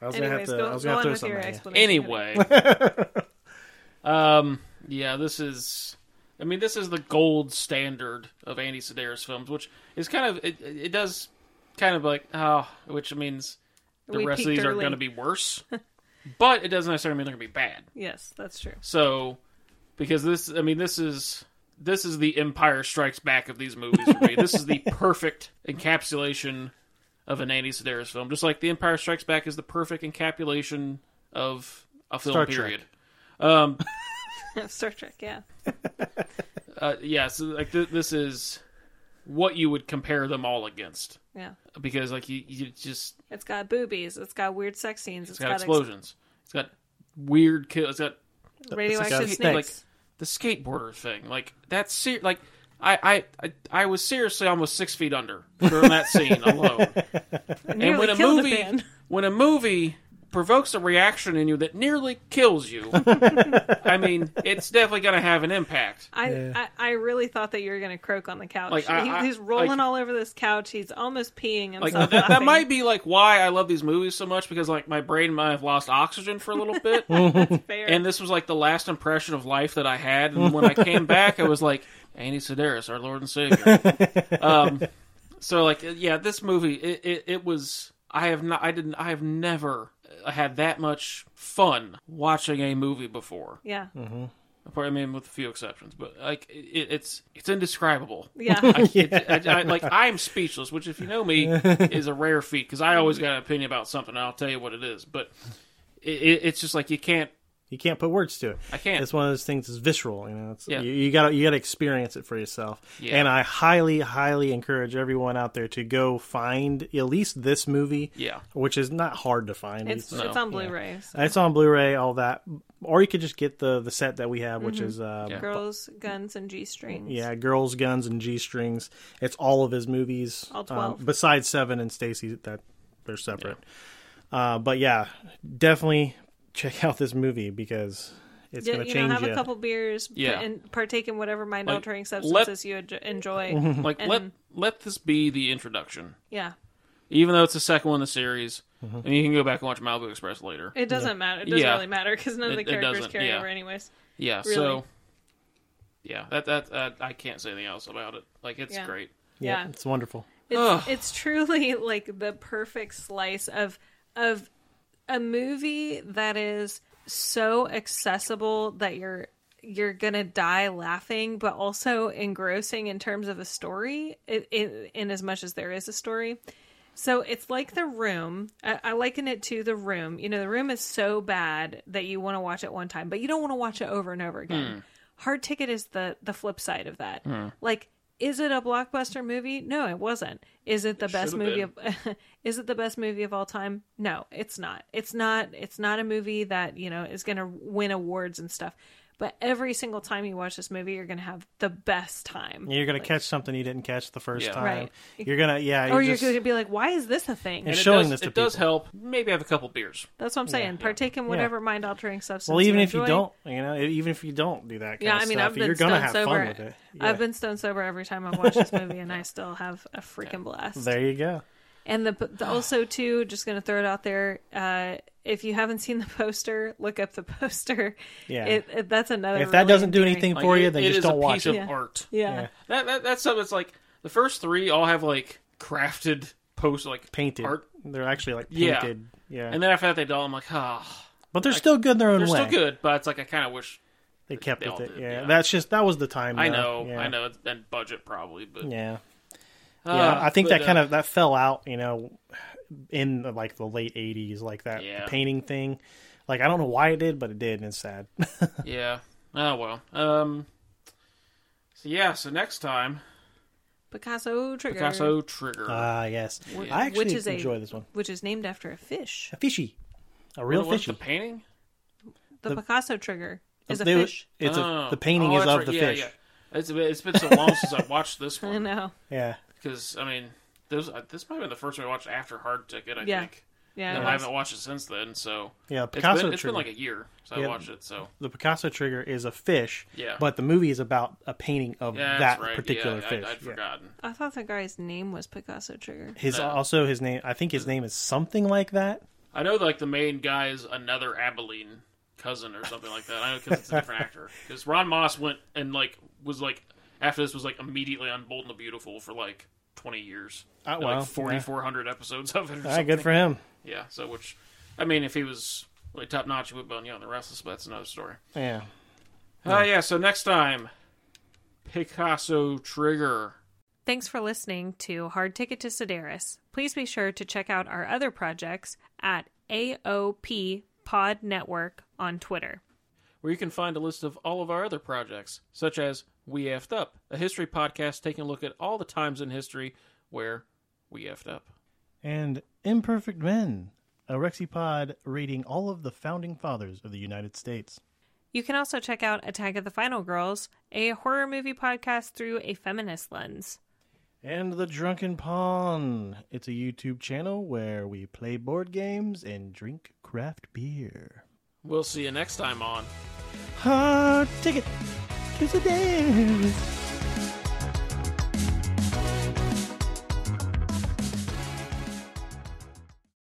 Speaker 3: I was going to have
Speaker 1: anyways
Speaker 3: to.
Speaker 1: go,
Speaker 3: I was
Speaker 1: go
Speaker 3: going to
Speaker 1: on
Speaker 3: throw
Speaker 1: with
Speaker 3: something.
Speaker 1: your
Speaker 3: at you.
Speaker 1: explanation
Speaker 2: anyway. um. Yeah. This is. I mean, this is the gold standard of Andy Sedaris films, which is kind of it. It does kind of like oh, which means the
Speaker 1: We
Speaker 2: rest of
Speaker 1: peaked
Speaker 2: these are
Speaker 1: early.
Speaker 2: going to be worse, but it doesn't necessarily mean they're going to be bad.
Speaker 1: yes that's true
Speaker 2: So, because this, I mean, this is this is the Empire Strikes Back of these movies for me. this is the perfect encapsulation of an Andy Sedaris film, just like the Empire Strikes Back is the perfect encapsulation of a film
Speaker 3: Star Trek.
Speaker 2: period. Um,
Speaker 1: Star Trek, yeah.
Speaker 2: Uh, yeah, so like th- this is what you would compare them all against
Speaker 1: Yeah.
Speaker 2: because like you, you just
Speaker 1: It's got boobies. It's got weird sex scenes.
Speaker 2: it's got explosions. It's got weird kill. It's got
Speaker 1: ex- radioactive
Speaker 3: It's got
Speaker 1: snakes.
Speaker 2: like the skateboarder thing. Like that's ser- like I, I I I was seriously almost six feet under during that scene alone. and
Speaker 1: nearly
Speaker 2: when a
Speaker 1: killed the
Speaker 2: movie
Speaker 1: man.
Speaker 2: when a movie provokes a reaction in you that nearly kills you, I mean, it's definitely going to have an impact.
Speaker 1: I, I, I really thought that you were going to croak on the couch.
Speaker 2: Like, I-
Speaker 1: He-
Speaker 2: I-
Speaker 1: he's rolling
Speaker 2: like-
Speaker 1: all over this couch. He's almost peeing himself.
Speaker 2: Like that, that
Speaker 1: laughing.
Speaker 2: might be like why I love these movies so much because like my brain might have lost oxygen for a little bit,
Speaker 1: fair.
Speaker 2: and this was like the last impression of life that I had. And when I came back, I was like Andy Sedaris, our Lord and Savior. Um, so like yeah, this movie it, it, it was I have not I didn't I have never had that much fun watching a movie before.
Speaker 1: yeah.
Speaker 2: Apart- I mean, with a few exceptions, but like it, it's it's indescribable.
Speaker 1: Yeah.
Speaker 2: I, I, like I'm speechless, which if you know me is a rare feat because I always got an opinion about something. and I'll tell you what it is, but it, it, it's just like you can't.
Speaker 3: You can't put words to it.
Speaker 2: I can't.
Speaker 3: It's one of those things that's visceral. You know, it's,
Speaker 2: Yeah.
Speaker 3: you, you gotta you gotta experience it for yourself.
Speaker 2: Yeah.
Speaker 3: And I highly, highly encourage everyone out there to go find at least this movie.
Speaker 2: Yeah.
Speaker 3: which is not hard to find.
Speaker 1: It's,
Speaker 2: No.
Speaker 1: it's on Blu-ray. so.
Speaker 3: It's on Blu-ray, all that, or you could just get the the set that we have,
Speaker 1: Mm-hmm.
Speaker 3: which is uh,
Speaker 2: Yeah.
Speaker 1: Girls, guns, and G-strings.
Speaker 3: yeah, girls, guns, and G strings. It's all of his movies,
Speaker 1: All 12.
Speaker 3: um, besides Seven and Stacy. That they're separate. Uh, but yeah, definitely check out this movie because it's
Speaker 1: Yeah,
Speaker 3: going to
Speaker 1: you know,
Speaker 3: change
Speaker 1: have
Speaker 3: you.
Speaker 1: a couple beers
Speaker 2: Yeah.
Speaker 1: and partake in whatever mind-altering
Speaker 2: let-
Speaker 1: substances you enj- enjoy.
Speaker 2: Like let
Speaker 1: And-
Speaker 2: let this be the introduction,
Speaker 1: yeah.
Speaker 2: even though it's the second one in the series,
Speaker 3: Mm-hmm.
Speaker 2: and you can go back and watch Malibu Express later.
Speaker 1: It doesn't matter. It doesn't
Speaker 2: Yeah.
Speaker 1: really matter because none of
Speaker 2: It-
Speaker 1: the
Speaker 2: it
Speaker 1: characters
Speaker 2: doesn't,
Speaker 1: carry
Speaker 2: yeah.
Speaker 1: over anyways.
Speaker 2: yeah,
Speaker 1: really.
Speaker 2: so yeah, that that uh, I can't say anything else about it. Like it's
Speaker 1: Yeah.
Speaker 2: great.
Speaker 3: yeah,
Speaker 1: yeah.
Speaker 3: it's wonderful.
Speaker 2: Ugh.
Speaker 1: It's, it's truly like the perfect slice of of a movie that is so accessible that you're you're gonna die laughing, but also engrossing in terms of a story. In, in, in as much as there is a story, so it's like the room. I, I liken it to the room. You know, the room is so bad that you want to watch it one time, but you don't want to watch it over and over again. Hard Ticket is the the flip side of that. Like, is it a blockbuster movie? No, it wasn't. Is it the best
Speaker 2: should've
Speaker 1: movie of? is it the best movie of all time? No, it's not. It's not. It's not a movie that you know is going to win awards and stuff. But every single time you watch this movie, you're going to have the best time.
Speaker 3: You're going to catch something you didn't catch the first
Speaker 2: Yeah.
Speaker 3: time.
Speaker 1: Right.
Speaker 3: You're gonna yeah.
Speaker 1: or
Speaker 3: You're
Speaker 1: you're
Speaker 3: just,
Speaker 1: going to be like, why is this a thing?
Speaker 3: And
Speaker 2: And it
Speaker 3: showing
Speaker 2: does,
Speaker 3: this to
Speaker 2: it does
Speaker 3: people.
Speaker 2: help. Maybe have a couple beers.
Speaker 1: That's what I'm saying. Partake in whatever mind altering substance.
Speaker 3: well, even if
Speaker 1: enjoy.
Speaker 3: you don't, you know, e, even if you don't do that kind
Speaker 1: Yeah,
Speaker 3: of
Speaker 1: I mean,
Speaker 3: stuff,
Speaker 1: I've been
Speaker 3: you're
Speaker 1: stone
Speaker 3: gonna have
Speaker 1: sober.
Speaker 3: fun with it. Yeah.
Speaker 1: I've been stone sober every time I've watched this movie, and I still have a freaking blast.
Speaker 3: there you go.
Speaker 1: And the, the also too, just gonna throw it out there. Uh, if you haven't seen the poster, look up the poster.
Speaker 3: Yeah.
Speaker 1: it, it, that's another.
Speaker 3: If that
Speaker 1: really
Speaker 3: doesn't do
Speaker 1: endearing-
Speaker 3: anything
Speaker 2: Like,
Speaker 3: for you,
Speaker 2: it-
Speaker 3: then
Speaker 2: it
Speaker 3: just
Speaker 2: is
Speaker 3: don't
Speaker 2: a
Speaker 3: watch
Speaker 2: piece
Speaker 3: it.
Speaker 2: of art.
Speaker 1: yeah.
Speaker 2: That, that that's something that's like the first three all have like crafted post like
Speaker 3: Painted.
Speaker 2: art,
Speaker 3: They're actually like
Speaker 2: Yeah.
Speaker 3: painted. Yeah,
Speaker 2: and then after that they don't. I'm like, ah,
Speaker 3: but they're still good in their own
Speaker 2: they're
Speaker 3: way.
Speaker 2: still good, but it's like I kind of wish.
Speaker 3: They kept
Speaker 2: They all
Speaker 3: with it.
Speaker 2: did,
Speaker 3: yeah.
Speaker 2: yeah.
Speaker 3: that's just that was the time.
Speaker 2: I
Speaker 3: though.
Speaker 2: know,
Speaker 3: Yeah.
Speaker 2: I know, it's- and budget probably, but
Speaker 3: Yeah,
Speaker 2: Ah,
Speaker 3: yeah. I think
Speaker 2: but,
Speaker 3: that
Speaker 2: uh,
Speaker 3: kind of that fell out. You know, in the, like the late '80s, like that
Speaker 2: Yeah.
Speaker 3: painting thing. Like I don't know why it did, but it did, and it's sad.
Speaker 2: yeah. Oh well. Um. So yeah. So next time,
Speaker 1: Picasso trigger,
Speaker 2: Picasso Trigger.
Speaker 3: Ah, yes. I actually
Speaker 1: which is a-
Speaker 3: enjoy this one.
Speaker 1: which is named after a fish.
Speaker 3: A fishy, a
Speaker 2: What
Speaker 3: real
Speaker 2: was
Speaker 3: fishy.
Speaker 2: The painting
Speaker 1: The, Picasso trigger is a
Speaker 3: They-
Speaker 1: fish.
Speaker 3: It's
Speaker 2: Oh.
Speaker 3: a the painting
Speaker 2: Oh,
Speaker 3: is
Speaker 2: that's
Speaker 3: of
Speaker 2: right.
Speaker 3: the
Speaker 2: yeah,
Speaker 3: fish.
Speaker 2: Yeah. It's, it's been so long since I watched this
Speaker 1: I
Speaker 2: one
Speaker 1: know.
Speaker 3: Yeah.
Speaker 2: because I mean, this uh, this might have been the first one I watched after Hard Ticket. I
Speaker 1: Yeah.
Speaker 2: think.
Speaker 1: Yeah,
Speaker 2: And
Speaker 1: it
Speaker 2: I
Speaker 1: was.
Speaker 2: haven't watched it since then, so
Speaker 3: Yeah,
Speaker 2: It's
Speaker 3: Picasso
Speaker 2: been, it's been like
Speaker 3: Trigger.
Speaker 2: a year since
Speaker 3: Yeah.
Speaker 2: I watched it. So
Speaker 3: The Picasso trigger is a fish.
Speaker 2: Yeah.
Speaker 3: But the movie is about a painting of
Speaker 2: yeah,
Speaker 3: that
Speaker 2: that's right.
Speaker 3: particular
Speaker 2: yeah,
Speaker 3: fish.
Speaker 2: I, I'd
Speaker 3: Yeah.
Speaker 2: forgotten.
Speaker 1: I thought the guy's name was Picasso trigger.
Speaker 3: His
Speaker 2: Yeah.
Speaker 3: also his name. I think his name is something like that.
Speaker 2: I know like the main guy is another Abilene cousin or something like that. I know because it's a different actor. Because Ron Moss went and like was like after this was like immediately on Bold and the Beautiful for like twenty years,
Speaker 3: Oh,
Speaker 2: And,
Speaker 3: well, yeah.
Speaker 2: like forty four hundred episodes of it. Or
Speaker 3: All right,
Speaker 2: something.
Speaker 3: good for him.
Speaker 2: Yeah. So which, I mean, if he was really top notch, he would have been you know, the Restless, but that's another story.
Speaker 3: Yeah.
Speaker 2: Oh yeah. So next time, Picasso Trigger.
Speaker 1: Thanks for listening to Hard Ticket to Sedaris. Please be sure to check out our other projects at AOP Pod Network on Twitter.
Speaker 2: We where you can find a list of all of our other projects, such as We Effed Up, a history podcast taking a look at all the times in history where we effed up.
Speaker 3: and Imperfect Men, a Rexipod rating all of the founding fathers of the United States.
Speaker 1: You can also check out Attack of the Final Girls, a horror movie podcast through a feminist lens.
Speaker 3: And The Drunken Pawn. It's a YouTube channel where we play board games and drink craft beer.
Speaker 2: We'll see you next time on
Speaker 3: Hard ticket to the dance.